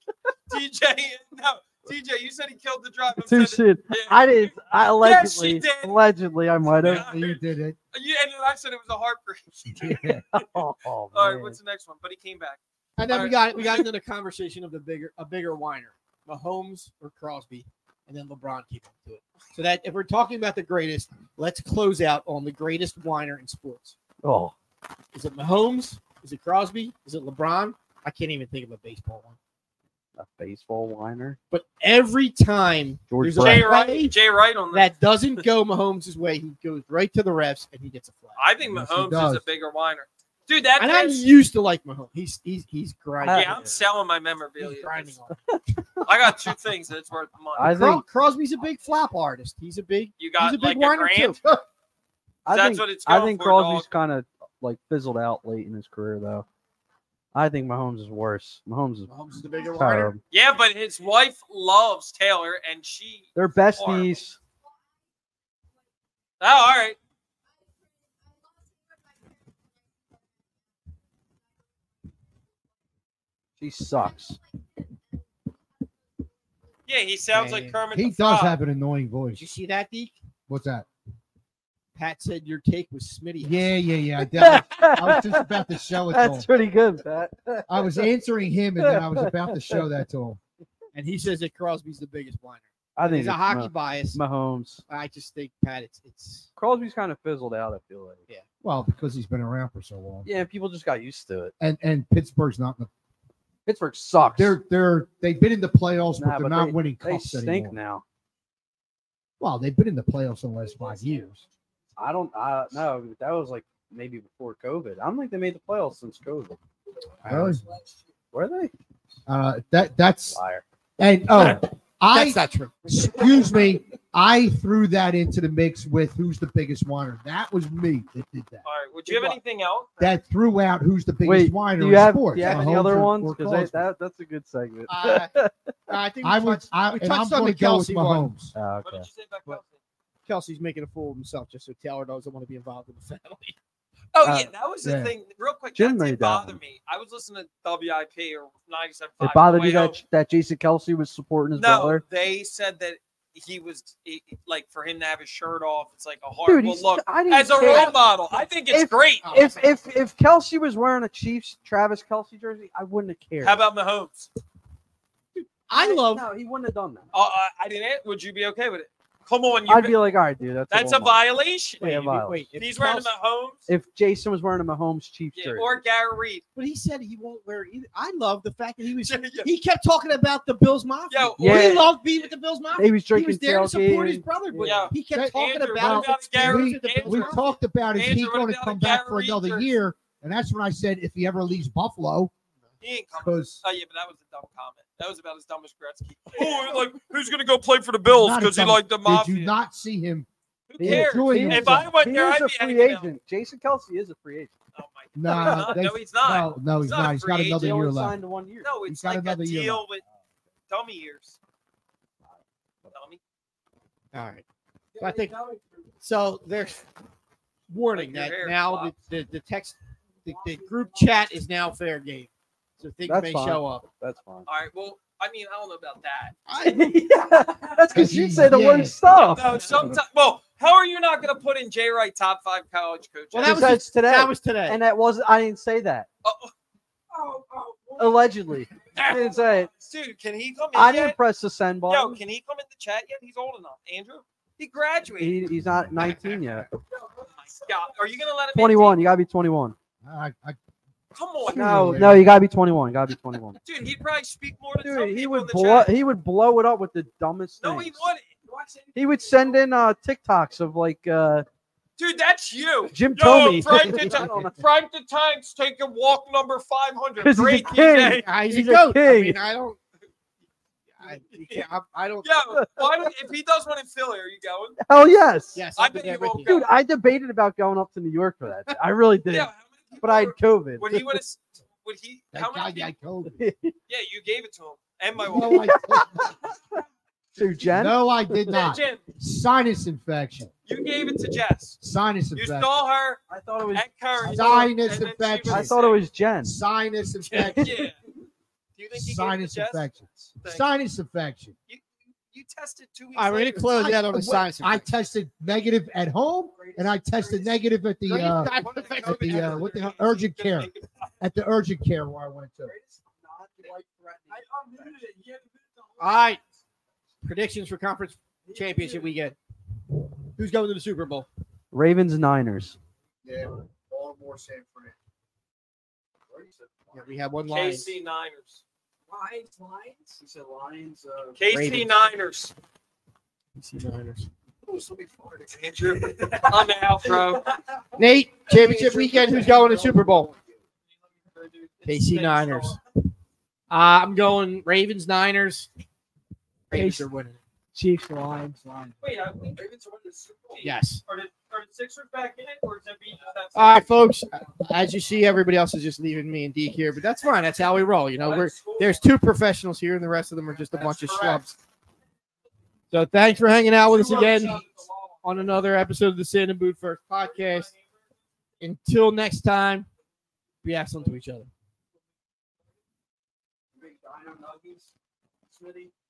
S3: DJ. and- No, DJ, you said he killed the drive. I'm
S4: Too
S3: saying-
S4: soon.
S3: Yeah.
S4: I did. I
S3: Yes,
S4: allegedly,
S3: she did.
S4: allegedly, I might have.
S3: Yeah.
S2: You did it.
S3: Yeah, and then I said it was a heartbreak.
S2: Yeah.
S4: Oh, oh,
S3: All right,
S4: man.
S3: what's the next one? But he came back.
S1: And then
S3: All
S1: we
S3: right.
S1: got we got into the conversation of the bigger a bigger whiner, Mahomes or Crosby, and then LeBron came up to it. So that if we're talking about the greatest, let's close out on the greatest whiner in sports.
S4: oh,
S1: Is it Mahomes? Is it Crosby? Is it LeBron? I can't even think of a baseball one.
S4: a baseball whiner.
S1: But every time
S4: George
S1: There's a-
S4: Brett.
S3: Jay
S1: Right.
S3: Wright, Jay Wright on
S1: that
S3: that.
S1: doesn't go Mahomes' way, he goes right to the refs and he gets a flag.
S3: I think
S2: Yes, he
S3: Mahomes is
S2: does.
S3: a bigger whiner, dude. That
S1: And I
S3: pass-
S1: used to like Mahomes. He's he's he's grinding.
S3: yeah, I'm selling my
S1: he's
S3: memorabilia.
S1: grinding on. it.
S3: I got two things that's worth money.
S4: I
S1: Cro-
S4: think.
S1: Crosby's a big flop artist. He's a big
S3: you
S1: he's
S3: got
S1: a
S3: like
S1: big
S3: a
S1: whiner
S3: grand.
S1: too.
S4: I
S3: That's
S4: think,
S3: what it's
S4: I
S3: going
S4: think
S3: for,
S4: Crosby's
S3: dog.
S4: kind of like fizzled out late in his career, though. I think Mahomes is worse. Mahomes is
S1: Mahomes is the bigger whiner.
S4: terrible.
S3: Yeah, but his wife loves Taylor, and she.
S4: They're
S3: Horrible.
S4: besties.
S3: Oh, all right.
S4: She sucks.
S3: Yeah, he sounds
S1: Man.
S3: like Kermit.
S2: He
S3: the Frog.
S2: does have an annoying
S1: Did you
S2: voice.
S1: see that, Deke?
S2: What's that?
S1: Pat said your take was Smitty.
S2: Yeah, yeah, yeah. I, definitely- I was just about to show it to
S4: That's
S2: him.
S4: pretty good, Pat.
S2: I was answering him, and then I was about to show that to him.
S1: And he says that Crosby's the biggest whiner.
S4: I think
S1: He's a
S4: it's
S1: hockey
S4: Mah-
S1: bias.
S4: Mahomes.
S1: I just think Pat, it's it's
S4: Crosby's kind of fizzled out. I feel like.
S1: Yeah.
S2: Well, because he's been around for so long,
S4: Yeah, people just got used to it.
S2: and and Pittsburgh's not. in the-
S4: Pittsburgh sucks.
S2: They're they're they've been in the playoffs,
S4: Nah,
S2: but they're
S4: but
S2: not winning
S4: they
S2: cups
S4: stink
S2: anymore.
S4: now.
S2: Well, they've been in the playoffs in the last five years.
S4: I don't. I no. That was like maybe before COVID. I don't think they made the playoffs since COVID.
S2: Really?
S4: Were they?
S2: Uh, that that's
S4: Liar.
S2: and oh, I
S1: that's not true.
S2: excuse me, I threw that into the mix with who's the biggest whiner. That was me that did that.
S3: All right. Would you have anything else?
S2: That threw out who's the biggest
S4: Wait,
S2: whiner
S4: Do you
S2: in
S4: have,
S2: sports.
S4: do you have any
S2: Mahomes
S4: other
S2: or-
S4: ones?
S2: or
S4: Because
S2: Crosby.
S4: that, that's a good segment.
S1: Uh, I think we
S2: I would.
S1: touched-
S2: I,
S1: we
S2: and I'm
S1: touched on
S2: going
S1: the
S2: to go with
S1: Kelsey one.
S2: Mahomes.
S4: Oh,
S3: What
S4: okay.
S3: did you say about
S1: What?
S3: Kelsey?
S1: Kelsey's making a fool of himself just so Taylor doesn't want to be involved in the family.
S3: Oh
S4: Uh,
S3: yeah, that was the
S2: yeah.
S3: thing. Real quick,
S4: Jim
S3: that
S4: made
S3: did
S4: that
S3: bother
S4: one.
S3: me. I was listening to WIP or 97.5.
S4: It bothered
S3: on the
S4: you
S3: way
S4: that that Jason Kelsey was supporting
S3: home.
S4: his
S3: no,
S4: brother.
S3: they said that he was he- like for him to have his shirt off. It's like a
S4: Dude,
S3: hard. Well,
S4: he's,
S3: look,
S4: I didn't
S3: as a
S4: care.
S3: role model, I think it's
S4: If- Oh,
S3: great.
S4: If if if Kelsey was wearing a Chiefs Travis Kelsey jersey, I wouldn't have cared.
S3: How about Mahomes?
S1: I love
S4: No, he wouldn't have done that.
S3: Uh, I- I didn't. eh, Would you be okay with it? Come on, you.
S4: I'd be like, all right, dude, that's
S3: that's a
S4: little much."
S3: violation.
S4: Yeah, Miles.
S1: if
S3: He's wearing a
S1: Kels-
S3: Mahomes
S4: If Jason was wearing a Mahomes Chiefs
S3: yeah,
S4: jersey,
S3: or Gary Reed.
S1: But he said he won't wear either. I love the fact that he was.
S3: Yeah, yeah.
S1: He kept talking about the Bills Mafia.
S3: Yo,
S4: Yeah.
S1: He loved being with the Bills Mafia.
S4: he was
S1: He
S4: drinking
S1: was there to support his
S4: tailgating.
S1: brother, but
S3: Yeah.
S1: he kept
S2: That-
S1: talking
S3: Andrew,
S1: about
S3: what about
S1: experience
S3: Gary?
S1: at the
S3: Andrew,
S1: Bills
S2: We
S1: Mafia.
S2: talked about is he
S3: Andrew, what
S2: going to
S3: about
S2: come back for
S3: Gary
S2: another
S3: Reeves?
S2: year, and that's when I said if he ever leaves Buffalo,
S3: He ain't coming.
S2: because
S3: Oh yeah, but that was a dumb comment. That was about as dumb as Gretzky. Oh, like who's gonna go play for the Bills
S2: Not a
S3: because he
S2: dumb-
S3: liked the
S2: did you
S3: mafia?
S2: not see him?
S3: Who
S4: He is-
S3: cares?
S2: Enjoy
S4: he is
S3: If
S4: a-
S3: I went
S4: he
S3: there,
S4: is
S3: I'd
S4: a
S3: be
S4: free
S3: hanging out.
S4: agent. Jason Kelsey is a free agent.
S3: Oh my God. no,
S2: Nah, that's-
S3: he's not.
S2: No, no, he's,
S3: not a
S2: not. He's got
S3: free
S4: They
S2: another
S3: agent.
S4: only
S2: year left.
S4: signed one year.
S3: No,
S2: He's
S3: it's
S2: got
S3: like a
S2: another year
S3: deal with dummy ears. Dummy.
S1: All right. So I think so. There's warning
S3: Like
S1: that
S3: your hair
S1: now the,
S3: flops.
S1: the, the text, the, the group chat is now fair game. So things
S4: That's
S1: may
S4: fine.
S1: show up.
S4: That's fine.
S3: All right. Well, I mean, I don't know about that.
S4: That's because you say the
S2: Yeah.
S4: worst stuff.
S3: No, sometimes. Well, how are you not going to put in Jay Wright top five college coach?
S1: Well, that was
S4: Besides
S1: just-
S4: today.
S1: That was today.
S4: and that was I didn't say that.
S3: oh,
S7: Oh, oh, what?
S4: Allegedly, I didn't say it.
S3: dude. Can he come in?
S4: I
S3: yet?
S4: didn't press the
S3: Yo,
S4: send button.
S3: can he come in the chat yet? He's old enough, Andrew. He graduated.
S4: He, he's not 19 yet.
S3: Oh my God. Are you gonna let him? in?
S4: 21. You gotta be 21.
S2: I, I,
S3: Come on,
S4: No, no, you gotta be 21. You gotta be 21.
S3: dude. He'd probably speak more to some
S4: Dude, he
S3: people in
S4: would
S3: the
S4: blow.
S3: chat.
S4: He would blow it up with the dumbest
S3: No, he
S4: things.
S3: wouldn't.
S4: He would send in uh, TikToks of like uh,
S3: Dude, that's you.
S4: Jim
S3: Yo,
S4: Tomey.
S3: Frank the,
S4: I don't know.
S3: Tank- Frank the Tank's taking walk number 500.
S4: 'Cause he's a
S3: Great
S4: king.
S3: day.
S1: I, he's
S4: He's
S1: a
S4: a
S1: goat. I
S4: king.
S1: mean, I don't. I, you can't- I, I don't.
S3: Yo, why don't, if he does one in Philly, are you going?
S4: Hell yes.
S1: Yes,
S3: I
S1: I'll be
S3: bet
S1: there
S3: you
S1: with
S3: won't
S1: you.
S3: go.
S4: Dude, I debated about going up to New York for that. I really did,
S3: Yeah. how many people
S4: but I had
S3: were-
S4: COVID.
S3: When he would have, would he?
S2: I,
S3: How
S2: I,
S3: many?
S2: I
S3: people-
S2: told him.
S3: Yeah, you gave it to him and my wife.
S2: No, I,
S4: to Jen.
S2: no, I did
S3: Yeah,
S2: not.
S3: Jim,
S2: Sinus infection.
S3: you gave it to Jess.
S2: Sinus
S3: You
S2: infection.
S3: saw her
S4: I thought it was.
S3: at Curry.
S2: Sinus
S3: and then she
S2: infection.
S4: I thought it was Jen.
S2: Sinus
S3: Yeah.
S2: infection.
S3: Do you think he
S2: Sinus
S3: gave it to Jess?
S2: infection.
S3: Thank you.
S2: Sinus infection.
S3: You tested two weeks.
S1: All right, we're gonna
S3: later.
S1: close that on
S2: I-
S1: the science.
S2: I tested negative at home, and I tested negative at the uh,
S3: One of
S2: at the,
S3: COVID
S2: uh, what the hell,
S3: experts
S2: urgent
S3: is gonna
S2: care.
S3: make it-
S2: at the urgent care where I went to.
S5: I unmuted it. You had to mute the whole-
S1: All right. Predictions for conference championship weekend. Who's going to the Super Bowl?
S4: Ravens Niners.
S2: Yeah, Baltimore, San Fran.
S1: Yeah, we have one line.
S3: KC Niners.
S5: Lions, Lions. He said Lions. Uh,
S3: KC
S1: Ravens.
S3: Niners. Andrew, I'm out, bro.
S1: Nate, championship weekend. Who's going to the Super Bowl? KC Niners. Uh, I'm going Ravens Niners. Ravens are winning.
S5: Chiefs, Lions, Lions.
S3: Wait, I think Ravens won the Super Bowl.
S1: Yes.
S3: Are the, are the Sixers back in it, or is it being just
S1: All right, folks. As you see, everybody else is just leaving me and Deke here, but that's fine. That's how we roll. You know, we're there's two professionals here, and the rest of them are just a bunch of schlubs. So thanks for hanging out with us again on another episode of the Sin and Boot First podcast. Until next time, be excellent to each other.
S3: Big Dino Nuggets, Smitty.